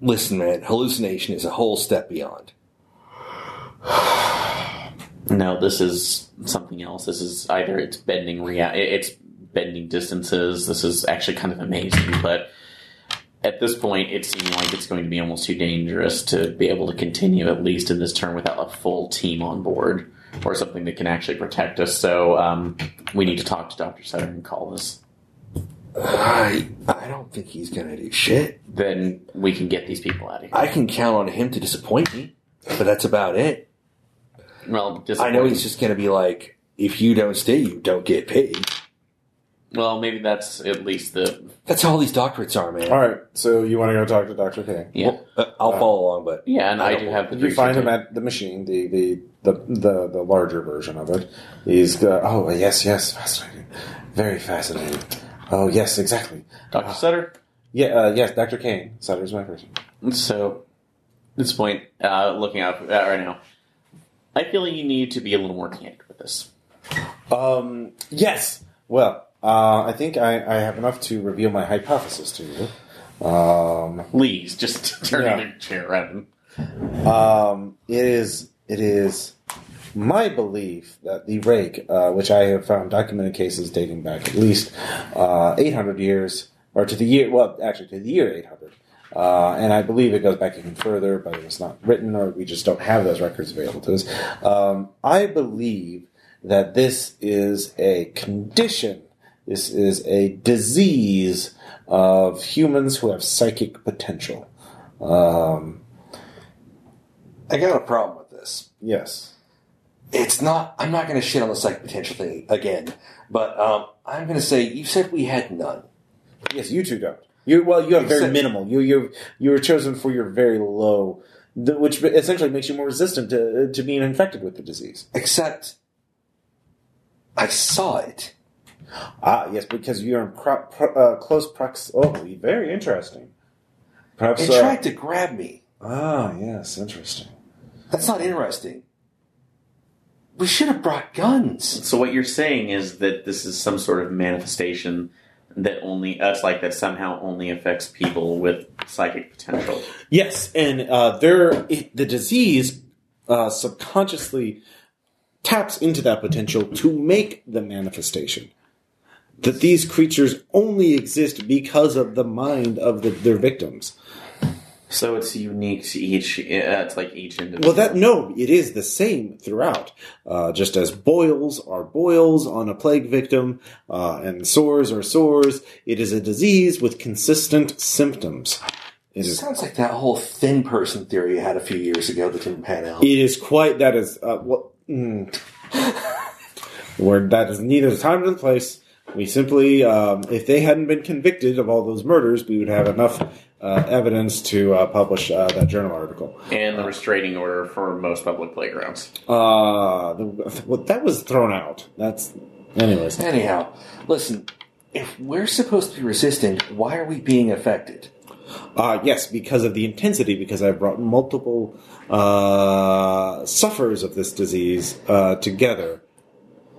Speaker 4: listen, man, hallucination is a whole step beyond.
Speaker 2: No, this is something else. This is either it's bending rea- it's bending distances. This is actually kind of amazing, but at this point, it seemed like it's going to be almost too dangerous to be able to continue at least in this turn without a full team on board or something that can actually protect us. So um, we need to talk to Doctor Sutter and call this.
Speaker 4: I I don't think he's gonna do shit.
Speaker 2: Then we can get these people out of here.
Speaker 4: I can count on him to disappoint me, but that's about it.
Speaker 2: Well,
Speaker 4: I know he's just gonna be like, if you don't stay, you don't get paid.
Speaker 2: Well, maybe that's at least the
Speaker 4: That's how all these doctorates are, man.
Speaker 5: All right, so you want to go talk to Doctor King?
Speaker 2: yeah
Speaker 4: Uh, I'll follow along, but
Speaker 2: yeah, and I,
Speaker 4: don't-
Speaker 2: do have the
Speaker 5: You find
Speaker 2: three-
Speaker 5: him at the machine, the the the the, the larger version of it. He's uh, oh yes, yes, fascinating, very fascinating. Oh yes, exactly.
Speaker 2: Doctor Sutter.
Speaker 5: Yeah, uh, yes, Doctor Kane. Sutter's my person.
Speaker 2: So, at this point, uh, looking up uh, right now, I feel you need to be a little more candid with this.
Speaker 5: Um, yes. Well, uh, I think I, I have enough to reveal my hypothesis to you. Um,
Speaker 2: Please, just turn
Speaker 5: Yeah.
Speaker 2: your chair around.
Speaker 5: Um, it is it is my belief that the rake, uh, which I have found documented cases dating back at least uh, 800 years, or to the year well, actually to the year 800. Uh, and I believe it goes back even further, but it was not written, or we just don't have those records available to us. Um, I believe that this is a condition. This is a disease of humans who have psychic potential. Um,
Speaker 4: I got a problem with this.
Speaker 5: yes.
Speaker 4: it's not i'm not going to shit on the psych potential thing again but um, i'm going to say you said we had none
Speaker 5: Yes, you two don't. You well, you have very
Speaker 4: Except-
Speaker 5: minimal. You you you were chosen for your very low, th- which essentially makes you more resistant to to being infected with the disease.
Speaker 4: except i saw it
Speaker 5: Ah, yes, because you're in pro, pro, uh, close prox. Oh, very interesting. Perhaps.
Speaker 4: it
Speaker 5: uh,
Speaker 4: tried to grab me
Speaker 5: ah, yes, interesting.
Speaker 4: that's not interesting we should have brought guns
Speaker 2: So, what you're saying is that this is some sort of manifestation that only us, like that, somehow only affects people with psychic potential.
Speaker 5: Yes, and uh, there it, the disease uh, subconsciously taps into that potential to make the manifestation. That these creatures only exist because of the mind of the, their victims.
Speaker 2: So it's unique to each. Uh, it's like each individual.
Speaker 1: Well, that no, it is the same throughout. Uh, just as boils are boils on a plague victim, uh, and sores are sores, it is a disease with consistent symptoms. It
Speaker 4: it
Speaker 1: is,
Speaker 4: sounds like that whole thin person theory you had a few years ago that didn't pan out
Speaker 1: it is quite that is uh, what mm, word that is neither the time nor the place. We simply, um, if they hadn't been convicted of all those murders, we would have enough uh, evidence to uh, publish uh, that journal article.
Speaker 2: and the restraining order for most public playgrounds.
Speaker 1: Uh, the, well, that was thrown out. That's, anyways.
Speaker 4: anyhow listen if we're supposed to be resistant why are we being affected
Speaker 1: Uh, yes, because of the intensity, because I've brought multiple uh, sufferers of this disease uh, together.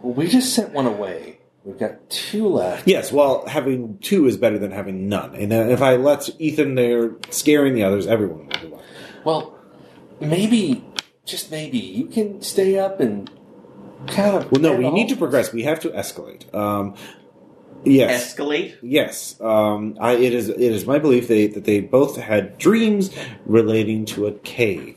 Speaker 4: we just sent one away we've got two left
Speaker 1: Yes, well, having two is better than having none. And then if I let Ethan there scaring the others, everyone will do well.
Speaker 4: Well, maybe, just maybe, you can stay up and kind of.
Speaker 1: Well, no, we need to progress. We have to escalate. Um, yes.
Speaker 2: Escalate.
Speaker 1: Yes, um, I, it is. It is my belief they, that they both had dreams relating to a cave.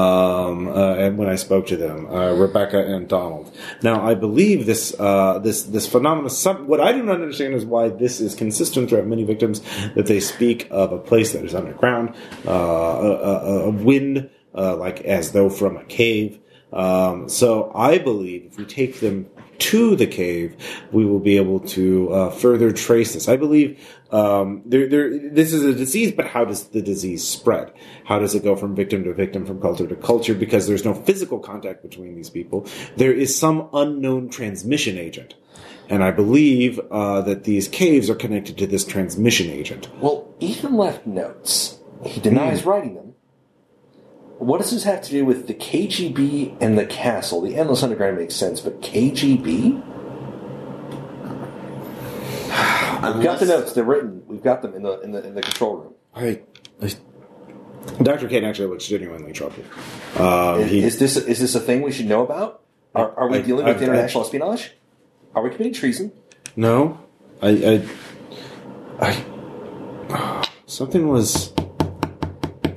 Speaker 1: Um, uh, and when I spoke to them, uh, Rebecca and Donald. Now, I believe this uh, this this phenomenon. Some, what I do not understand is why this is consistent throughout many victims that they speak of a place that is underground, uh, a, a, a wind uh, like as though from a cave. Um, so I believe if we take them to the cave, we will be able to uh, further trace this. I believe um, there, there, this is a disease, but how does the disease spread? How does it go from victim to victim, from culture to culture? Because there's no physical contact between these people. There is some unknown transmission agent. And I believe uh, that these caves are connected to this transmission agent.
Speaker 4: Well, Ethan left notes. He
Speaker 1: Hmm.
Speaker 4: denies writing them. What does this have to do with the KGB and the castle? The Endless Underground makes sense, but KGB? We've got the notes. They're written. We've got them in the in the in the control room.
Speaker 1: I, I- Dr. Kane actually looks genuinely troubled. Um,
Speaker 4: Is,
Speaker 1: he,
Speaker 4: is this is this a thing we should know about? Are, are we
Speaker 1: I-
Speaker 4: dealing
Speaker 1: I-
Speaker 4: with international espionage? Are we committing treason?
Speaker 1: no, I, I, I, something was.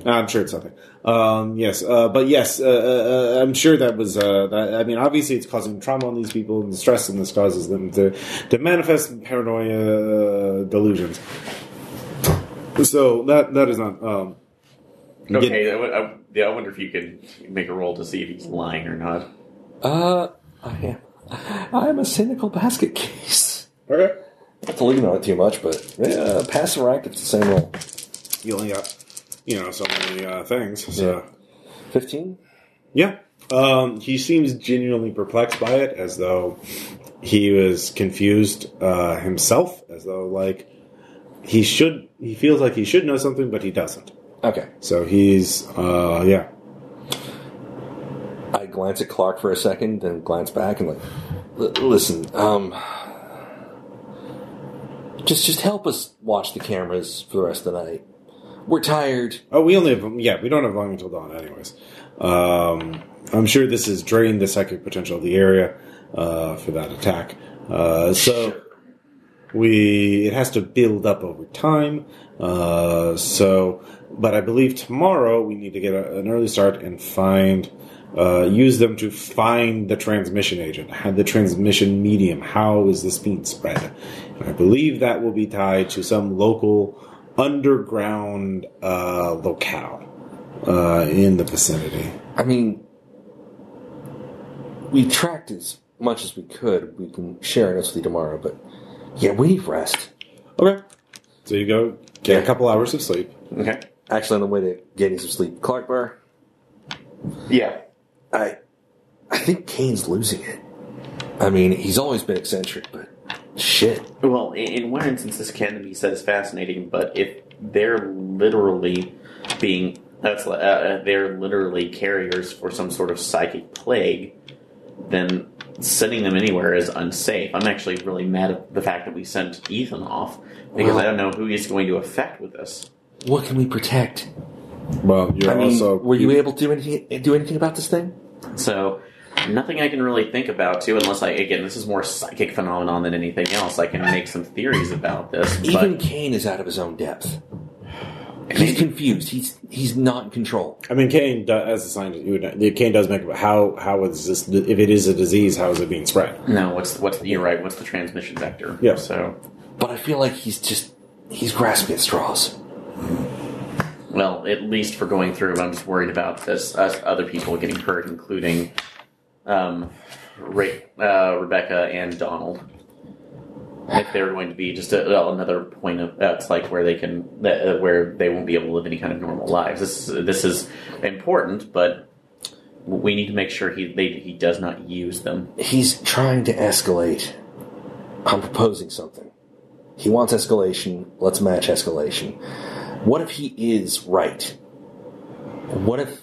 Speaker 1: Ah, I'm sure it's something. Um, yes, uh, but yes, uh, uh, uh, I'm sure that was. Uh, that, I mean, obviously, it's causing trauma on these people and stress, and this causes them to to manifest paranoia uh, delusions. So that that is not. Um,
Speaker 2: Okay, I, w- I- yeah, I wonder if you can make a roll to see if he's lying or not.
Speaker 4: Uh, I am. I am a cynical basket case.
Speaker 1: okay.
Speaker 4: Not to lean on it too much, but uh, pass and rank. It's the same roll.
Speaker 1: You only got, you know, so many uh, things. So.
Speaker 4: Yeah. Fifteen.
Speaker 1: Yeah. Um, he seems genuinely perplexed by it, as though he was confused uh, himself, as though, like, he should, he feels like he should know something, but he doesn't.
Speaker 4: Okay.
Speaker 1: So he's, uh, yeah.
Speaker 4: I glance at Clark for a second, then glance back and like, "L- listen, um, just just help us watch the cameras for the rest of the night. We're tired.
Speaker 1: Oh, we only have, yeah, we don't have long until dawn, anyways. Um, I'm sure this has drained the psychic potential of the area uh, for that attack. Uh, so. we it has to build up over time uh, so but i believe tomorrow we need to get a, an early start and find uh, use them to find the transmission agent had the transmission medium how is this being spread and i believe that will be tied to some local underground uh, locale uh, in the vicinity
Speaker 4: I mean, we tracked as much as we could. We can share notes with you tomorrow, but yeah, we need rest.
Speaker 1: okay so you go get a couple hours of sleep
Speaker 2: Okay.
Speaker 4: Actually, on the way to getting some sleep, Clark Bar,
Speaker 2: Yeah.
Speaker 4: I, I think Kane's losing it. I mean, he's always been eccentric, but shit.
Speaker 2: Well, i- in one instance, this can be said as fascinating, but if they're literally being that's li- uh, uh, they're literally carriers for some sort of psychic plague, then sending them anywhere is unsafe. I'm actually really mad at the fact that we sent Ethan off because
Speaker 4: Well-
Speaker 2: I don't know who he's going to affect with this.
Speaker 4: What can we protect?
Speaker 1: well you're
Speaker 4: I mean,
Speaker 1: also
Speaker 4: were you able to do anything, do anything about this thing?
Speaker 2: So nothing I can really think about too, unless I again this is more psychic phenomenon than anything else. I can make some theories about this, but
Speaker 4: Even Kane is out of his own depth. He's confused. He's he's not in control.
Speaker 1: I mean, Kane do- as a scientist, you would know, Kane does make about how how is this if it is a disease, how is it being spread?
Speaker 2: No, what's what's you're right. What's the transmission vector?
Speaker 1: Yeah.
Speaker 2: So,
Speaker 4: But I feel like he's just he's grasping at straws.
Speaker 2: well, at least for going through, I'm just worried about this us other people getting hurt, including um, Re- uh, Rebecca and Donald. If they're going to be just a, well, another point of that's like where they can uh, where they won't be able to live any kind of normal lives. This this is important, but we need to make sure he they, he does not use them.
Speaker 4: He's trying to escalate. I'm proposing something. He wants escalation. Let's match escalation. What if he is right? What if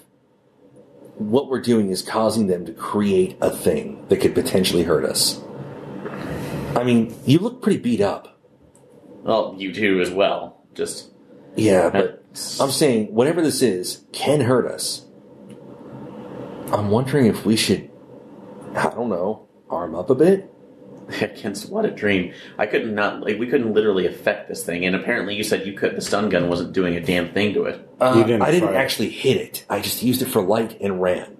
Speaker 4: what we're doing is causing them to create a thing that could potentially hurt us? I mean, you look pretty beat up.
Speaker 2: Well, you too as well. Just
Speaker 4: Yeah, but I'm saying whatever this is can hurt us. I'm wondering if we should, I don't know, arm up a bit?
Speaker 2: Against what a dream! I couldn't not like we couldn't literally affect this thing, and apparently you said you could. The stun gun wasn't doing a damn thing to it.
Speaker 4: Uh,
Speaker 1: You didn't
Speaker 4: I didn't
Speaker 1: fire it.
Speaker 4: actually hit it. I just used it for light and ran.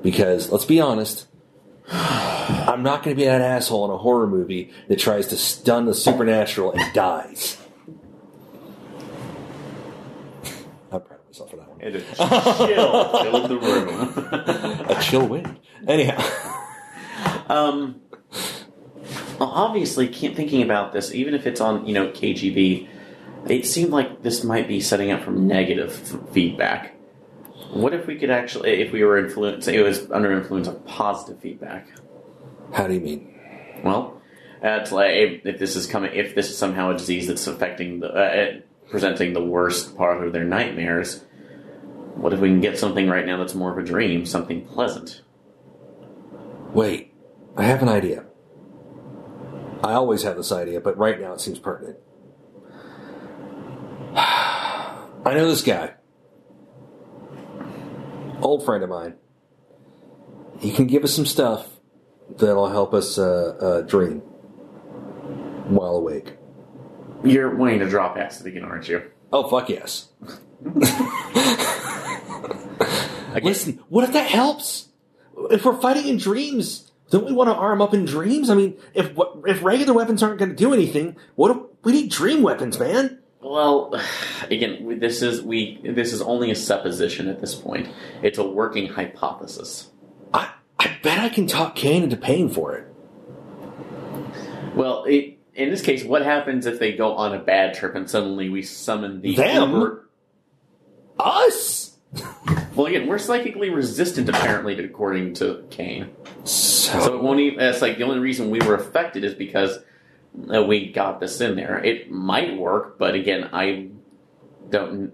Speaker 4: Because let's be honest, I'm not going to be that asshole in a horror movie that tries to stun the supernatural and dies. I'm proud of myself for that one.
Speaker 2: It is chill filled the room.
Speaker 4: A chill wind. Anyhow,
Speaker 2: um, obviously can't, thinking about this, even if it's on you know KGB, it seemed like this might be setting up from negative f- feedback. What if we could actually, if we were influenced, it was under influence of positive feedback?
Speaker 4: How do you mean?
Speaker 2: Well, that's like if, if this is coming, if this is somehow a disease that's affecting the, uh, uh, presenting the worst part of their nightmares. What if we can get something right now that's more of a dream, something pleasant?
Speaker 4: Wait, I have an idea. I always have this idea, but right now it seems pertinent. I know this guy. Old friend of mine. He can give us some stuff that'll help us uh, uh, dream while awake.
Speaker 2: You're wanting to drop acid again, aren't you?
Speaker 4: Oh, fuck yes.
Speaker 2: Again,
Speaker 4: Listen, what if that helps? If we're fighting in dreams, don't we want to arm up in dreams? I mean, if we- if regular weapons aren't going to do anything, what if, we need dream weapons, man?
Speaker 2: Well, again, we- this is we. This is only a supposition at this point. It's a working hypothesis.
Speaker 4: I I bet I can talk Kane into paying for it.
Speaker 2: Well, it, in this case, what happens if they go on a bad trip and suddenly we summon the
Speaker 4: Them?
Speaker 2: Uber-
Speaker 4: Us.
Speaker 2: Well, again, we're psychically resistant, apparently, to- according to Kane. So
Speaker 4: So
Speaker 2: it won't even. That's like the only reason we were affected is because uh, we got this in there. It might work, but again, I don't.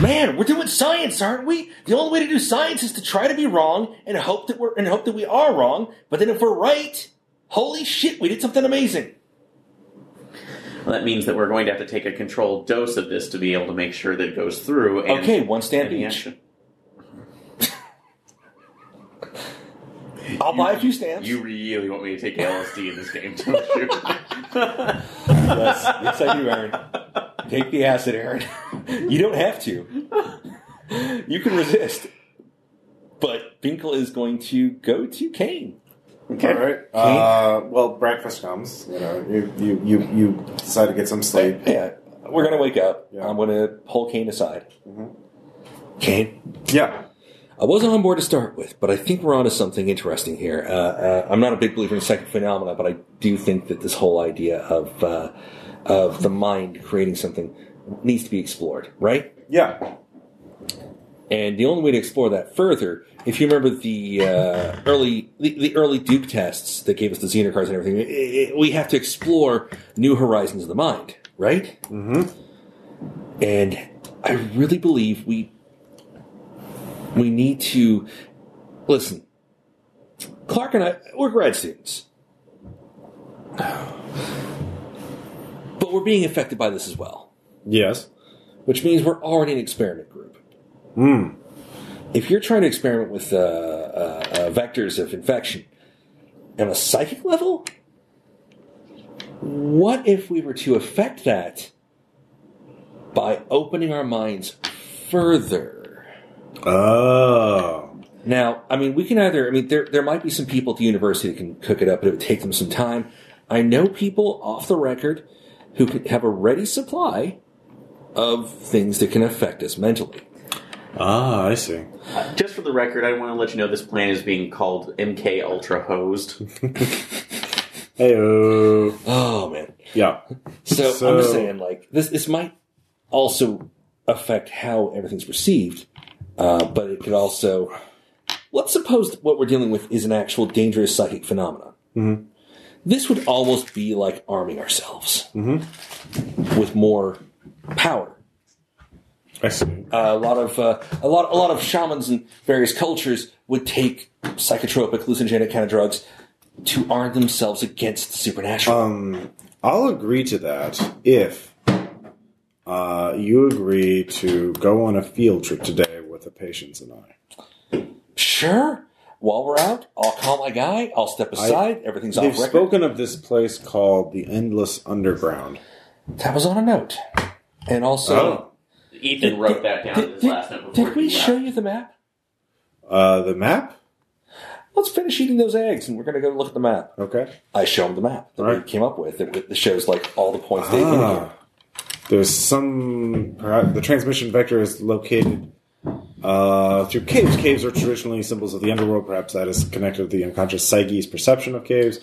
Speaker 4: man, we're doing science, aren't we? The only way to do science is to try to be wrong and hope that we're and hope that we are wrong. But then if we're right, holy shit, we did something amazing.
Speaker 2: That means that we're going to have to take a controlled dose of this to be able to make sure that it goes through. And
Speaker 4: okay, one stand
Speaker 2: any
Speaker 4: each.
Speaker 2: action.
Speaker 4: I'll buy a few stamps.
Speaker 2: You really want me to take LSD in this game, don't you?
Speaker 3: Yes, yes, I do, Aaron. Take the acid, Aaron. You don't have to. You can resist. But Binkle is going to go to Kane.
Speaker 5: All right. Uh, well, breakfast comes. You know, you, you, you, you decide to get some sleep.
Speaker 3: Yeah, we're going to wake up.
Speaker 5: Yeah.
Speaker 3: I'm going to pull Kane aside.
Speaker 4: Kane,
Speaker 5: Yeah.
Speaker 4: I wasn't on board to start with, but I think we're onto something interesting here. Uh, uh, I'm not a big believer in psychic phenomena, but I do think that this whole idea of uh, of the mind creating something needs to be explored, right?
Speaker 5: Yeah.
Speaker 4: And the only way to explore that further, if you remember the uh, early the, the early Duke tests that gave us the Xena cards and everything, i i we have to explore new horizons of the mind, right? Mm-hmm. And I really believe we we need to listen. Clark and I we're grad students, but we're being affected by this as well
Speaker 1: Yes.
Speaker 4: which means we're already an experiment group. If you're trying to experiment with uh, uh, uh, vectors of infection on a psychic level, what if we were to affect that by opening our minds further?
Speaker 1: Oh.
Speaker 4: Now, I mean, we can either. I mean, there there might be some people at the university that can cook it up, but it would take them some time. I know people off the record who could have a ready supply of things that can affect us mentally.
Speaker 1: Ah, I see.
Speaker 2: Just for the record, I want to let you know this plan is being called MK Ultra Hosed.
Speaker 1: Hey.
Speaker 4: Oh man!
Speaker 1: Yeah.
Speaker 4: So, I'm just
Speaker 1: So-
Speaker 4: saying, like this this might also affect how everything's perceived, uh, but it could also. Let's suppose what we're dealing with is an actual dangerous psychic phenomenon. This would almost be like arming ourselves with more power.
Speaker 1: I see.
Speaker 4: a lot of uh, a lot a lot of shamans in various cultures would take psychotropic hallucinogenic kind of drugs to arm themselves against the supernatural.
Speaker 1: I'll agree to that if uh, you agree to go on a field trip today with the patients and I.
Speaker 5: Uh,
Speaker 4: sure. While we're out, I'll call my guy. I'll step aside. Everything's off
Speaker 1: They've
Speaker 4: record.
Speaker 1: spoken of this place called the Endless Underground.
Speaker 4: That was on a note. And also,
Speaker 2: Ethan Oh, wrote that down in
Speaker 4: did,
Speaker 2: his
Speaker 4: did-
Speaker 2: last note before
Speaker 4: did we
Speaker 2: he left.
Speaker 4: show you the map?
Speaker 1: Uh, the map?
Speaker 4: Let's finish eating those eggs, and we're going to go look at the map.
Speaker 1: Okay.
Speaker 4: I show him the map that we
Speaker 1: Right.
Speaker 4: came up with. It, it shows like all the points they've indicated.
Speaker 1: Ah, there's some. perhaps The transmission vector is located uh, through caves. Caves are traditionally symbols of the underworld. Perhaps that is connected to the unconscious psyche's perception of caves.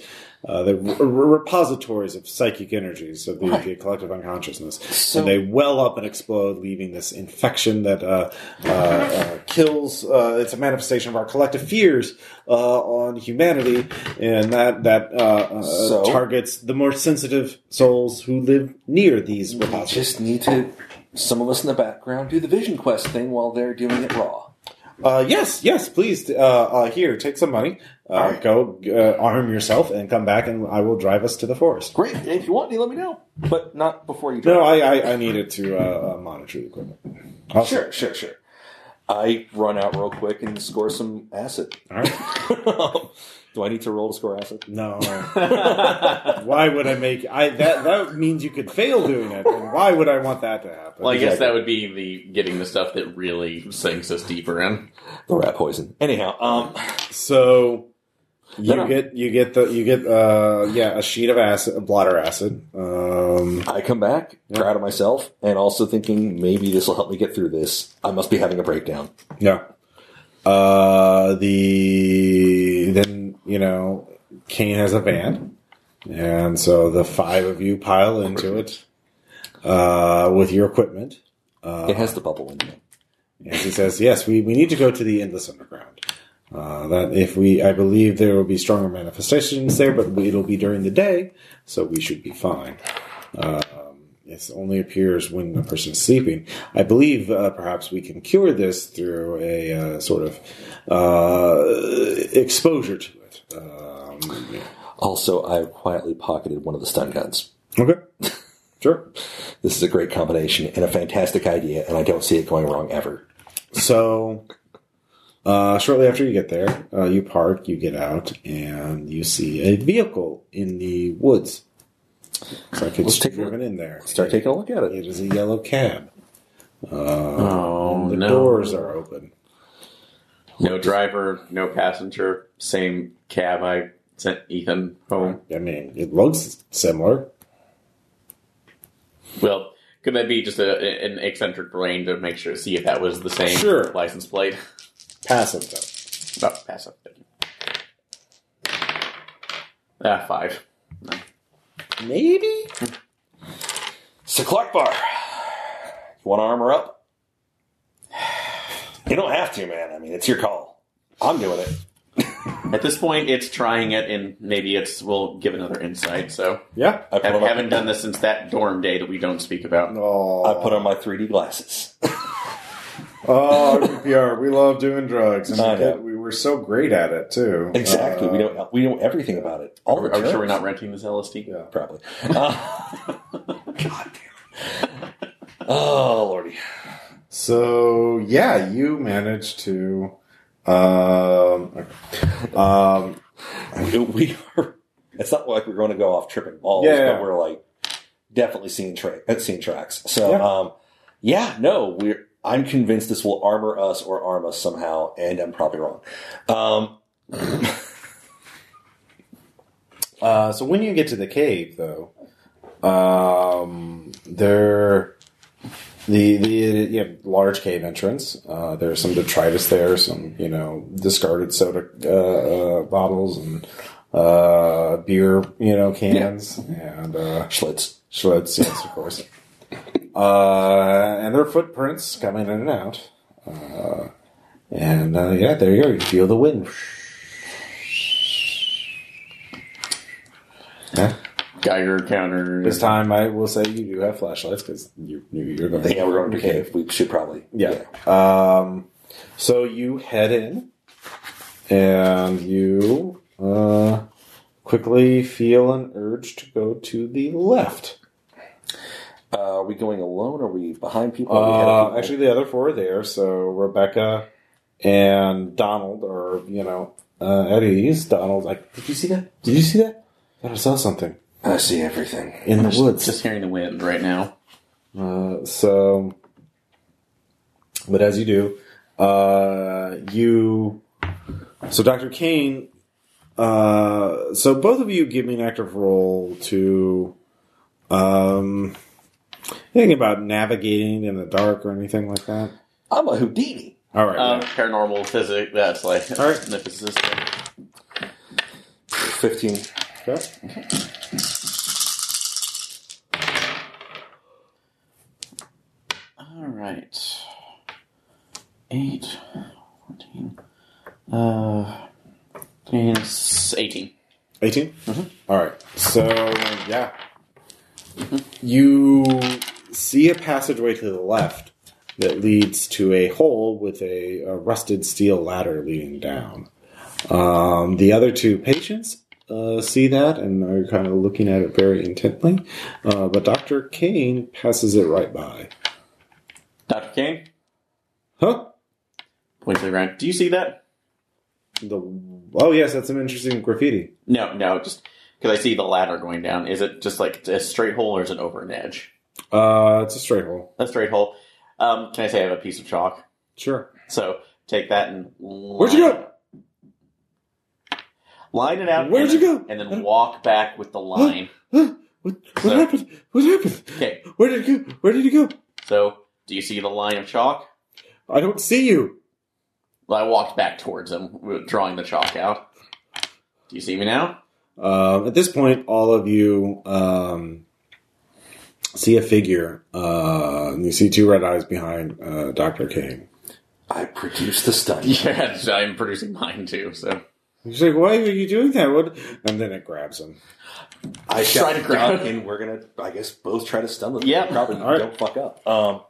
Speaker 1: uh, the re- repositories of psychic energies of the, the collective unconsciousness,
Speaker 4: So-
Speaker 1: and they well up and explode, leaving this infection that uh, uh, uh, kills. Uh, it's a manifestation of our collective fears uh, on humanity, and that that uh, uh,
Speaker 4: So-
Speaker 1: targets the more sensitive souls who live near these
Speaker 4: I
Speaker 1: repositories.
Speaker 4: just need to, some of us in the background, do the Vision Quest thing while they're doing it raw.
Speaker 1: Uh, yes, yes, please. Uh, uh, here, take some money. Uh, Go uh, arm yourself and come back, and I will drive us to the forest.
Speaker 4: Great. And if you want me, let me know. But not before you do
Speaker 1: No, I, I, I needed to uh, uh, monitor the equipment. Awesome.
Speaker 4: Sure, sure, sure. I run out real quick and score some acid.
Speaker 1: All right.
Speaker 4: do I need to roll to score acid?
Speaker 1: No. why would I make I that? That means you could fail doing it. And why would I want that to happen?
Speaker 2: Well, I guess that would be the getting the stuff that really sinks us deeper in.
Speaker 4: The rat poison. Anyhow, um,
Speaker 1: So you
Speaker 4: No, no.
Speaker 1: get you get the you get uh yeah a sheet of acid, a blotter acid. Um,
Speaker 4: I come back proud of myself and also thinking maybe this will help me get through this. I must be having a breakdown.
Speaker 1: Yeah. Uh, the then you know, Kane has a van, and so the five of you pile into it uh, with your equipment.
Speaker 4: it has the bubble in it.
Speaker 1: And he says, "Yes, we, we need to go to the endless underground. Uh, that if we, I believe there will be stronger manifestations there, but we, it'll be during the day, so we should be fine. Uh, um, it only appears when a person is sleeping. I believe uh, perhaps we can cure this through a uh, sort of uh, exposure to it. Um,
Speaker 4: Also, I have quietly pocketed one of the stun guns.
Speaker 1: okay, sure."
Speaker 4: This is a great combination and a fantastic idea, and I don't see it going wrong ever.
Speaker 1: So, uh, shortly after you get there, uh, you park, you get out, and you see a vehicle in the woods. It's like it's
Speaker 4: Let's take a
Speaker 1: driven in there.
Speaker 4: Start taking a look at it.
Speaker 1: It is a yellow cab.
Speaker 2: Oh
Speaker 1: The doors are open.
Speaker 2: No driver, no passenger. Same cab I sent Ethan home.
Speaker 1: I mean, it looks similar.
Speaker 2: Well, could that be just a, an eccentric brain to make sure see if that was the same
Speaker 1: Sure.
Speaker 2: license plate?
Speaker 1: Passive though.
Speaker 2: Oh, pass up. Thank you. Ah, five.
Speaker 1: Maybe.
Speaker 4: So, Clark Bar, you want to armor up? You don't have to, man. I mean, it's your call. I'm doing it.
Speaker 2: At this point, it's trying it, and maybe it's we'll give another insight. So,
Speaker 1: Yeah.
Speaker 4: I
Speaker 2: I
Speaker 4: put, on my,
Speaker 2: haven't done this since that dorm day that we don't speak about.
Speaker 1: Oh,
Speaker 4: I put on my 3D glasses.
Speaker 1: oh, RPR. We love doing drugs, and
Speaker 4: I
Speaker 1: we,
Speaker 4: know.
Speaker 1: did- we were so great at it too.
Speaker 4: Exactly. we
Speaker 1: Uh,
Speaker 4: know we know everything about it. All
Speaker 2: Are
Speaker 4: the
Speaker 2: we sure
Speaker 4: terms.
Speaker 2: we're not renting this LSD?
Speaker 1: Yeah.
Speaker 4: Probably. Uh, God damn it. Oh lordy.
Speaker 1: So yeah, you managed to. Um, um,
Speaker 4: We are. It's not like we're going to go off tripping balls,
Speaker 1: Yeah, yeah.
Speaker 4: but we're like definitely seeing tra- uh, seeing tracks. So
Speaker 1: Yeah.
Speaker 4: yeah. um, yeah, no, we're. I'm convinced this will armor us or arm us somehow, and I'm probably wrong. Um,
Speaker 1: uh, so when you get to the cave, though, um, there the the yeah, large cave entrance. Uh, there's some detritus there, some you know discarded soda uh, uh, bottles and uh, beer you know cans and uh,
Speaker 4: Schlitz.
Speaker 1: Schlitz, yes, of course. uh, and their footprints coming in and out. Uh, and uh, yeah, there you go. You feel the wind. Yeah.
Speaker 2: Geiger counter.
Speaker 1: This time, I will say you do have flashlights because you knew you were going.
Speaker 4: Yeah, we're going to the cave. We should probably.
Speaker 1: Yeah. Um, so you head in, and you uh, quickly feel an urge to go to the left.
Speaker 4: Uh, are we going alone? Are we behind people? Are Oh, we ahead of
Speaker 1: Uh,
Speaker 4: people?
Speaker 1: actually, the other four are there. So Rebecca and Donald are, you know, uh, at ease. Donald's like, did you see that? Did you see that? I saw something
Speaker 4: I see everything.
Speaker 1: in the woods.
Speaker 2: Just hearing the wind right now.
Speaker 1: Uh, so, but as you do, uh, you. So, Dr. Kane. Uh, so, both of you give me an active role to. Um, anything about navigating in the dark or anything like that?
Speaker 4: I'm a Houdini.
Speaker 1: All right.
Speaker 2: Um,
Speaker 1: yeah.
Speaker 2: paranormal physics. That's like
Speaker 1: All right.
Speaker 2: the physicist.
Speaker 4: 15.
Speaker 1: Okay.
Speaker 2: All right. 8, 14, uh, it's 18.
Speaker 1: 18 All right so yeah you see a passageway to the left that leads to a hole with a, a rusted steel ladder leading down um, the other two patients uh, see that and are kind of looking at it very intently uh, but dr kane passes it right by
Speaker 2: Dr. Kane,
Speaker 1: huh
Speaker 2: points at Ryan. Do you see that?
Speaker 1: the, oh yes that's some interesting graffiti
Speaker 2: No, no, just because I see the ladder going down. Is it just like a straight hole or is it over an edge?
Speaker 1: uh, it's a straight hole
Speaker 2: A straight hole. Um, can I say I have a piece of chalk?
Speaker 1: sure
Speaker 2: So take that and.
Speaker 1: where'd you go
Speaker 2: Line it out.
Speaker 1: Where'd
Speaker 2: and
Speaker 1: you
Speaker 2: then-
Speaker 1: go?
Speaker 2: And then walk back with the line.
Speaker 1: Huh? What, what
Speaker 2: So-
Speaker 1: happened? What happened?
Speaker 2: Okay.
Speaker 1: Where did you? Where did you go?
Speaker 2: So do you see the line of chalk?
Speaker 1: I don't see you.
Speaker 2: Well, I walked back towards him, drawing the chalk out. Do you see me now?
Speaker 1: Um, at this point, all of you um, see a figure. Uh, and you see two red eyes behind uh, Doctor Kane.
Speaker 4: I produced the study.
Speaker 2: Yes, I'm producing mine too. So
Speaker 1: He's like, "Why are you doing that?" What? And then it grabs him.
Speaker 4: I
Speaker 2: Try
Speaker 4: shot
Speaker 2: to
Speaker 4: to
Speaker 2: grab-
Speaker 4: grab, and we're gonna, I guess, both try to stun them.
Speaker 2: Yep.
Speaker 4: probably
Speaker 1: All right.
Speaker 4: don't fuck up.
Speaker 3: Um,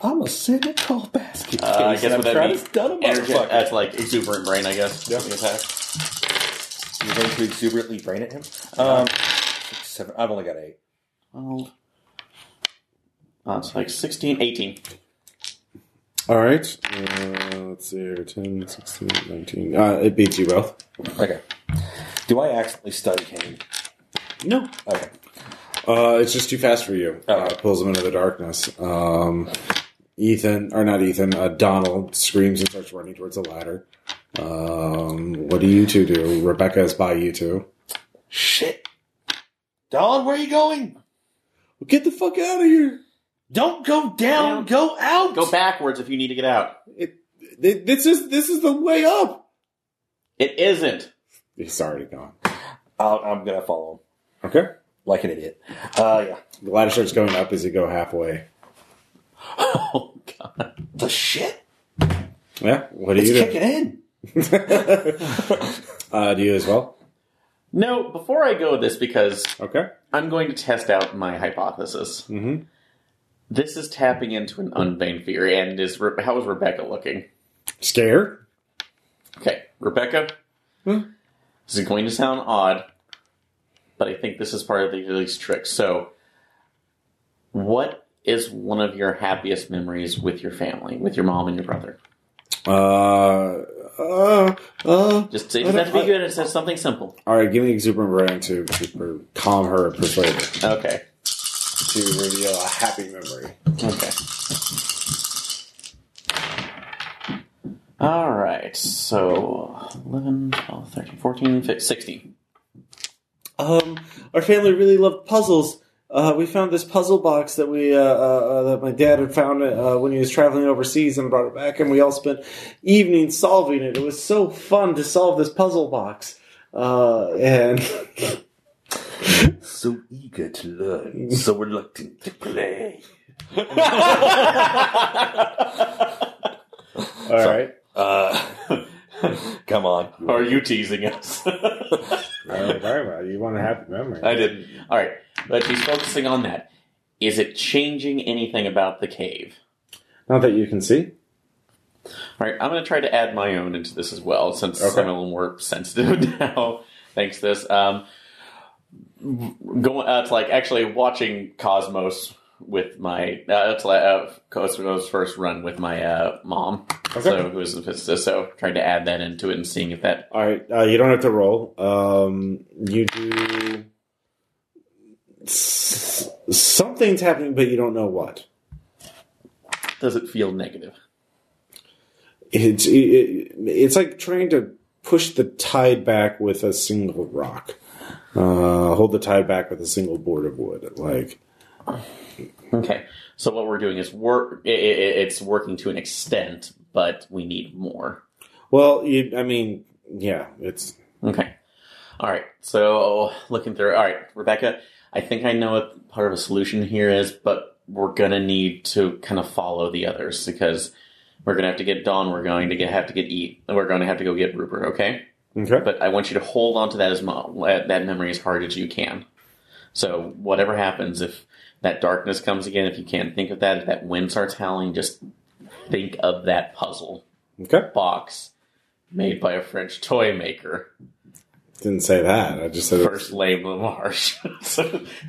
Speaker 4: I'm a cynical basket.
Speaker 2: Uh, I
Speaker 4: case,
Speaker 2: guess
Speaker 4: and
Speaker 2: what
Speaker 4: I'm
Speaker 2: that
Speaker 4: trying
Speaker 2: means-
Speaker 4: to stun a
Speaker 2: Energy-
Speaker 4: motherfucker.
Speaker 2: that's like exuberant brain, I guess.
Speaker 3: Yep.
Speaker 2: Attack.
Speaker 4: You're going to exuberantly brain at him. Uh-huh.
Speaker 3: um,
Speaker 4: Six, seven. I've only got eight.
Speaker 2: Well, that's like 16, 18.
Speaker 1: All right. Uh, let's see here: 10, 16, 19. Uh, it beats you both.
Speaker 4: Okay. Do I accidentally stun Kane?
Speaker 1: No.
Speaker 4: Okay.
Speaker 1: Uh, it's just too fast for you.
Speaker 4: Oh.
Speaker 1: Uh, pulls him into the darkness. Um, Ethan, or not Ethan, uh, Donald screams and starts running towards the ladder. Um, what do you two do? Rebecca is by you two.
Speaker 4: Shit. Don, where are you going?
Speaker 1: Get the fuck out of here!
Speaker 4: Don't go down. Go out.
Speaker 2: Go backwards if you need to get out.
Speaker 1: Th- This is this is the way up.
Speaker 2: It isn't.
Speaker 1: He's already gone.
Speaker 4: I'll, I'm gonna follow him
Speaker 1: Okay.
Speaker 4: like an idiot. Uh, yeah.
Speaker 1: The ladder starts going up as you go halfway.
Speaker 2: Oh, God.
Speaker 4: The shit.
Speaker 1: Yeah. What do
Speaker 4: It's
Speaker 1: you do?
Speaker 4: kicking in.
Speaker 1: uh, do you as well?
Speaker 2: No, before I go with this, because
Speaker 1: Okay.
Speaker 2: I'm going to test out my hypothesis.
Speaker 1: Mhm.
Speaker 2: This is tapping into an unveigned theory, and is Re- how is Rebecca looking?
Speaker 1: Scared.
Speaker 2: Okay, Rebecca.
Speaker 1: Hmm?
Speaker 2: This is going to sound odd, but I think this is part of the release trick. So, what is one of your happiest memories with your family, with your mom and your brother?
Speaker 1: Uh. Uh. Uh.
Speaker 2: Just say
Speaker 1: I
Speaker 2: just
Speaker 1: don't-
Speaker 2: have to be
Speaker 1: I-
Speaker 2: good. It says something simple.
Speaker 1: All right. Give me exuberant brain to, to calm her, and persuade her.
Speaker 2: Okay.
Speaker 1: to reveal a happy memory.
Speaker 2: Okay. All right. So 11, 12, 13, 14, 15, 16.
Speaker 1: Um, our family really loved puzzles. Uh, we found this puzzle box that we uh, uh, uh, that my dad had found uh, when he was traveling overseas and brought it back, and we all spent evenings solving it. It was so fun to solve this puzzle box. Uh, and
Speaker 4: So eager to learn, so reluctant to play.
Speaker 1: all right,
Speaker 4: Uh, come on.
Speaker 2: Are you teasing us?
Speaker 1: very well. You want a happy memory?
Speaker 2: I didn't. All right, but she's focusing on that. Is it changing anything about the cave?
Speaker 1: Not that you can see.
Speaker 2: All right, I'm going to try to add my own into this as well, since
Speaker 1: Okay.
Speaker 2: I'm a little more sensitive now. Thanks to this. Um, going, uh, it's like actually watching Cosmos with my. Uh, it's like uh, Cosmos' first run with my uh, mom. So who is the physicist? So trying to add that into it and seeing if that.
Speaker 1: All right, uh, you don't have to roll. Um, you do s- something's happening, but you don't know what.
Speaker 2: Does it feel negative?
Speaker 1: it's it, it, it's like trying to push the tide back with a single rock. Uh, hold the tide back with a single board of wood. Like
Speaker 2: Okay, so what we're doing is work. i i it's working to an extent, but we need more.
Speaker 1: well, you, I mean, yeah, it's
Speaker 2: Okay. All right. So looking through. All right, Rebecca. I think I know what part of a solution here is, but we're gonna need to kind of follow the others because we're gonna have to get Dawn. We're going to get, have to get Eat. and We're going to have to go get Rupert. Okay.
Speaker 1: Okay.
Speaker 2: But I want you to hold on to that as mo- that that memory as hard as you can. So whatever happens, if that darkness comes again, if you can't think of that, if that wind starts howling, just think of that puzzle
Speaker 1: Okay.
Speaker 2: box made by a French toy maker.
Speaker 1: Didn't say that. I just said it's-
Speaker 2: First name Lamarche. so,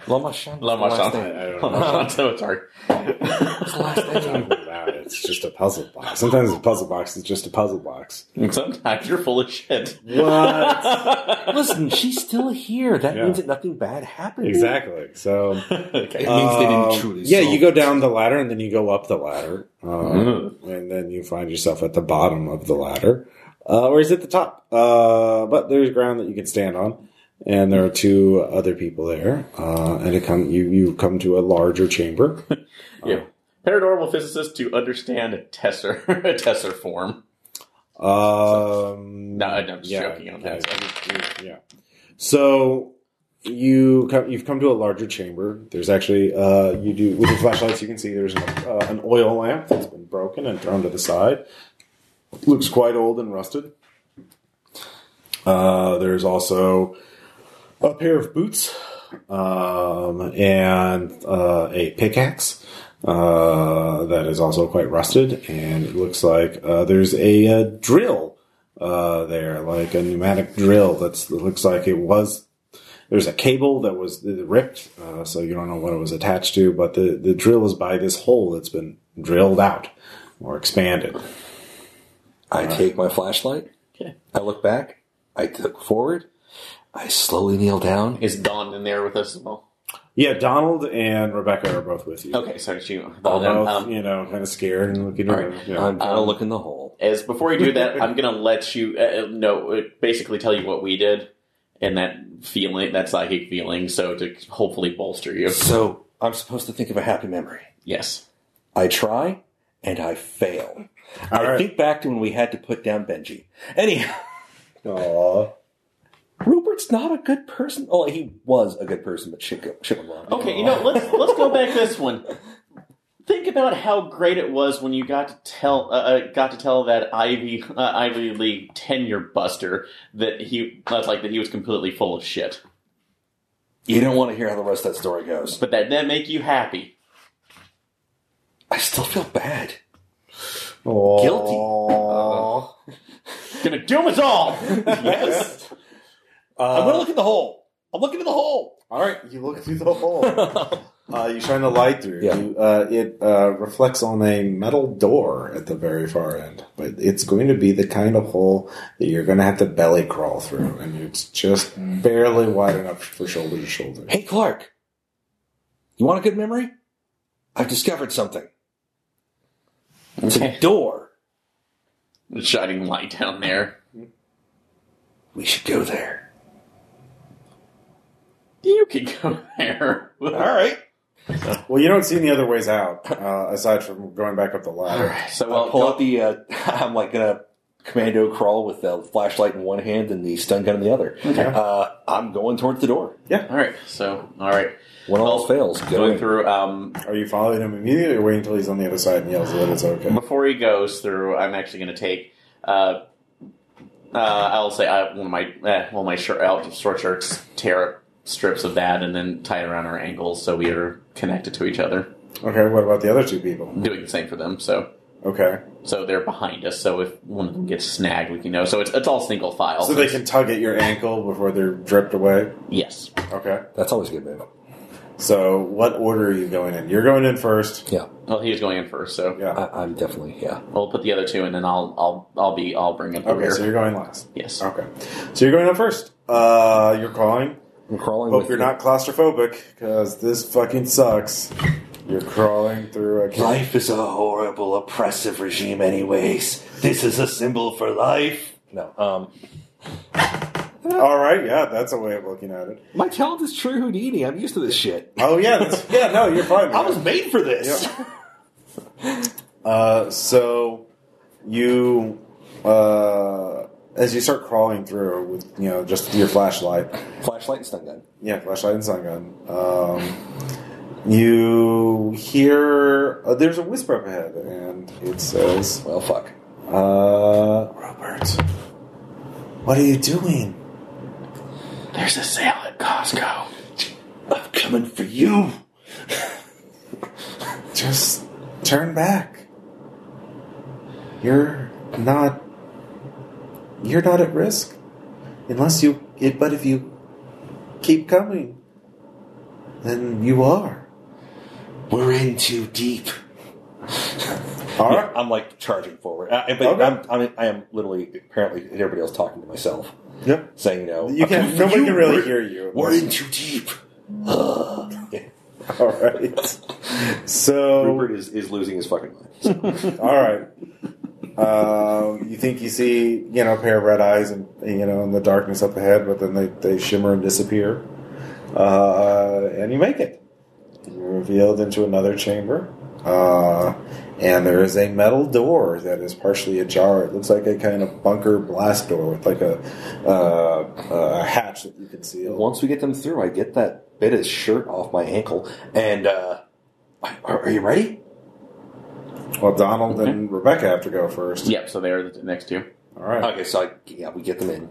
Speaker 4: Lama Shan.
Speaker 2: Lamarche.
Speaker 4: Last
Speaker 1: I,
Speaker 4: name.
Speaker 1: I don't know.
Speaker 2: Lamarche, so it's hard.
Speaker 1: It's not about it. It's just a puzzle box. Sometimes a puzzle box is just a puzzle box.
Speaker 2: Sometimes you're full of shit.
Speaker 1: What?
Speaker 4: Listen, she's still here. That
Speaker 1: Yeah.
Speaker 4: means that nothing bad happened.
Speaker 1: exactly. So
Speaker 2: okay.
Speaker 4: It means they didn't
Speaker 1: Um,
Speaker 4: truly.
Speaker 1: Yeah,
Speaker 4: solve
Speaker 1: you go down the ladder and then you go up the ladder, uh,
Speaker 2: Mm.
Speaker 4: Mm-hmm.
Speaker 1: and then you find yourself at the bottom of the ladder, uh, or is it the top? Uh, but there's ground that you can stand on, and there are two other people there, uh, and it come you you come to a larger chamber.
Speaker 2: Yeah. Paranormal physicist to understand a tesser, a tesser form.
Speaker 1: Um,
Speaker 2: No, I'm just joking on that.
Speaker 1: Yeah, yeah. So you come, you've come to a larger chamber. There's actually uh, you do with your flashlights. You can see there's an, uh, an oil lamp that's been broken and thrown to the side. Looks quite old and rusted. Uh, there's also a pair of boots um, and uh, a pickaxe uh, that is also quite rusted. And it looks like uh, there's a, uh drill uh, there, like a pneumatic drill that's, that looks like it was. There's a cable that was ripped, uh, so you don't know what it was attached to, but the, the drill is by this hole that's been drilled out or expanded.
Speaker 4: I take my flashlight.
Speaker 2: Okay.
Speaker 4: I look back. I look forward. I slowly kneel down.
Speaker 2: Is Dawn in there with us as well?
Speaker 1: Yeah, Donald and Rebecca are both with you.
Speaker 2: Okay, so did you.
Speaker 1: Both,
Speaker 2: Um,
Speaker 1: you know, kind of scared and looking
Speaker 2: All right.
Speaker 1: around. Yeah.
Speaker 4: I'm gonna
Speaker 2: Um,
Speaker 4: look in the hole.
Speaker 2: as before you do that, I'm gonna let you uh, uh, know, uh, basically tell you what we did and that feeling, that psychic feeling, so to hopefully bolster you.
Speaker 4: So I'm supposed to think of a happy memory.
Speaker 2: Yes.
Speaker 4: I try and I fail. I
Speaker 1: right.
Speaker 4: think back to when we had to put down Benji. Anyhow,
Speaker 1: Aw.
Speaker 4: Rupert's not a good person. Oh, he was a good person, but shit, go- shit went wrong.
Speaker 2: Okay, you know, let's let's go back to this one. Think about how great it was when you got to tell uh, uh, got to tell that Ivy uh, Ivy League tenure buster that he that's like that he was completely full of shit.
Speaker 4: You don't want to hear how the rest of that story goes.
Speaker 2: But that that make you happy.
Speaker 4: I still feel bad.
Speaker 1: Aw.
Speaker 4: Guilty.
Speaker 1: Oh.
Speaker 2: Gonna doom us all. yes.
Speaker 4: I'm gonna
Speaker 1: Uh,
Speaker 4: look at the hole. I'm looking at the hole.
Speaker 1: all right, you look through the hole. uh, you shine the light through.
Speaker 4: Yeah.
Speaker 1: You, uh, it uh, reflects on a metal door at the very far end, but it's going to be the kind of hole that you're going to have to belly crawl through, and it's just barely wide enough for shoulder to shoulder.
Speaker 4: Hey, Clark. You want a good memory? I've discovered something. It's
Speaker 2: Okay.
Speaker 4: a door.
Speaker 2: Shining light down there.
Speaker 4: We should go there.
Speaker 2: You can go there.
Speaker 4: All right.
Speaker 1: Well, you don't see any other ways out uh, aside from going back up the ladder.
Speaker 2: So
Speaker 4: I'll
Speaker 2: well,
Speaker 4: pull
Speaker 2: go-
Speaker 4: out the. Uh, I'm like gonna commando crawl with the flashlight in one hand and the stun gun in the other. Uh, I'm going towards the door.
Speaker 2: all right. So all right.
Speaker 4: When all else fails,
Speaker 2: Going
Speaker 4: go Oh, through.
Speaker 2: through. Um,
Speaker 1: Are you following him immediately, or waiting until he's on the other side and yells that it's okay?
Speaker 2: before he goes through, I'm actually going to take. Uh, uh, I'll say I, one of my eh, well my shirt out short shirts tear up strips of that and then tie it around our ankles so we are connected to each other.
Speaker 1: Okay, what about the other two people?
Speaker 2: Doing the same for them. So
Speaker 1: Okay.
Speaker 2: so they're behind us. So if one of them gets snagged, we can know. So it's it's all single file.
Speaker 1: So they can tug at your ankle before they're dripped away?
Speaker 2: yes.
Speaker 1: Okay.
Speaker 4: That's always a good move.
Speaker 1: So, what order are you going in? You're going in first.
Speaker 4: Yeah,
Speaker 2: Well, he was going in first, so
Speaker 1: Yeah.
Speaker 4: I, I'm definitely yeah.
Speaker 2: we'll put the other two, and then I'll I'll I'll be I'll bring up the
Speaker 1: Okay,
Speaker 2: rear.
Speaker 1: so you're going last.
Speaker 2: yes.
Speaker 1: Okay. So you're going in first. Uh, you're calling.
Speaker 4: I'm crawling.
Speaker 1: Hope
Speaker 4: with
Speaker 1: you're
Speaker 4: the-
Speaker 1: not claustrophobic, because this fucking sucks. You're crawling through a.
Speaker 4: Life is a horrible, oppressive regime, anyways. This is a symbol for life. No, um,
Speaker 1: All right, yeah, that's a way of looking at it.
Speaker 4: my talent is true Houdini. I'm used to this shit.
Speaker 1: Oh yeah, that's, yeah, no, you're fine.
Speaker 4: I
Speaker 1: man.
Speaker 4: was made for this.
Speaker 1: Uh, so you uh, as you start crawling through with you know just your flashlight,
Speaker 4: Flashlight and stun gun.
Speaker 1: yeah, flashlight and sun gun, um, you hear uh, there's a whisper up ahead, and it says,
Speaker 4: Well, fuck.
Speaker 1: uh, "Robert, what are you doing?"
Speaker 2: There's a sale at Costco.
Speaker 4: I'm coming for you.
Speaker 1: Just turn back. You're not. You're not at risk, unless you. It, but if you keep coming, then you are.
Speaker 6: We're in too deep.
Speaker 1: All
Speaker 4: Yeah,
Speaker 1: right.
Speaker 4: I'm like charging forward. I, I- but
Speaker 1: Okay.
Speaker 4: I'm, I'm, I am literally, apparently, and everybody else talking to myself,
Speaker 1: Yep.
Speaker 4: saying, you know,
Speaker 1: You can.
Speaker 4: not
Speaker 1: Nobody can really hear you.
Speaker 6: We're in too deep.
Speaker 1: All right. So,
Speaker 4: Rupert is, is losing his fucking mind.
Speaker 1: all right. Um, you think you see, you know, a pair of red eyes, and you know, in the darkness up ahead, but then they, they shimmer and disappear, uh, and you make it. You're revealed into another chamber, uh, and there is a metal door that is partially ajar. It looks like a kind of bunker blast door with like a, uh, a hatch that you can seal.
Speaker 4: Once we get them through, I get that bit of shirt off my ankle, and uh, are, are you ready?
Speaker 1: Well, Donald and Rebecca have to go first.
Speaker 2: Yep, so they are the next two.
Speaker 1: All right.
Speaker 4: Okay, so I, yeah, we get them in.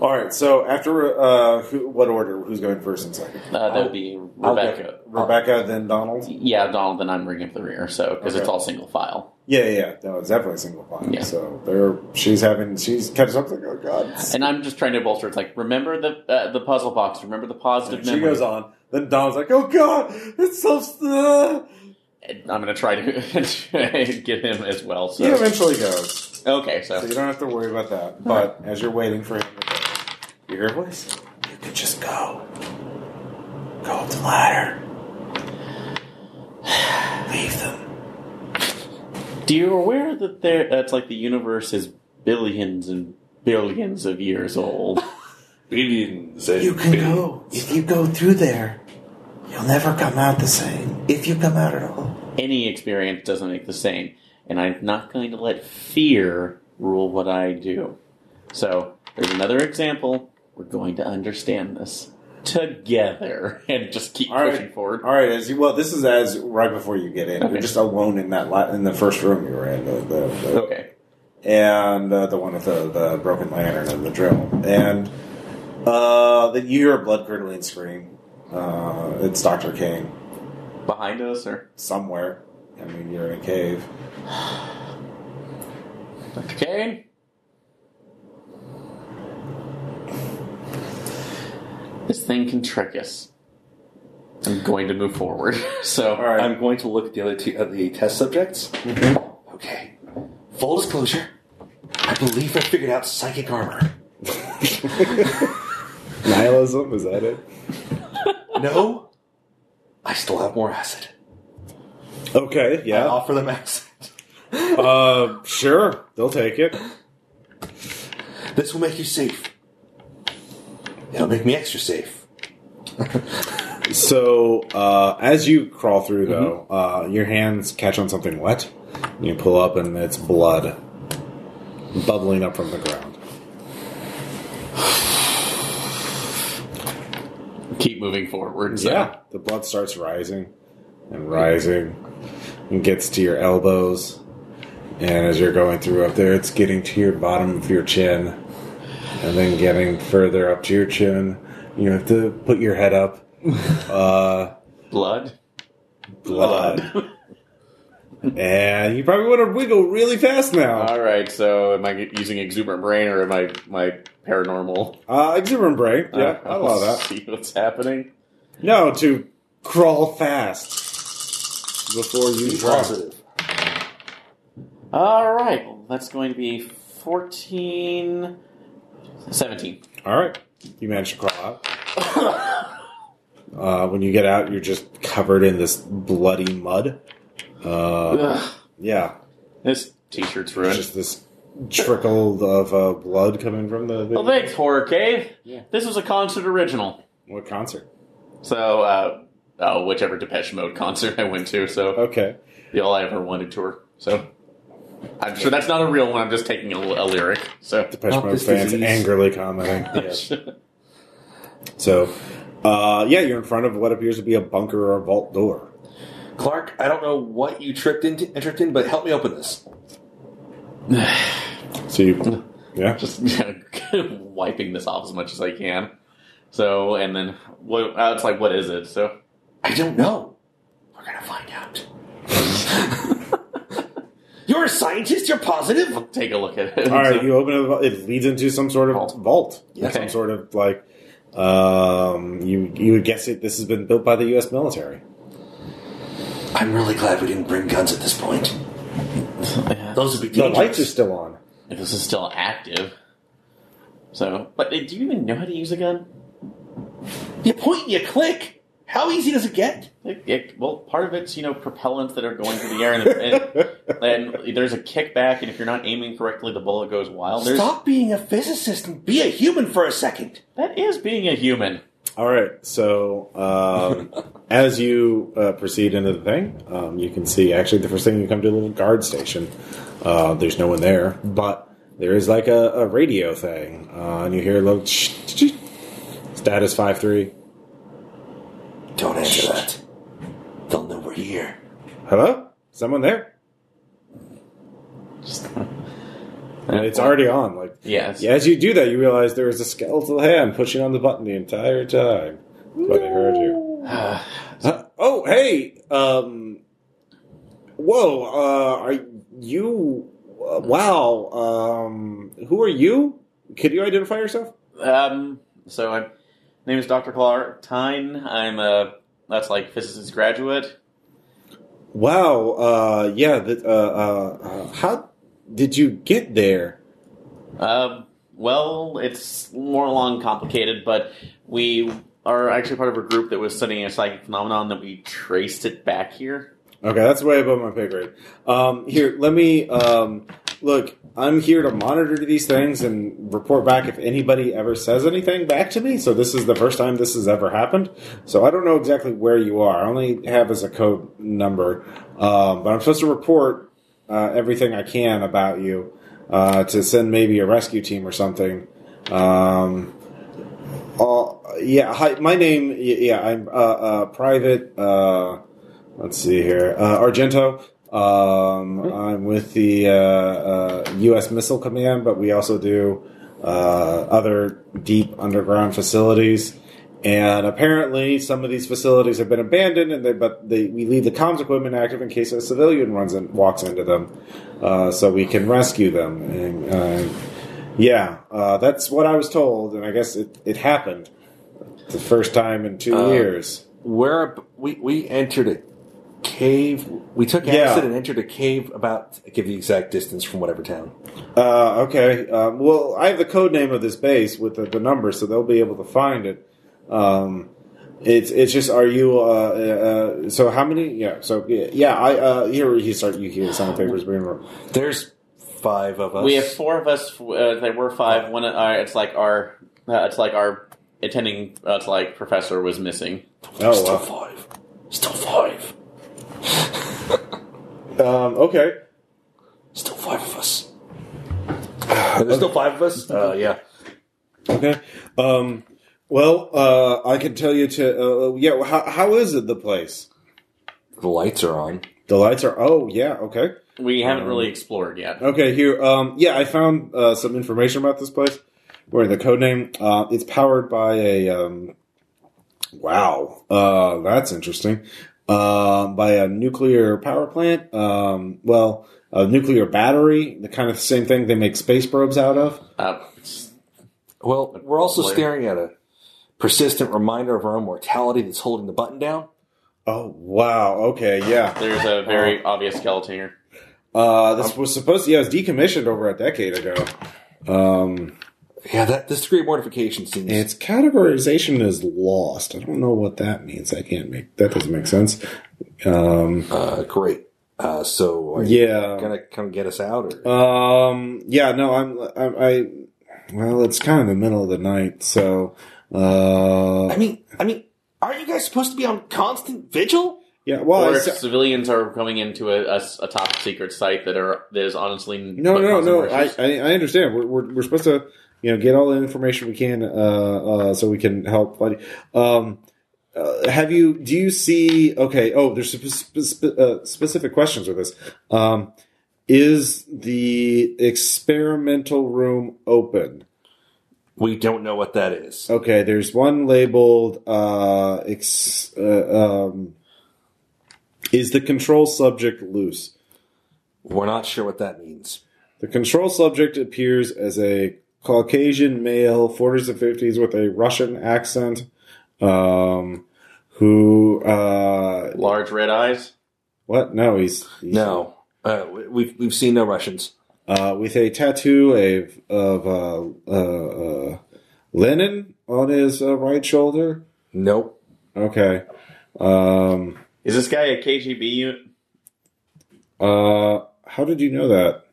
Speaker 1: All right. So after uh, who, what order? Who's going first and second?
Speaker 2: Uh, that would be
Speaker 4: I'll go.
Speaker 2: Rebecca.
Speaker 1: Rebecca, then Donald.
Speaker 2: Yeah, Donald and I'm bringing up the rear, so because it's
Speaker 1: Okay.
Speaker 2: all single file.
Speaker 1: Yeah, yeah, yeah. No, it's definitely single file.
Speaker 2: Yeah.
Speaker 1: So they're she's having she's kind of something. Oh God.
Speaker 2: And I'm just trying to bolster. It's like remember the uh, the puzzle box. Remember the positive
Speaker 1: And she
Speaker 2: memory.
Speaker 1: goes on. Then Donald's like, "Oh God, it's so." Uh.
Speaker 2: And I'm going to try to get him as well. So
Speaker 1: He eventually goes,
Speaker 2: okay, so
Speaker 1: so you don't have to worry about that. But as you're waiting for him, to go, you hear a voice. You could just go. Go up the ladder. Leave them.
Speaker 2: do you aware that there? That's like the universe is billions and billions of years old.
Speaker 4: Billions.
Speaker 1: You can go. If you go through there, you'll never come out the same. If you come out at all.
Speaker 2: Any experience doesn't make the same, and I'm not going to let fear rule what I do. So there's another example. We're going to understand this together and just keep
Speaker 1: All right.
Speaker 2: pushing forward.
Speaker 1: All right, as you, well, this is as right before you get in.
Speaker 2: Okay.
Speaker 1: You're just alone in that la- in the first room you were in, the, the, the,
Speaker 7: Oh.
Speaker 2: Okay.
Speaker 1: and uh, the one with the, the broken lantern and the drill, and uh, then you hear a blood curdling scream. Uh, it's Doctor Kane
Speaker 2: Behind us, or
Speaker 1: somewhere. I mean, you're in a cave.
Speaker 2: Dr. Kane? This thing can trick us. I'm going to move forward. So,
Speaker 1: All right.
Speaker 4: I'm going to look at the other two, uh, the test subjects. Mm-hmm. Okay.
Speaker 6: Full disclosure, I believe I figured out psychic armor.
Speaker 7: Nihilism is that it?
Speaker 6: No, I still have more acid.
Speaker 7: Okay,
Speaker 6: I
Speaker 7: yeah.
Speaker 6: offer them acid.
Speaker 7: Uh, sure, they'll take it.
Speaker 6: This will make you safe. It'll make me extra safe.
Speaker 7: So uh, as you crawl through, though, uh, your hands catch on something wet. You pull up, and it's blood bubbling up from the ground.
Speaker 2: keep moving forward. So.
Speaker 7: Yeah, the blood starts rising and rising and gets to your elbows. And as you're going through up there, it's getting to your bottom of your chin and then getting further up to your chin. You have to put your head up. Uh,
Speaker 2: Blood?
Speaker 7: blood. and you probably want to wiggle really fast now.
Speaker 2: All right, so am I using exuberant brain or am I my paranormal?
Speaker 7: Uh, exuberant brain. Yeah,
Speaker 2: Uh,
Speaker 7: I love that.
Speaker 2: See what's happening.
Speaker 7: No, to crawl fast before you drop.
Speaker 4: Positive.
Speaker 2: All right, well, that's going to be 14, 17.
Speaker 7: All right. You manage to crawl out. Uh, when you get out, you're just covered in this bloody mud. Uh,
Speaker 2: Ugh,
Speaker 7: yeah,
Speaker 2: this t-shirt's
Speaker 7: it's
Speaker 2: ruined.
Speaker 7: just this trickle of uh, blood coming from the.
Speaker 2: Well, thanks, Horror Cave.
Speaker 7: Yeah.
Speaker 2: This was a concert original.
Speaker 7: What concert?
Speaker 2: So, uh, oh, whichever Depeche Mode concert I went to. So,
Speaker 7: Okay.
Speaker 2: the all I ever wanted tour. So, I'm sure that's not a real one. I'm just taking a, a lyric. So
Speaker 1: Depeche
Speaker 4: Not
Speaker 1: Mode
Speaker 4: this
Speaker 1: fans
Speaker 4: disease.
Speaker 1: angrily commenting. So, uh, yeah, you're in front of what appears to be a bunker or vault door.
Speaker 3: Clark, I don't know what you tripped into, tripped in, but help me open this.
Speaker 1: So you, yeah,
Speaker 2: just wiping this off as much as I can. So and then what? Uh, it's like what is it? So
Speaker 3: I don't know. We're gonna find out. you're a scientist. You're positive.
Speaker 2: take a look at it.
Speaker 1: all right.
Speaker 2: So-
Speaker 1: You open it. up, It leads into some sort of
Speaker 2: Vault.
Speaker 1: vault.
Speaker 2: Yeah.
Speaker 1: Some sort of like, um, you you would guess it. This has been built by the U.S. military.
Speaker 3: I'm really glad we didn't bring guns at this point. Those would be
Speaker 1: The
Speaker 3: dangerous.
Speaker 1: lights are still on.
Speaker 2: This is still active. So, but uh, do you even know how to use a gun?
Speaker 3: You point and you click. How easy does it get?
Speaker 2: It, it, well, part of it's you know propellants that are going through the air, and, and, and there's a kickback, and if you're not aiming correctly, the bullet goes wild. There's,
Speaker 3: Stop being a physicist and be a human for a second.
Speaker 2: That is being a human.
Speaker 1: All right. So um, as you uh, proceed into the thing, um, you can see actually the first thing you come to a little guard station. Uh, there's no one there, but there is like a, a radio thing, uh, and you hear a little tsh, tsh, tsh. status five three.
Speaker 3: Don't answer that. They'll know we're here.
Speaker 1: Hello, someone there?
Speaker 2: Just,
Speaker 1: And it's already on. Like
Speaker 2: yes.
Speaker 1: as you do that, you realize there is a skeletal hand pushing on the button the entire time. That's what I heard you. Huh? Oh, hey. Um, whoa. Uh, are you? Uh, wow. Um, who are you? Could you identify yourself?
Speaker 2: Um, so my name is Dr. Clark Tyne. I'm a that's like physicist graduate.
Speaker 1: Wow. Uh, yeah. That. Uh, uh, uh, how did you get there?
Speaker 2: Um, well, it's more long complicated, but we are actually part of a group that was studying a psychic phenomenon that we traced it back here.
Speaker 1: Okay, that's way above my pay grade. Um, here, let me um, look. I'm here to monitor these things and report back if anybody ever says anything back to me. So this is the first time this has ever happened. So I don't know exactly where you are. I only have as a code number, um, but I'm supposed to report uh, everything I can about you uh, to send maybe a rescue team or something. Um, uh, yeah, hi, my name. y- Yeah, I'm uh, uh, Private. Uh, let's see here, uh, Argento. Um, I'm with the uh, uh, U.S. Missile Command, but we also do uh, other deep underground facilities. And apparently, some of these facilities have been abandoned, and they, but they, we leave the comms equipment active in case a civilian runs and walks into them, uh, so we can rescue them. And uh, yeah, uh, that's what I was told, and I guess it, it happened the first time in two
Speaker 4: Uh,
Speaker 1: years.
Speaker 4: Where we we entered a cave. We took
Speaker 1: Yeah.
Speaker 4: acid and entered a cave about give the exact distance from whatever town.
Speaker 1: Uh, okay. Um, well, I have the code name of this base with the, the number, so they'll be able to find it. Um, it's it's just are you uh, uh, uh, so how many yeah so yeah, yeah I uh, here he start you hear the sound papers being wrote.
Speaker 4: There's five of us.
Speaker 2: We have four of us. Uh, there were five. One, uh, it's like our, uh, it's like our attending, uh, it's like professor was missing.
Speaker 1: oh
Speaker 3: Still
Speaker 1: wow.
Speaker 3: five. Still five.
Speaker 1: um, okay
Speaker 3: Still five of us. There's still five of us. Uh, yeah.
Speaker 1: okay um, well uh, I can tell you to uh, yeah well, how how is it the place
Speaker 4: the lights are on.
Speaker 1: the lights are oh yeah okay
Speaker 2: We haven't really explored yet.
Speaker 1: Okay, here. Um, yeah, I found uh, some information about this place. Where the code name? Uh, it's powered by a. Um, wow, uh, that's interesting. Um, by a nuclear power plant. Um, well, a nuclear battery. The kind of same thing they make space probes out of.
Speaker 2: Uh,
Speaker 4: Well, we're also
Speaker 2: Later.
Speaker 4: staring at a persistent reminder of our own mortality that's holding the button down.
Speaker 1: Oh wow. Okay. Yeah.
Speaker 2: there's a very obvious skeleton here.
Speaker 1: Uh, this was supposed. To, yeah, it was decommissioned over a decade ago. Um,
Speaker 4: Yeah, that this degree of mortification seems.
Speaker 1: Its categorization is lost. I don't know what that means. I can't make that doesn't make sense. Um,
Speaker 4: Uh, great. Uh, so are you
Speaker 1: yeah.
Speaker 4: gonna come get us out,
Speaker 3: Uh,
Speaker 4: or
Speaker 1: Um, yeah. No, I'm. I'm I. Well, it's kind of the middle of the night, so. Uh,
Speaker 3: I mean, I mean, aren't you guys supposed to be on constant vigil?
Speaker 1: Yeah, well,
Speaker 2: or if
Speaker 1: it's-
Speaker 2: civilians are coming into a, a s- a top secret site that are there's honestly
Speaker 1: No,
Speaker 2: but
Speaker 1: no,
Speaker 2: causing
Speaker 1: no. I,
Speaker 2: risks.
Speaker 1: I, I understand. We're, we're, we're supposed to, you know, get all the information we can, uh, uh, so we can help. fight. Um, uh, have you? Do you see? Okay. Oh, there's spe- spe- spe- uh, specific questions with this. Um, is the experimental room open?
Speaker 4: We don't know what that is.
Speaker 1: Okay. There's one labeled. Uh, ex- uh, um, is the control subject loose?
Speaker 4: We're not sure what that means.
Speaker 1: The control subject appears as a Caucasian male, 40s to 50s, with a Russian accent, um, who, uh,
Speaker 2: large red eyes.
Speaker 1: what? No, he's, he's-
Speaker 4: No, uh, we- we've we've seen no Russians.
Speaker 1: uh, with a tattoo of, of uh, uh, uh, Lenin on his uh, right shoulder.
Speaker 4: Nope.
Speaker 1: Okay. Um,
Speaker 2: Is this guy a KGB unit?
Speaker 1: uh, how did you know that?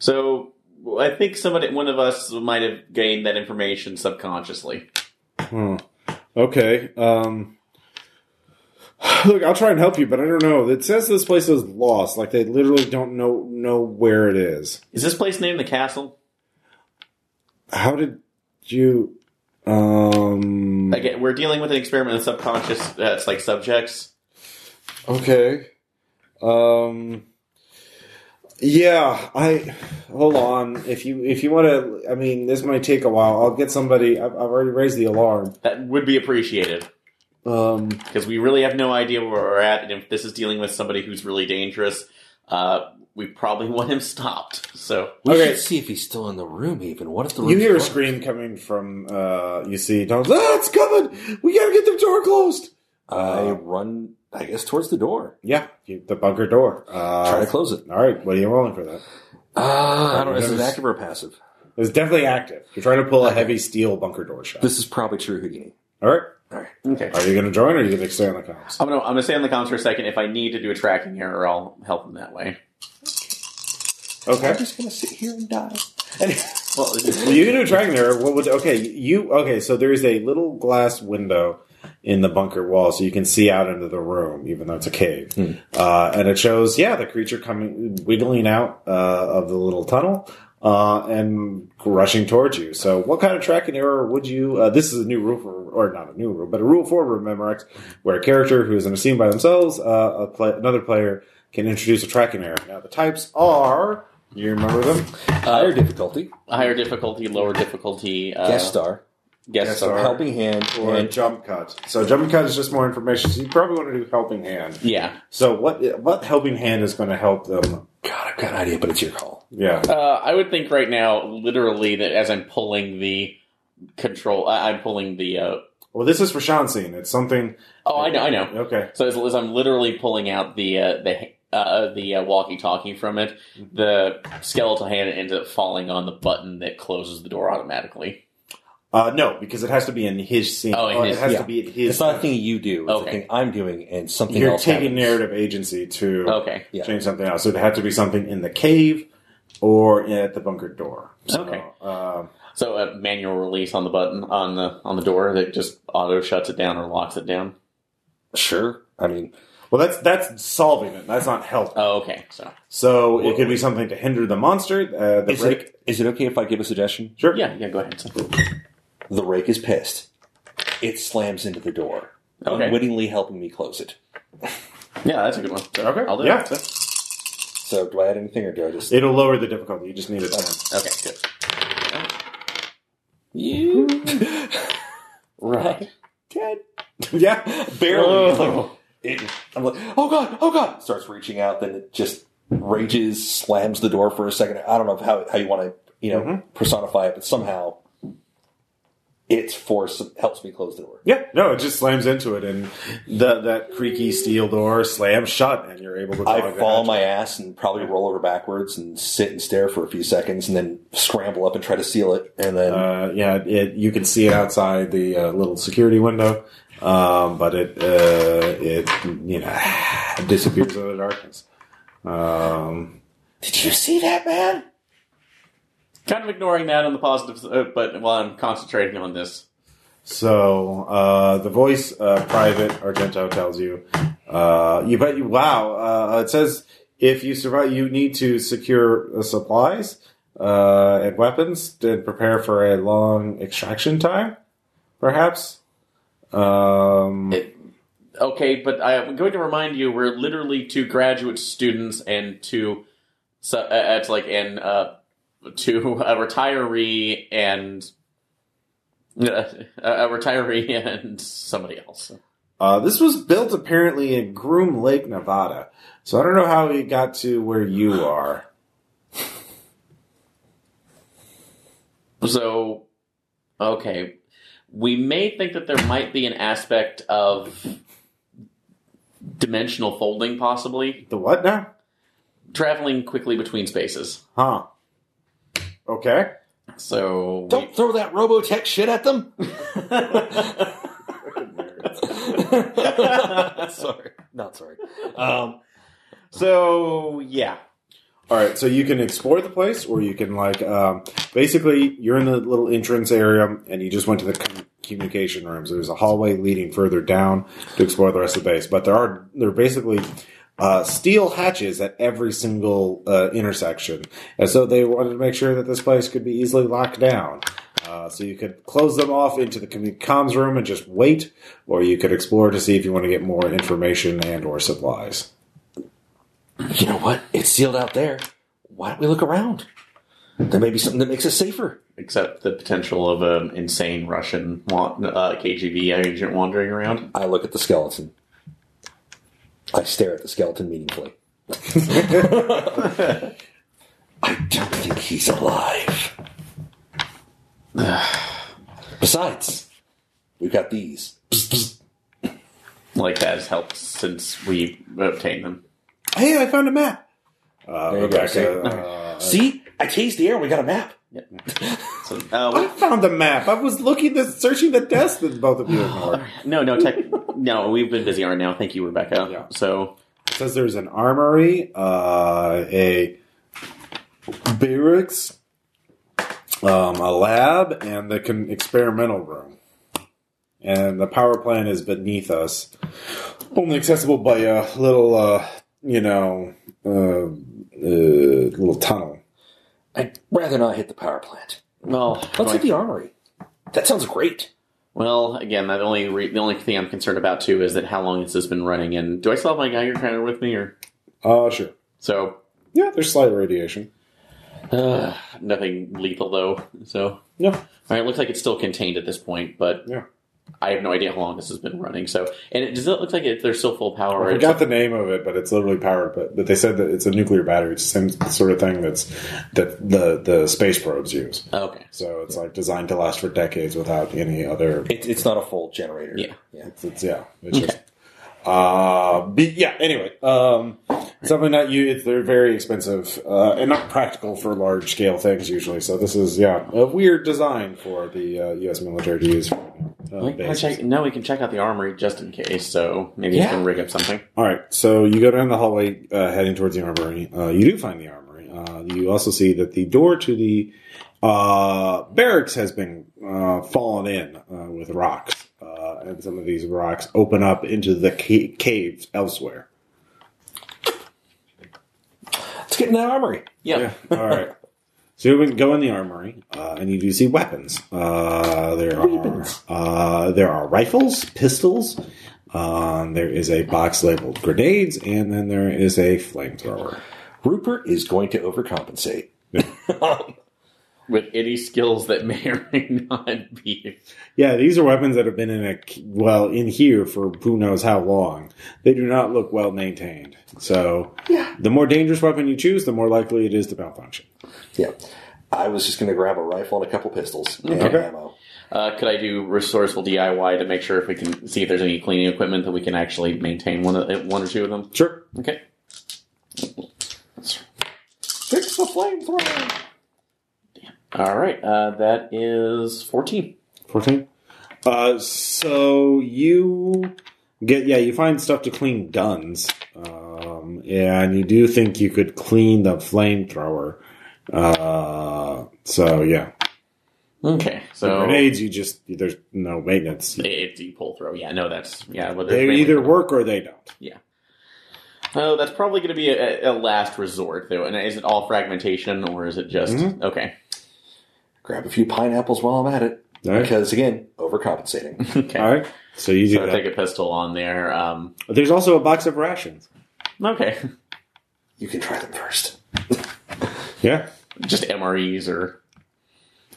Speaker 2: So I think somebody, one of us, might have gained that information subconsciously.
Speaker 1: Hmm. Okay. Um, look, I'll try and help you, but I don't know. It says this place is lost. Like they literally don't know know where it is.
Speaker 2: Is this place named the Castle?
Speaker 1: How did you? Um.
Speaker 2: Like we're dealing with an experiment in subconscious that's like subjects.
Speaker 1: Okay. Um. Yeah, I hold on. If you if you want to, I mean, this might take a while. I'll get somebody. I've, I've already raised the alarm.
Speaker 2: That would be appreciated
Speaker 1: Um.
Speaker 2: because we really have no idea where we're at, and if this is dealing with somebody who's really dangerous, uh, we probably want him stopped. So
Speaker 4: We
Speaker 1: Okay.
Speaker 4: should see if he's still in the room. Even what if the
Speaker 1: You
Speaker 4: room's
Speaker 1: hear a
Speaker 4: closed?
Speaker 1: scream coming from uh you see Donald ah, it's coming! We gotta get the door closed.
Speaker 4: I run, I guess, towards the door.
Speaker 1: Yeah, you, the bunker door. Uh,
Speaker 4: Try to close it.
Speaker 1: All right, what are you rolling for that?
Speaker 4: Uh, I don't know. Is
Speaker 1: That is-
Speaker 4: it active or passive?
Speaker 1: It's definitely active. You're trying to pull a heavy steel bunker door shut.
Speaker 4: This is probably true, Houdini.
Speaker 1: all right.
Speaker 2: okay,
Speaker 1: Are you gonna join or are you gonna stay on the comms?
Speaker 2: I'm gonna I'm gonna stay on the comms for a second. If I need to do a tracking error, I'll help him that way.
Speaker 1: Okay.
Speaker 4: just gonna sit here and die.
Speaker 2: Well,
Speaker 1: Well, you can do a tracking there. What would okay, you okay, so there is a little glass window in the bunker wall so you can see out into the room, even though it's a cave. Uh, and it shows, yeah, the creature coming wiggling out uh, of the little tunnel. Uh, and rushing towards you. So, what kind of tracking error would you? Uh, this is a new rule for, or not a new rule, but a rule for Remember, where a character who is in a scene by themselves, uh, a play, another player can introduce a tracking error. Now, the types are, you remember them?
Speaker 4: Higher Uh, difficulty,
Speaker 2: higher difficulty, lower difficulty, uh,
Speaker 4: guest star,
Speaker 2: guest
Speaker 1: guest
Speaker 2: star.
Speaker 1: star.
Speaker 4: helping hand,
Speaker 1: or
Speaker 4: and
Speaker 1: jump cut. So jump cut is just more information. So you probably want to do helping hand.
Speaker 2: Yeah.
Speaker 1: So what what helping hand is going to help them?
Speaker 4: God, I've got an idea, but it's your call.
Speaker 1: Yeah.
Speaker 2: Uh, I would think right now, literally, that as I'm pulling the control, I, I'm pulling the. Uh,
Speaker 1: Well, this is for Sean scene. It's something.
Speaker 2: oh, I know, I know.
Speaker 1: Okay.
Speaker 2: So as, as I'm literally pulling out the uh, the uh, the uh, walkie-talkie from it, the skeletal hand ends up falling on the button that closes the door automatically.
Speaker 1: Uh, no, because it has to be in his scene.
Speaker 2: Oh, in
Speaker 1: Uh,
Speaker 2: his-
Speaker 1: it has
Speaker 4: yeah.
Speaker 1: to be in his.
Speaker 4: It's not a thing you do. It's
Speaker 2: Okay.
Speaker 4: a thing I'm doing, and something
Speaker 1: You're
Speaker 4: else.
Speaker 1: taking
Speaker 4: happens.
Speaker 1: narrative agency to
Speaker 2: Okay.
Speaker 4: Oh, Yeah.
Speaker 1: change something else. So it had to be something in the cave or at the bunker door. So,
Speaker 2: Okay.
Speaker 1: Uh,
Speaker 2: So a manual release on the button on the on the door that just auto shuts it down or locks it down.
Speaker 4: Sure. I mean,
Speaker 1: well, that's that's solving it. That's not help.
Speaker 2: Oh, okay. So
Speaker 1: So it could be something to hinder the monster. Uh, the
Speaker 4: is
Speaker 1: break.
Speaker 4: it, is it okay if I give a suggestion?
Speaker 1: Sure.
Speaker 2: yeah, yeah. Go ahead. So-
Speaker 4: The rake is pissed. It slams into the door,
Speaker 2: Okay.
Speaker 4: unwittingly helping me close it.
Speaker 2: Yeah, that's a good one. So
Speaker 1: Okay.
Speaker 2: I'll do
Speaker 1: yeah.
Speaker 2: it.
Speaker 4: So, do I add anything, or do I just?
Speaker 1: It'll lower the difficulty. You just need a ten.
Speaker 2: Okay, good.
Speaker 4: You
Speaker 2: Right.
Speaker 4: dead?
Speaker 1: yeah.
Speaker 4: Barely. It's like,
Speaker 2: Oh.
Speaker 4: it, I'm like, oh god, oh god! Starts reaching out, then it just rages, slams the door for a second. I don't know how how you want to you know personify it, but somehow its force helps me close the door.
Speaker 1: Yeah. No, it just slams into it, and the, that creaky steel door slams shut, and you're able to.
Speaker 4: I
Speaker 1: jog the
Speaker 4: fall
Speaker 1: hatch.
Speaker 4: on my ass and probably roll over backwards and sit and stare for a few seconds, and then scramble up and try to seal it, and then
Speaker 1: Uh, yeah, it, you can see it outside the uh, little security window, um, but it uh, it you know disappears in the darkness. Um,
Speaker 4: did you see that man?
Speaker 2: Kind of ignoring that on the positive, uh, but while I'm concentrating on this,
Speaker 1: So uh, the voice, uh, Private Argento, tells you, uh, "You bet you wow." Uh, it says if you survive, you need to secure uh, supplies uh, and weapons and prepare for a long extraction time, perhaps. Um,
Speaker 2: It- okay, but I'm going to remind you, we're literally two graduate students and two, so, uh, uh, it's like an uh, two a retiree and uh, a retiree and somebody else.
Speaker 1: Uh, this was built apparently in Groom Lake, Nevada. So I don't know how it got to where you are.
Speaker 2: So, okay, we may think that there might be an aspect of dimensional folding, possibly
Speaker 1: The what now?
Speaker 2: traveling quickly between spaces.
Speaker 1: Huh. Okay.
Speaker 2: So, we-
Speaker 4: Don't throw that Robotech shit at them. sorry, not sorry. Um,
Speaker 2: so yeah.
Speaker 1: All right, so you can explore the place, or you can like um, basically you're in the little entrance area, and you just went to the com- communication rooms. There's a hallway leading further down to explore the rest of the base, but there are there are basically uh, steel hatches at every single uh, intersection, and so they wanted to make sure that this place could be easily locked down. Uh, so you could close them off into the commu- comms room and just wait, or you could explore to see if you want to get more information and or supplies.
Speaker 4: you know what? It's sealed out there. Why don't we look around? There may be something that makes us safer.
Speaker 2: except the potential of an insane Russian wa- uh, KGB agent wandering around.
Speaker 4: I look at the skeleton. I stare at the skeleton meaningfully. I don't think he's alive. Besides, we've got these.
Speaker 2: Like that has helped since we obtained them.
Speaker 1: Hey, Oh, I found a map. Uh,
Speaker 4: There you go,
Speaker 1: Rebecca,
Speaker 4: see?
Speaker 1: uh,
Speaker 4: See, I tased the air and we got a map.
Speaker 2: So, uh,
Speaker 1: I found the map. I was looking, this, searching the desk that both of you ignored.
Speaker 2: we- no, no, tech, no. We've been busy right now. Thank you, Rebecca.
Speaker 1: Yeah.
Speaker 2: So
Speaker 1: It says there's an armory, uh, a barracks, um, a lab, and the con- experimental room. And the power plant is beneath us, only accessible by a little, uh, you know, uh, uh, little tunnel.
Speaker 4: I'd rather not hit the power plant.
Speaker 2: well,
Speaker 4: Let's
Speaker 2: like-
Speaker 4: hit the armory. That sounds great.
Speaker 2: well, again, that only re- the only thing I'm concerned about too is that how long has this been running, and do I still have my Geiger counter with me, or
Speaker 1: Oh, sure.
Speaker 2: so
Speaker 1: Yeah, there's slight radiation.
Speaker 2: uh, nothing lethal though. So
Speaker 1: Yeah.
Speaker 2: All right, it looks like it's still contained at this point, but
Speaker 1: Yeah.
Speaker 2: I have no idea how long this has been running. So, and it does it look like it, they're still full power?
Speaker 1: I forgot the name of it, but it's literally powered. But, but they said that it's a nuclear battery. It's the same sort of thing that's that the the space probes use.
Speaker 2: Oh, okay,
Speaker 1: So it's like designed to last for decades without any other.
Speaker 4: It, it's not a full generator.
Speaker 2: Yeah.
Speaker 1: It's, it's yeah. It's just. Uh, but yeah. Anyway, um, something not you. It's, they're very expensive uh, and not practical for large scale things usually. So this is yeah a weird design for the uh, U.S. military to use. Uh,
Speaker 2: Like, let's
Speaker 1: bases.
Speaker 2: check- no, we can check out the armory just in case. So maybe we
Speaker 4: Yeah.
Speaker 2: can rig up something.
Speaker 1: All right, so you go down the hallway uh, heading towards the armory. Uh, you do find the armory. Uh, you also see that the door to the uh, barracks has been uh, fallen in uh, with rocks, uh, and some of these rocks open up into the ca- caves elsewhere.
Speaker 4: Let's get in that armory.
Speaker 2: Yeah.
Speaker 1: All right. So you would go in the armory, uh, and you do see weapons. Uh, there are uh, there are rifles, pistols. Um, there is a box labeled grenades, and then there is a flamethrower.
Speaker 4: Rupert is going to overcompensate.
Speaker 2: With any skills that may or may not be.
Speaker 1: Yeah, these are weapons that have been in a well in here for who knows how long. They do not look well maintained. So, the more dangerous weapon you choose, the more likely it is to malfunction.
Speaker 4: Yeah. I was just going to grab a rifle and a couple pistols and
Speaker 1: Okay.
Speaker 4: ammo.
Speaker 2: Uh, could I do resourceful DIY to make sure if we can see if there's any cleaning equipment that we can actually maintain one of, one or two of them?
Speaker 1: Sure.
Speaker 2: Okay.
Speaker 4: Fix the flamethrower.
Speaker 2: All right. Uh, that is fourteen.
Speaker 1: 14. Uh, so you get yeah, you find stuff to clean guns. Um, and you do think you could clean the flamethrower. Uh, so yeah.
Speaker 2: Okay,
Speaker 1: So
Speaker 2: so it,
Speaker 1: grenades, you just there's no maintenance.
Speaker 2: it's you pull throw. Yeah, no, that's yeah. Well,
Speaker 1: They either work or they don't.
Speaker 2: Oh, that's probably going to be a, a last resort, though. And is it all fragmentation, or is it just
Speaker 1: Mm-hmm.
Speaker 2: okay?
Speaker 4: Grab a few pineapples while I'm at it.
Speaker 1: All right.
Speaker 4: Because, again, overcompensating.
Speaker 2: Okay.
Speaker 1: All right. So you do
Speaker 2: So I
Speaker 1: that.
Speaker 2: take a pistol on there. Um,
Speaker 1: There's also a box of rations.
Speaker 2: okay,
Speaker 4: You can try them first.
Speaker 1: Yeah.
Speaker 2: just MREs, or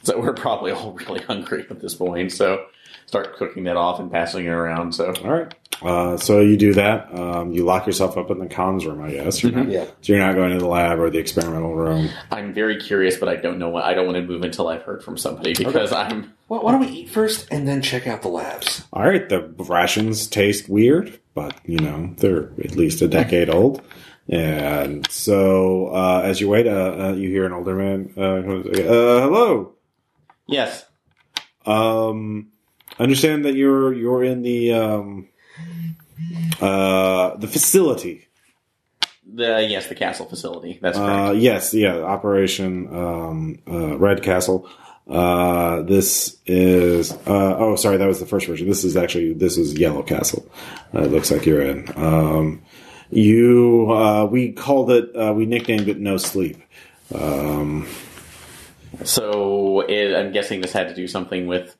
Speaker 2: so we're probably all really hungry at this point. So start cooking that off and passing it around. So
Speaker 1: All right. Uh, so you do that. Um, you lock yourself up in the comms room, I guess. You're not,
Speaker 4: Yeah.
Speaker 1: So you're not going to the lab or the experimental room.
Speaker 2: I'm very curious, but I don't know what I don't want to move until I've heard from somebody because I'm
Speaker 4: Well, why don't we eat first and then check out the labs?
Speaker 1: All right. The rations taste weird, but you know they're at least a decade old. And so uh, as you wait, uh, uh, you hear an older man. Uh, uh, hello.
Speaker 2: yes.
Speaker 1: Um, understand that you're you're in the um, uh, the facility.
Speaker 2: The yes, the castle facility. That's correct.
Speaker 1: Uh, yes, yeah, Operation um, uh, Red Castle. Uh, this is uh, oh, sorry, that was the first version. This is actually this is Yellow Castle. Uh, it looks like you're in. Um, you uh, we called it uh, we nicknamed it No Sleep.
Speaker 2: So it, I'm guessing this had to do something with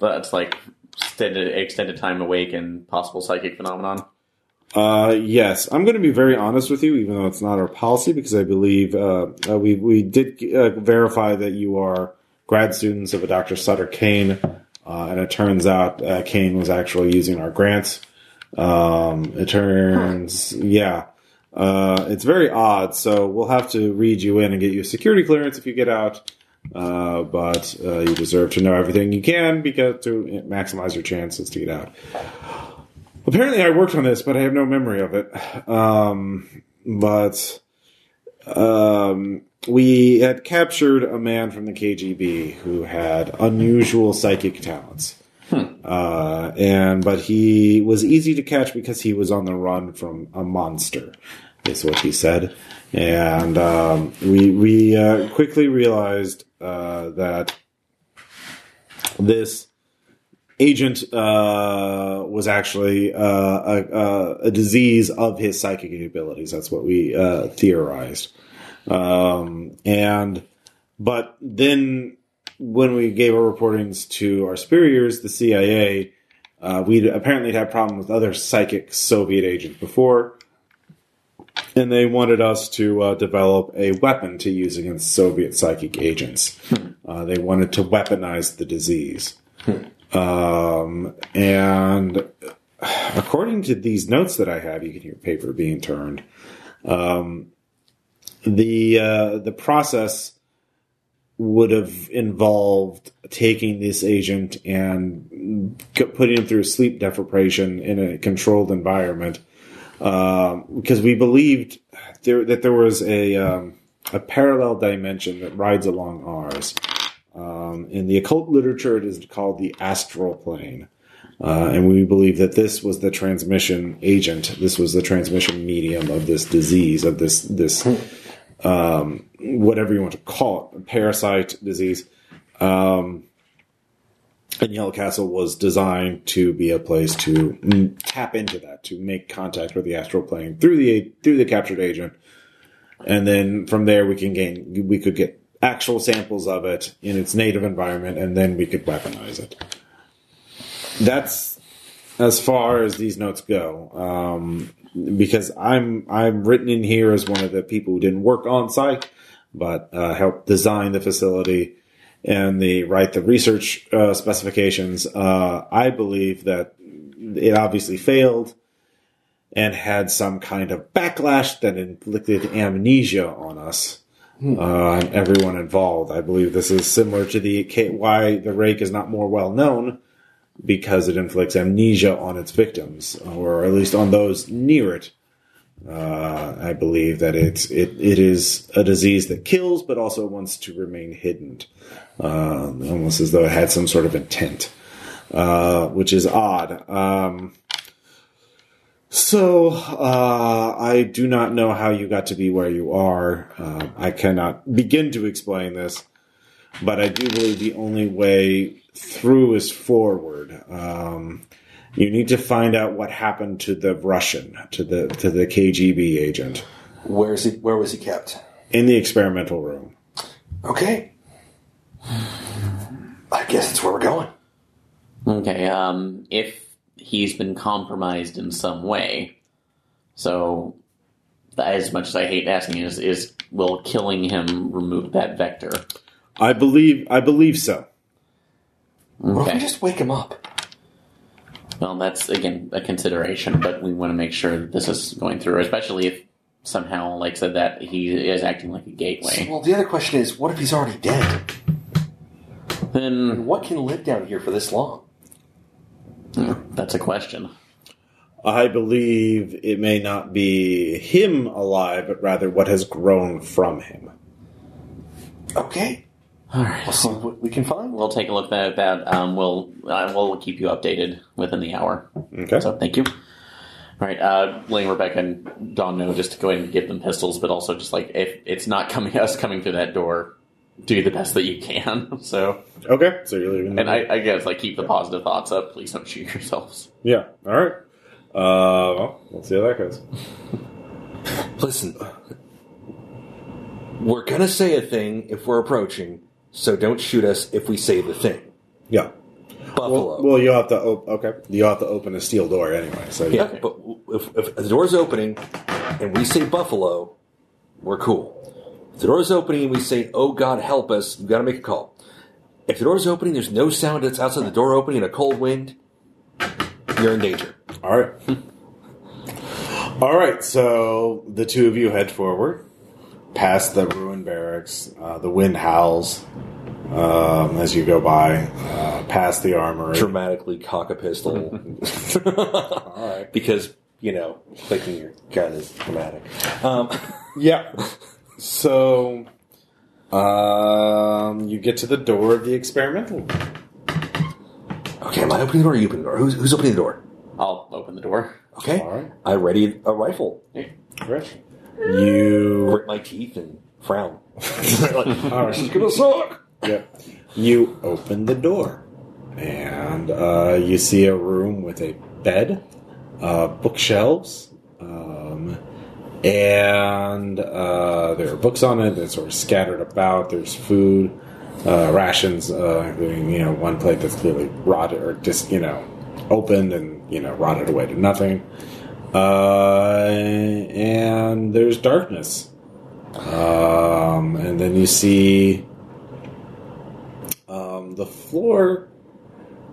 Speaker 2: that's like extended extended time awake and possible psychic phenomenon.
Speaker 1: Uh, yes, I'm going to be very honest with you, even though it's not our policy, because I believe uh, uh, we we did uh, verify that you are grad students of a Dr. Sutter Kane, uh, and it turns out uh, Kane was actually using our grants. Um, it turns, yeah, uh, it's very odd. So we'll have to read you in and get you a security clearance if you get out. Uh, but uh, you deserve to know everything you can because to maximize your chances to get out. Apparently, I worked on this, but I have no memory of it. Um, but um, we had captured a man from the KGB who had unusual psychic talents. Uh, and but he was easy to catch because he was on the run from a monster, is what he said. And um, we we uh, quickly realized uh, that this agent uh, was actually uh, a, a, a disease of his psychic abilities. That's what we uh, theorized. Um, and but then when we gave our reportings to our superiors, the CIA, uh, we apparently had problem with other psychic Soviet agents before. And they wanted us to uh, develop a weapon to use against Soviet psychic agents. Uh, they wanted to weaponize the disease. Um, and according to these notes that I have, you can hear paper being turned. Um, the uh, the process would have involved taking this agent and c- putting him through sleep deprivation in a controlled environment um, because we believed there, that there was a um, a parallel dimension that rides along ours. Um, in the occult literature, it is called the astral plane. Uh, and we believe that this was the transmission agent. This was the transmission medium of this disease, of this this um, whatever you want to call it, parasite disease. Um, and Yellow Castle was designed to be a place to mm, tap into that, to make contact with the astral plane through the through the captured agent, and then from there we can gain we could get actual samples of it in its native environment, and then we could weaponize it that's as far as these notes go um, because i'm i'm written in here as one of the people who didn't work on site but uh, helped design the facility and the write the research uh, specifications uh, i believe that it obviously failed and had some kind of backlash that inflicted amnesia on us uh, and everyone involved. I believe this is similar to the K- why the rake is not more well known because it inflicts amnesia on its victims, or at least on those near it. Uh, I believe that it's it, it is a disease that kills, but also wants to remain hidden, uh, almost as though it had some sort of intent, uh, which is odd. Um, so uh, I do not know how you got to be where you are. Uh, I cannot begin to explain this. but I do believe the only way through is forward. Um, you need to find out what happened to the Russian, to the to the KGB agent
Speaker 3: Where's he? Where was he kept?
Speaker 1: in the experimental room.
Speaker 3: Okay. I guess that's where we're going.
Speaker 2: Okay, um, if he's been compromised in some way, so as much as I hate asking, is is will killing him remove that vector?
Speaker 1: I believe I believe so.
Speaker 3: Or if
Speaker 2: Okay,
Speaker 3: we just wake him up?
Speaker 2: well, that's again a consideration, but we want to make sure that this is going through, especially if somehow, like I said, that he is acting like a gateway.
Speaker 3: Well, the other question is, what if he's already dead?
Speaker 2: Then
Speaker 3: What can live down here for this long?
Speaker 2: that's a question.
Speaker 1: I believe it may not be him alive, but rather what has grown from him.
Speaker 3: Okay.
Speaker 2: All right.
Speaker 3: We'll see what we can find.
Speaker 2: We'll take a look at that. Um, we'll uh, we'll keep you updated within the hour.
Speaker 1: Okay.
Speaker 2: So thank you. All right, uh, letting Rebecca and Don know just to go ahead and give them pistols, but also just like if it's not coming us coming through that door, do the best that you can. So,
Speaker 1: Okay. So you're leaving.
Speaker 2: and I, I guess like keep the positive thoughts up. Please don't shoot yourselves.
Speaker 1: Yeah. All right. Uh, well, we'll see how that goes.
Speaker 4: Listen, we're gonna say a thing if we're approaching, so don't shoot us if we say the thing.
Speaker 1: Yeah.
Speaker 4: Buffalo.
Speaker 1: Well, well, you'll have to. Op- okay. You'll have to open a steel door anyway. So
Speaker 4: yeah,
Speaker 2: okay.
Speaker 4: but w- if, if the door's opening and we say Buffalo, we're cool. If the door's opening and we say, "Oh God, help us," you got to make a call. If the door's opening, there's no sound that's outside the door opening and a cold wind. You're in danger.
Speaker 1: All right. All right. So the two of you head forward, past the ruined barracks. Uh, the wind howls um, as you go by, uh, past the armory.
Speaker 4: Dramatically cock a pistol
Speaker 1: All right.
Speaker 4: because you know clicking your gun is dramatic. Um,
Speaker 1: Yeah. So, um, you get to the door of the experimental.
Speaker 4: okay, am I opening the door? Or you opening the door? Who's, who's opening the door?
Speaker 2: I'll open the door.
Speaker 4: Okay,
Speaker 1: All right.
Speaker 4: I ready a rifle.
Speaker 1: Right. You
Speaker 4: Grit my teeth and frown.
Speaker 1: All right.
Speaker 4: It's gonna suck.
Speaker 1: Yeah. You open the door, and uh, you see a room with a bed, uh, bookshelves, um, and uh, there are books on it that sort of scattered about. There's food, uh, rations, uh, including you know one plate that's clearly rotted or just you know opened and you know rotted away to nothing. Uh, and there's darkness. Um, and then you see um, the floor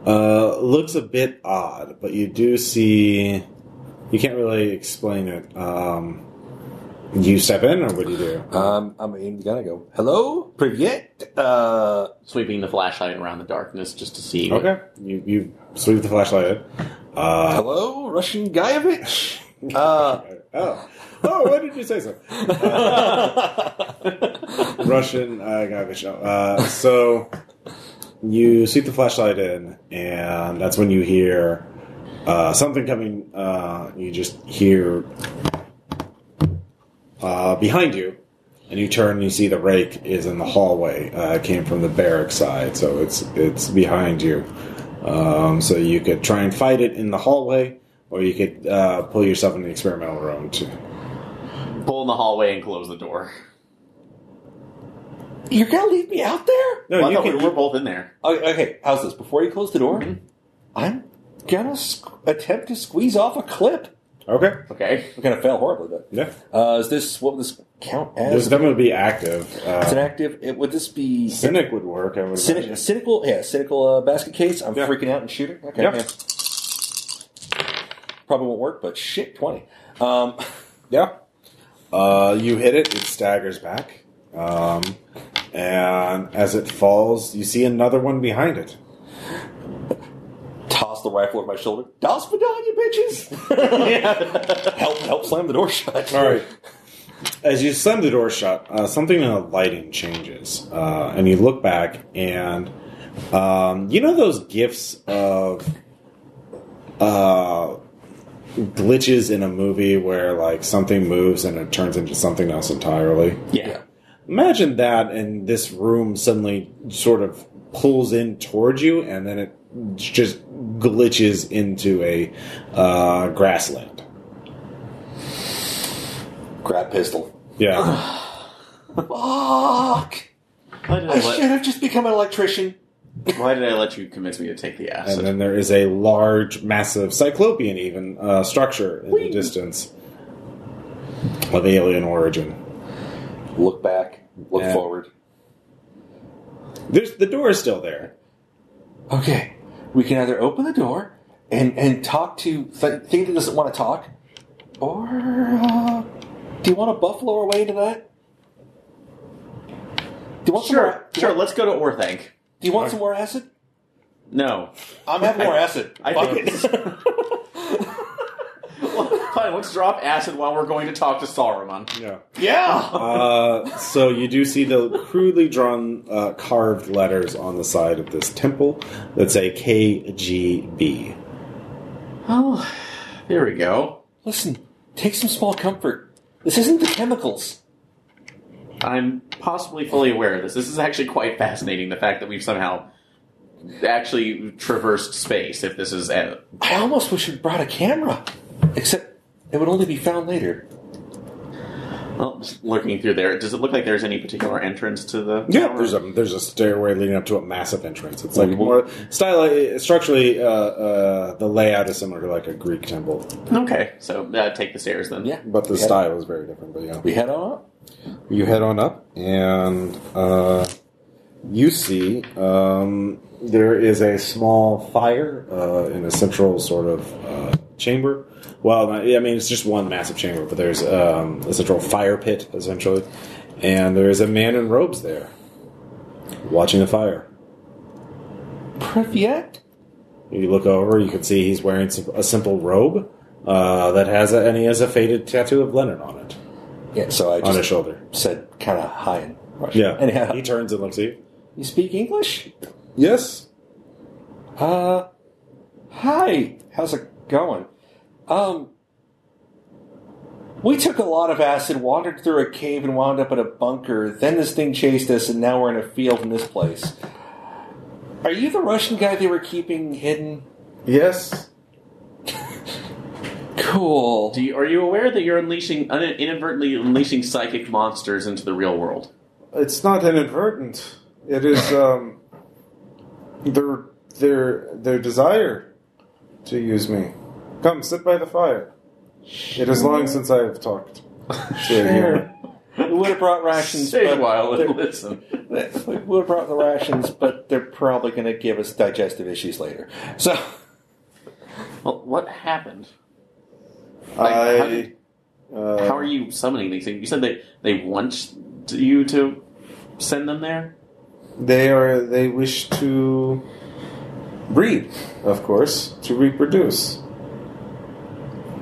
Speaker 1: uh, looks a bit odd, but you do see. You can't really explain it. Um, you step in, or what do you do?
Speaker 4: Um, I mean, you gotta go. Hello, Privyet. Uh,
Speaker 2: Sweeping the flashlight around the darkness just to see. what-
Speaker 1: okay, you you sweep the flashlight in. Uh,
Speaker 4: hello, Russian Guyevich. Uh,
Speaker 1: oh, oh, why did you say so? Uh, Russian uh, guy. Uh, so you sweep the flashlight in, and that's when you hear uh, something coming. Uh, you just hear uh, behind you, and you turn and you see the rake is in the hallway. Uh, it came from the barrack side, so it's it's behind you. Um, so you could try and fight it in the hallway, or you could uh, pull yourself in the experimental room too.
Speaker 2: Pull in the hallway and close the door.
Speaker 3: You're gonna leave me out there?
Speaker 1: No,
Speaker 2: Well, I
Speaker 1: you
Speaker 2: thought
Speaker 1: can.
Speaker 2: we were both in there.
Speaker 3: Okay, okay, how's this? Before you close the door,
Speaker 4: Mm-hmm.
Speaker 3: I'm gonna squ- attempt to squeeze off a clip.
Speaker 1: Okay.
Speaker 2: Okay.
Speaker 3: I'm gonna fail horribly, but
Speaker 1: Yeah.
Speaker 3: uh, is this what would this count
Speaker 1: This
Speaker 3: as?
Speaker 1: definitely be active.
Speaker 3: It's an
Speaker 1: Uh,
Speaker 3: active. It, would this be
Speaker 1: cynic would work. I would
Speaker 3: cynic,
Speaker 1: imagine.
Speaker 3: cynical? Yeah, cynical uh, basket case. I'm
Speaker 1: Yeah.
Speaker 3: freaking out and shooting. Okay,
Speaker 1: Yeah.
Speaker 3: yeah. probably won't work, but shit, twenty. Um,
Speaker 1: Yeah. Uh, you hit it. It staggers back, um, and as it falls, you see another one behind it.
Speaker 3: toss the rifle over my shoulder. Das Vidal, you bitches! help! Help! Slam the door shut.
Speaker 1: All right. As you slam the door shut, uh, something in the lighting changes, uh, and you look back, and um, you know those gifs of uh, glitches in a movie where like something moves and it turns into something else entirely.
Speaker 2: Yeah.
Speaker 4: Yeah.
Speaker 5: Imagine that, and this room suddenly sort of pulls in towards you, and then it just glitches into a uh, grassland.
Speaker 4: Grab pistol.
Speaker 5: Yeah.
Speaker 4: Fuck!
Speaker 2: Why did
Speaker 4: I
Speaker 2: I
Speaker 4: should
Speaker 2: let,
Speaker 4: have just become an electrician.
Speaker 2: why did I let you convince me to take the
Speaker 5: and
Speaker 2: acid?
Speaker 5: then there is a large, massive cyclopean, even uh, structure in the distance of alien origin.
Speaker 4: Look back. Look
Speaker 5: Yeah.
Speaker 4: forward.
Speaker 5: There's the door is still there.
Speaker 4: Okay, we can either open the door and and talk to th- thing that doesn't want to talk, or uh, do you want to buffalo our way into that? Do you want some
Speaker 2: sure,
Speaker 4: more?
Speaker 2: sure. Let's go to Orthanc.
Speaker 4: Do you want some more acid?
Speaker 2: No,
Speaker 4: I'm having more acid.
Speaker 2: I
Speaker 4: Fuck
Speaker 2: think
Speaker 4: it.
Speaker 2: fine. Let's drop acid while we're going to talk to Saruman.
Speaker 5: Yeah.
Speaker 4: yeah.
Speaker 5: Uh, so you do see the crudely drawn, uh, carved letters on the side of this temple that say KGB.
Speaker 2: Oh, there we go.
Speaker 4: Listen, take some small comfort. This isn't the chemicals.
Speaker 2: I'm possibly fully aware of this. This is actually quite fascinating. The fact that we've somehow actually traversed space. If this is uh, a,
Speaker 4: I almost wish we'd brought a camera, except it would only be found later.
Speaker 2: well, just looking through there, does it look like there's any particular entrance to the?
Speaker 5: Yeah,
Speaker 2: tower?
Speaker 5: there's a there's a stairway leading up to a massive entrance. It's like more style structurally uh, uh, the layout is similar to like a Greek temple,
Speaker 2: Okay, so uh, take the stairs then.
Speaker 4: Yeah.
Speaker 5: but the
Speaker 4: Yeah.
Speaker 5: style is very different. But yeah,
Speaker 4: We head on up.
Speaker 5: you head on up and uh, you see um, there is a small fire uh, in a central sort of uh, chamber. Well, not- I mean it's just one massive chamber, but there's um, a central fire pit essentially, and there is a man in robes there, watching the fire.
Speaker 4: Privyet?
Speaker 5: You look over, you can see he's wearing sim- a simple robe uh, that has a, and he has a faded tattoo of Leonard on it,
Speaker 4: Yeah, so I
Speaker 5: on
Speaker 4: just
Speaker 5: his shoulder.
Speaker 4: said kind of high and Russian.
Speaker 5: Yeah.
Speaker 4: Anyhow,
Speaker 5: He turns and looks at you.
Speaker 4: you speak English?
Speaker 5: Yes.
Speaker 4: Uh, hi. How's it going? Um, we took a lot of acid, wandered through a cave, and wound up in a bunker. Then this thing chased us, and now we're in a field in this place. Are you the Russian guy they were keeping hidden?
Speaker 5: Yes.
Speaker 4: Cool.
Speaker 2: Do you, are you aware that you're unleashing un- inadvertently unleashing psychic monsters into the real world?
Speaker 5: It's not inadvertent. It is um, their their their desire to use me. Come sit by the fire. It is long since I have talked.
Speaker 4: Sure. we would have brought rations.
Speaker 2: Stay a
Speaker 4: but
Speaker 2: while and
Speaker 4: they're-
Speaker 2: listen.
Speaker 4: We would have brought the rations, but they're probably going to give us digestive issues later. So,
Speaker 2: Well, what happened? Like, how,
Speaker 5: I.
Speaker 2: did-
Speaker 5: Uh,
Speaker 2: how are you summoning these things? You said they they want you to send them there.
Speaker 5: They are. They wish to breed, of course, to reproduce.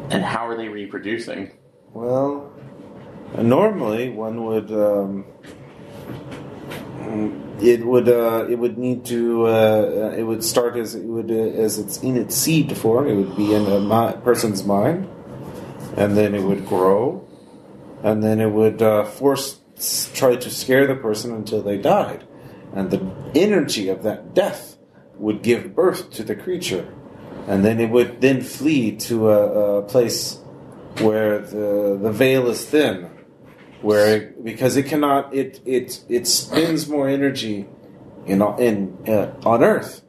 Speaker 2: And how are they reproducing?
Speaker 5: Well, normally one would. Um, it would. Uh, it would need to. Uh, it would start as it would uh, as it's in its seed form. It would be in a mi- person's mind, and then it would grow, and then it would uh, force s- try to scare the person until they died, and the energy of that death would give birth to the creature, and then it would then flee to a, a place where the the veil is thin, where it, because it cannot it it it spends more energy in in uh, on Earth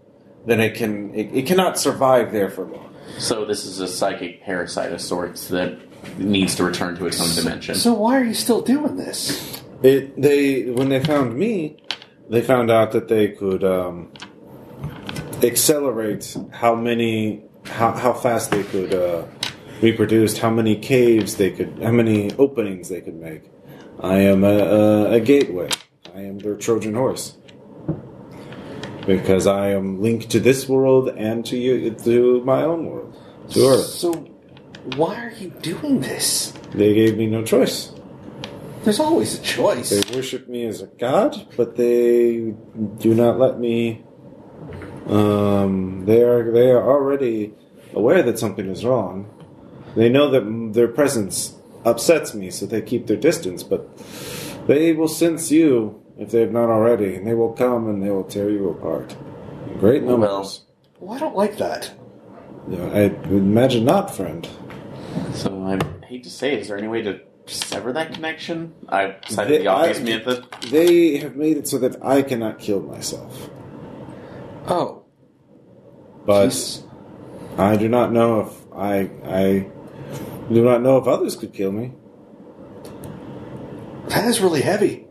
Speaker 5: than it can it, it cannot survive there for long.
Speaker 2: So this is a psychic parasite of sorts that needs to return to its own dimension.
Speaker 4: so why are you still doing this?
Speaker 5: It they when they found me, they found out that they could um, accelerate how many how how fast they could uh, reproduce, how many caves they could, how many openings they could make. I am a, a, a gateway. I am their Trojan horse because I am linked to this world and to you to my own world to Earth.
Speaker 4: So, why are you doing this?
Speaker 5: They gave me no choice.
Speaker 4: There's always a
Speaker 5: They
Speaker 4: choice.
Speaker 5: worship me as a god, but they do not let me. Um, they are they are already aware that something is wrong. They know that m- their presence upsets me, so they keep their distance. But
Speaker 1: They will sense you if they have not already, and they will come and they will tear you apart. In great numbers.
Speaker 4: Well, I don't like that.
Speaker 1: Yeah, I would imagine not, friend.
Speaker 2: So I hate to say it. Is there any way to sever that connection? I cited
Speaker 1: They-
Speaker 2: the obvious
Speaker 1: I-
Speaker 2: method.
Speaker 1: They have made it so that I cannot kill myself.
Speaker 4: Oh,
Speaker 1: But
Speaker 4: Jesus.
Speaker 1: I do not know if I I do not know if others could kill me.
Speaker 4: that is really heavy.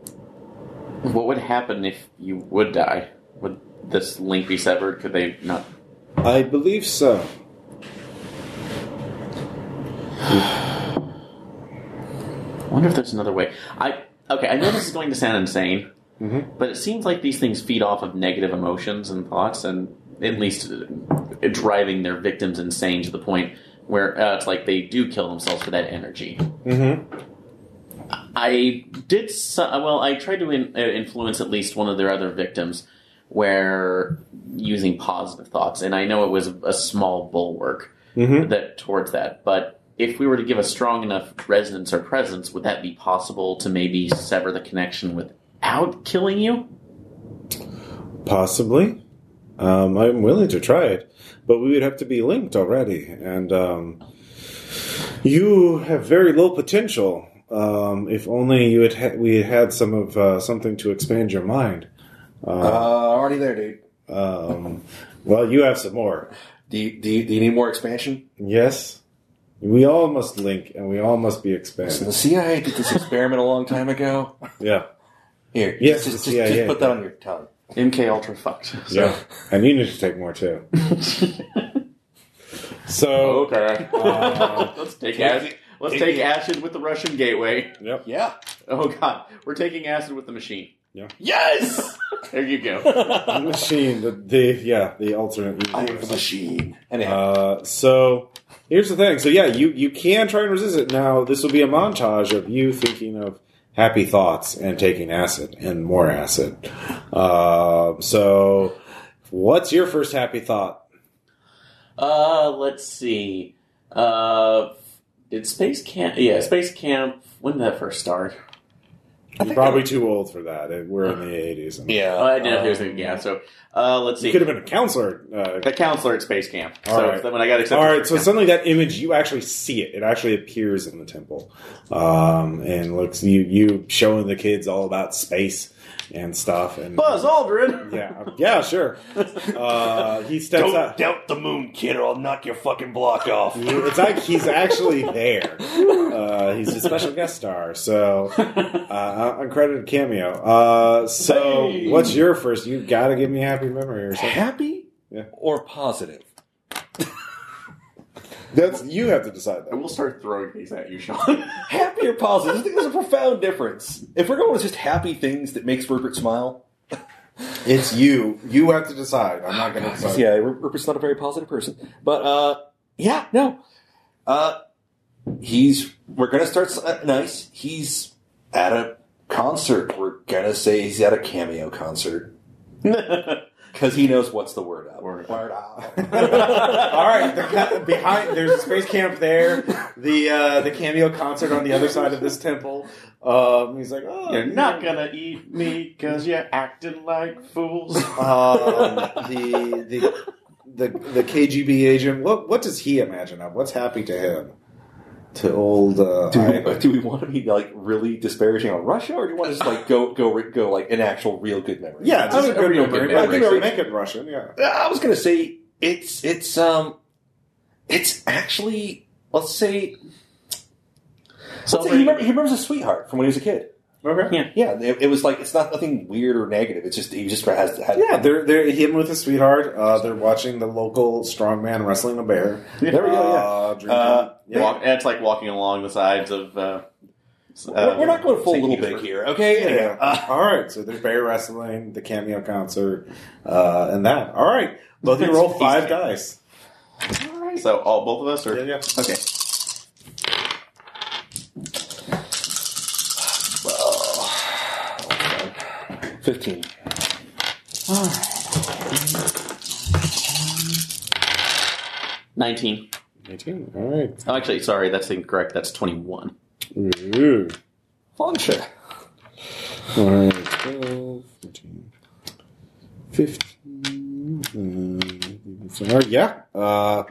Speaker 2: What would happen if you would die? Would this link be severed? Could they not?
Speaker 1: I believe so.
Speaker 2: I wonder if there's another way. I okay. I know this is going to sound insane, but it seems like these things feed off of negative emotions and thoughts, and at least uh, driving their victims insane to the point where uh, it's like they do kill themselves for that energy.
Speaker 1: Mm-hmm.
Speaker 2: I did. So, well, I tried to in, uh, influence at least one of their other victims, where using positive thoughts, and I know it was a small bulwark
Speaker 1: Mhm.
Speaker 2: that towards that. But if we were to give a strong enough resonance or presence, would that be possible to maybe sever the connection without killing you?
Speaker 1: Possibly. Um, I'm willing to try it, but we would have to be linked already, and um, you have very low potential. Um, if only you had ha- we had had some of uh, something to expand your mind. Uh-huh.
Speaker 4: Uh, already there, dude.
Speaker 1: Um, well, you have some more.
Speaker 4: Do you, do you, do you need more expansion?
Speaker 1: Yes, we all must link, and we all must be
Speaker 4: Listen,
Speaker 1: expanded.
Speaker 4: the CIA did this experiment a long time ago.
Speaker 1: Yeah,
Speaker 4: Here,
Speaker 1: Yes,
Speaker 4: just, just,
Speaker 1: the CIA.
Speaker 4: just put that on your tongue.
Speaker 2: MK Ultra fucked.
Speaker 1: yeah, and you need to take more too.
Speaker 2: Oh.
Speaker 1: So
Speaker 2: Okay. let's take acid. Let's take acid with the Russian gateway.
Speaker 4: Yeah.
Speaker 2: Oh God, we're taking acid with the machine.
Speaker 4: Yes.
Speaker 2: There you go.
Speaker 1: the machine, the, the yeah, the alternate. universe.
Speaker 4: machine. Anyhow,
Speaker 1: Uh, so here's the thing. So yeah, you you can try and resist it. Now this will be a montage of you thinking of happy thoughts and taking acid and more acid. Uh, so what's your first happy thought?
Speaker 2: Uh, let's see. Uh, did space camp? Yeah, space camp. When did that first start?
Speaker 1: You're probably too old for that. It- We're in the eighties.
Speaker 4: yeah.
Speaker 2: Oh, I didn't know if there was
Speaker 4: um,
Speaker 2: a yeah. So, uh, let's
Speaker 1: You
Speaker 2: see.
Speaker 1: could have been a counselor. Uh,
Speaker 2: a counselor at space camp.
Speaker 1: All
Speaker 2: so
Speaker 1: right.
Speaker 2: then when I got accepted,
Speaker 1: all
Speaker 2: for
Speaker 1: right, so
Speaker 2: camp-
Speaker 1: suddenly that image, you actually see it. It actually appears in the temple, um, and looks you you showing the kids all about space and stuff. And
Speaker 2: Buzz Oh, Aldrin.
Speaker 1: Yeah, yeah, sure. Uh, he steps out.
Speaker 4: doubt the moon, kid, or I'll knock your fucking block off.
Speaker 1: It's like he's actually there. Uh, he's a special guest star, so uh, uncredited cameo. Uh, so,
Speaker 2: Hey.
Speaker 1: what's your first? You gotta give me a happy memory or something.
Speaker 4: Happy
Speaker 1: Yeah.
Speaker 4: or positive?
Speaker 1: That's you have to decide
Speaker 2: And
Speaker 1: that.
Speaker 2: we'll start throwing these at you, Sean.
Speaker 4: Happy or positive? I think there's a profound difference. If we're going with just happy things that makes Rupert smile,
Speaker 1: It's you. You have to decide. I'm not gonna
Speaker 4: So,
Speaker 1: decide.
Speaker 4: yeah, Ru- Rupert's not a very positive person. But uh, yeah, no, uh, he's we're gonna start s- uh, nice. He's at a concert. We're gonna say he's at a cameo concert because he knows what's the word up.
Speaker 2: Word up.
Speaker 1: All right, the, ca- behind there's a space camp there. The uh, the cameo concert on the other side of this temple. Um, he's like, oh,
Speaker 2: You're not gonna eat me because you're acting like fools.
Speaker 1: um, the the the the KGB agent. What what does he imagine of? What's happy to him? To old uh,
Speaker 4: Do,
Speaker 1: I-
Speaker 4: do we want to be like really disparaging on Russia, or do you want to just like go go re- go like an actual real good memory?
Speaker 1: yeah,
Speaker 2: I
Speaker 1: just
Speaker 2: would-
Speaker 1: a good
Speaker 2: I would-
Speaker 1: memory.
Speaker 2: I
Speaker 1: I
Speaker 2: would-
Speaker 1: think they would make it Russian. Yeah,
Speaker 4: Uh, I was gonna say it's it's um it's actually let's say
Speaker 2: so
Speaker 4: he, remember, he remembers his sweetheart from when he was a kid.
Speaker 1: okay.
Speaker 2: Yeah.
Speaker 4: Yeah, it, it was like it's not nothing weird or negative. It's just he just has had
Speaker 1: Yeah, they're they're him with his sweetheart. Uh, they're watching the local strongman wrestling a bear.
Speaker 4: There we go. Yeah,
Speaker 1: Uh, drinking-
Speaker 4: Uh,
Speaker 1: yeah.
Speaker 2: Walk, it's like walking along the sides of. Uh,
Speaker 4: We're- we're not going full
Speaker 2: Saint
Speaker 4: little
Speaker 2: Petersburg.
Speaker 4: big here, okay?
Speaker 1: Yeah.
Speaker 4: Anyhow, uh,
Speaker 1: All right. So there's bear wrestling, the cameo concert, uh, and that. All right. Both of you roll five dice.
Speaker 2: So all both of us are
Speaker 1: Yeah, yeah.
Speaker 2: okay.
Speaker 4: Fifteen.
Speaker 2: Nineteen.
Speaker 1: 18. All right.
Speaker 2: Oh, actually, sorry, that's incorrect. That's twenty-one.
Speaker 1: Ooh.
Speaker 4: Launcher.
Speaker 5: Alright, 12, 14, 15. uh, alright, Mm-hmm. yeah. Uh,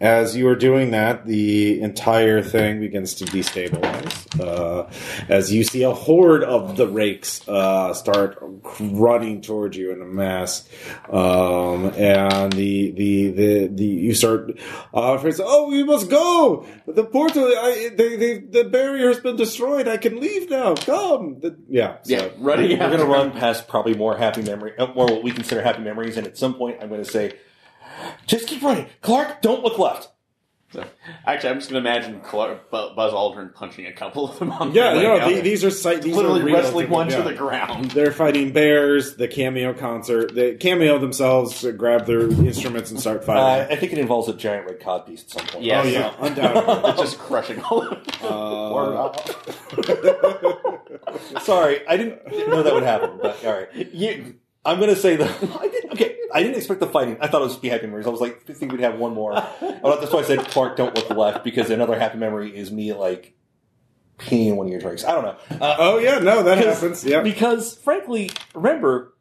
Speaker 5: as you are doing that, the entire thing begins to destabilize. Uh, as you see a horde of the rakes uh, start running towards you in a mass, um, and the, the the the you start uh, first, oh, we must go. The portal, I, they, they, the barrier has been destroyed. I can leave now. Come, The- yeah, so-
Speaker 2: Yeah, running
Speaker 4: We're
Speaker 2: after
Speaker 4: going to run past probably more happy memory, uh, more what we consider happy memories, and at some point I'm going to say, "Just keep running, Clark. Don't look left."
Speaker 2: Actually, I'm just going to imagine Clark, Bu- Buzz Aldrin punching a couple of them. On
Speaker 5: Yeah,
Speaker 2: the way
Speaker 5: no,
Speaker 2: out.
Speaker 5: the- these are sight. These are
Speaker 2: literally
Speaker 5: real
Speaker 2: wrestling
Speaker 5: things,
Speaker 2: one
Speaker 5: yeah.
Speaker 2: to the ground.
Speaker 5: They're fighting bears. The cameo concert. The cameo themselves grab their instruments and start
Speaker 4: Uh,
Speaker 5: fighting.
Speaker 4: I think it involves a giant red cod piece at some point.
Speaker 2: Yeah.
Speaker 5: oh yeah, undoubtedly.
Speaker 2: It's just crushing all of them.
Speaker 5: Uh,
Speaker 4: Sorry, I didn't, didn't know that would happen. But all right,
Speaker 2: You,
Speaker 4: I'm going to say the. I didn't, okay, I didn't expect the fighting. I thought it was be happy memories. I was like, I think we'd have one more. Well, that's why I said Clark, don't look left because another happy memory is me like peeing in one of your drinks. I don't know. Uh,
Speaker 5: oh yeah, no, that happens. Yeah,
Speaker 4: Because frankly, remember,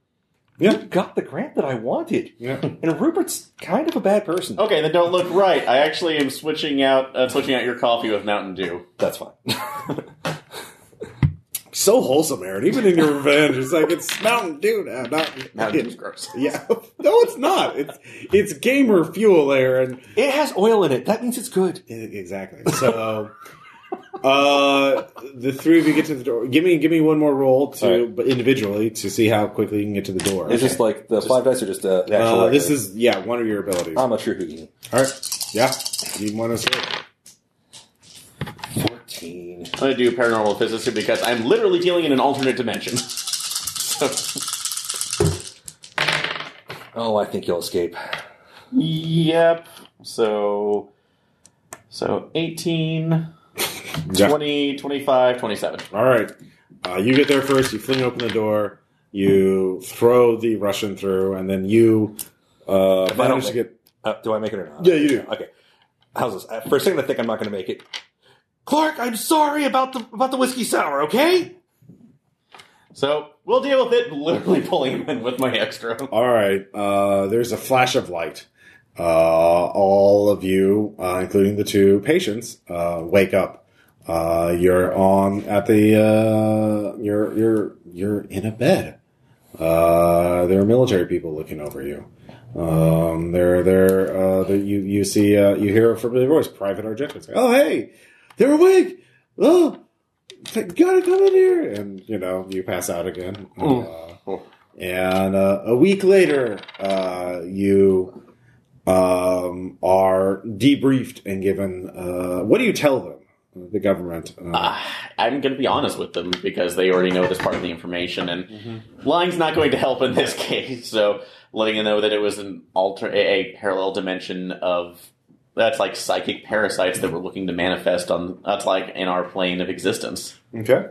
Speaker 5: Yeah.
Speaker 4: you got the grant that I wanted.
Speaker 5: yeah. Oh.
Speaker 4: And Rupert's kind of a bad person.
Speaker 2: okay, then don't look right. I actually am switching out uh, switching out your coffee with Mountain Dew.
Speaker 4: That's fine.
Speaker 5: So wholesome, Aaron. Even in your revenge, it's like it's Mountain Dew now. Not
Speaker 2: Mountain Dew's gross.
Speaker 5: Yeah, no, it's not. It's it's gamer fuel, Aaron.
Speaker 4: It has oil in it. That means it's good.
Speaker 5: I- Exactly. So, uh, the three of you get to the door. Give me, give me one more roll
Speaker 4: All
Speaker 5: to but individually to see how quickly you can get to the door.
Speaker 4: It's just like the five dice are just uh, the actual.
Speaker 5: Uh, this is yeah, one of your abilities.
Speaker 4: I'm not sure who.
Speaker 5: All right, yeah, you want to see.
Speaker 4: Fourteen.
Speaker 2: I'm going to do paranormal physics here because I'm literally dealing in an alternate dimension.
Speaker 4: Oh, I think you'll escape.
Speaker 2: Yep. So so 18,
Speaker 5: Yeah.
Speaker 2: 20, 25, 27.
Speaker 5: All right, uh, you get there first. You fling open the door. You throw the Russian through, and then you uh,
Speaker 4: I don't
Speaker 5: manage
Speaker 4: make-
Speaker 5: to get.
Speaker 4: Uh, do I make it or not?
Speaker 5: Yeah, you do.
Speaker 4: Okay. How's this? Uh, for a second, I think I'm not going to make it. Clark, I'm sorry about the about the whiskey sour. Okay.
Speaker 2: So we'll deal with it literally pulling him in with my extra.
Speaker 5: All right, uh, there's a flash of light. Uh, all of you, uh, including the two patients, uh, wake up. Uh, you're on at the. Uh, you're you're you're in a bed. Uh, there are military people looking over you. Um, they're they're uh, they- you you see uh, you hear a familiar voice, Private Argento. It's like, oh hey, they're awake. Oh, they gotta come in here, and you know you pass out again. Uh, and uh, a week later, uh, you um, are debriefed and given. Uh, what do you tell them? The government. Uh,
Speaker 2: Uh, I'm going to be honest with them because they already know this part of the information, and lying's not going to help in this case. So letting them know that it was an alter, a, a parallel dimension of that's like psychic parasites that were looking to manifest on that's like in our plane of existence.
Speaker 5: okay.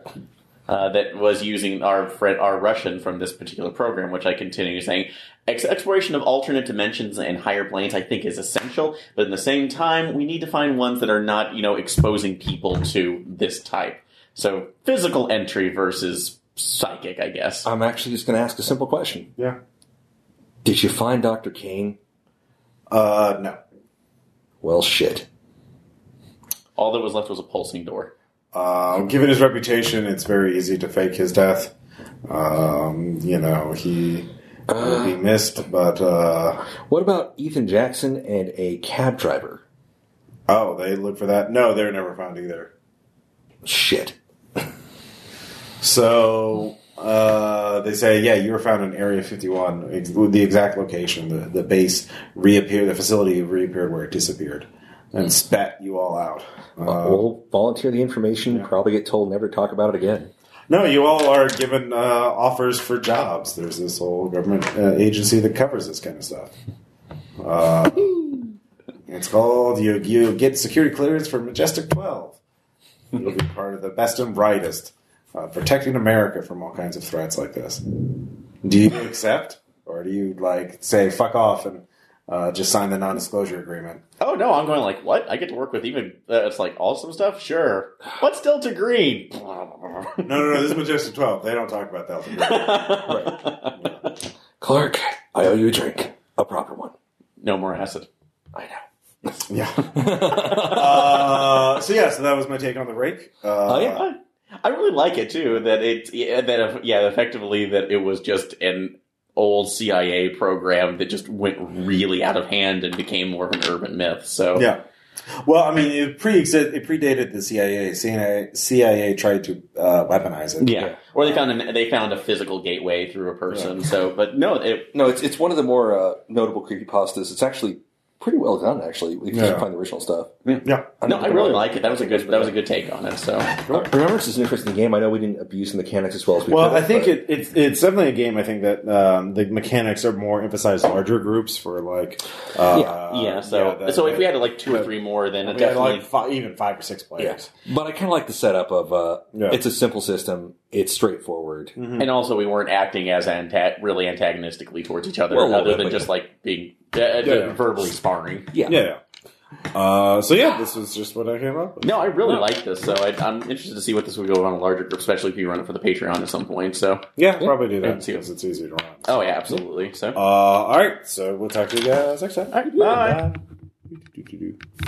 Speaker 2: Uh, that was using our friend, our Russian from this particular program, which I continue saying ex- exploration of alternate dimensions and higher planes. I think is essential, but at the same time, we need to find ones that are not, you know, exposing people to this type. So physical entry versus psychic, I guess.
Speaker 4: I'm actually just going to ask a simple question.
Speaker 5: Yeah.
Speaker 4: Did you find Doctor Kane?
Speaker 5: Uh, no.
Speaker 4: Well, shit.
Speaker 2: All that was left was a pulsing door.
Speaker 5: Uh, given his reputation, it's very easy to fake his death. Um, you know, he will be missed, but uh,
Speaker 4: What about Ethan Jackson and a cab driver?
Speaker 5: oh, they look for that. No, they're never found either.
Speaker 4: Shit.
Speaker 5: So uh, they say, yeah, you were found in Area 51, ex- with the exact location. The, the base reappeared, the facility reappeared where it disappeared, and spat you all out. Uh,
Speaker 4: we'll volunteer the information. Probably get told never to talk about it again.
Speaker 5: No, you all are given uh, offers for jobs. There's this whole government uh, agency that covers this kind of stuff. Uh, it's called you. You get security clearance for Majestic Twelve. You'll be part of the best and brightest, uh, protecting America from all kinds of threats like this. Do you accept, or do you like say fuck off and Uh, just sign the non-disclosure agreement.
Speaker 2: Oh no, I'm going like what? I get to work with even uh, it's like awesome stuff. Sure, what's Delta Green?
Speaker 5: No, no, no. This is Majestic Twelve. They don't talk about Delta. Green.
Speaker 4: Clark, I owe you a drink. A proper one.
Speaker 2: No more acid.
Speaker 4: I know.
Speaker 5: Yeah. uh, so yeah, so that was my take on the rake. Uh,
Speaker 4: Oh, yeah.
Speaker 2: I, I really like it too. That it yeah, that yeah, effectively that it was just an old CIA program that just went really out of hand and became more of an urban myth. So
Speaker 5: Yeah. Well, I mean, it pre it predated the CIA. CIA, CIA tried to uh, weaponize it.
Speaker 2: Yeah. or they found a, they found a physical gateway through a person. So, but no, it,
Speaker 3: No, it's it's one of the more uh, notable creepypastas. It's actually pretty well done, actually. If you
Speaker 5: Yeah.
Speaker 3: find the original stuff.
Speaker 5: Yeah.
Speaker 2: no, I really like it. That was a good that was a good take on it. So
Speaker 4: Uh, Remember, it's an interesting game. I know we didn't abuse the mechanics as well as we
Speaker 1: Well,
Speaker 4: could,
Speaker 1: I think
Speaker 4: but-
Speaker 1: it, it's it's definitely a game. I think that um, the mechanics are more emphasized larger groups for like uh,
Speaker 2: yeah, so
Speaker 1: that-
Speaker 2: so if we had like two or three more, then it
Speaker 1: we had,
Speaker 2: definitely
Speaker 1: like five, even five or six players.
Speaker 4: But I kind of like the setup of uh,
Speaker 1: Yeah. Mm-hmm.
Speaker 4: it's a simple system. It's straightforward.
Speaker 2: and also we weren't acting as anta- really antagonistically towards each other,
Speaker 4: Well, well,
Speaker 2: other than
Speaker 4: definitely.
Speaker 2: just like being uh,
Speaker 1: yeah.
Speaker 2: verbally sparring.
Speaker 4: Yeah.
Speaker 1: Yeah. yeah. Uh, so yeah, this was just what I came up with.
Speaker 2: No, I really like this, so I, I'm interested to see what this would go on a larger group, especially if you run it for the Patreon at some point. So,
Speaker 1: Yeah, probably do
Speaker 2: Yeah.
Speaker 1: that because it's easier to run.
Speaker 2: oh yeah, absolutely. So,
Speaker 1: Uh, all right, so we'll talk to you guys next time.
Speaker 2: All right, bye.
Speaker 1: Bye.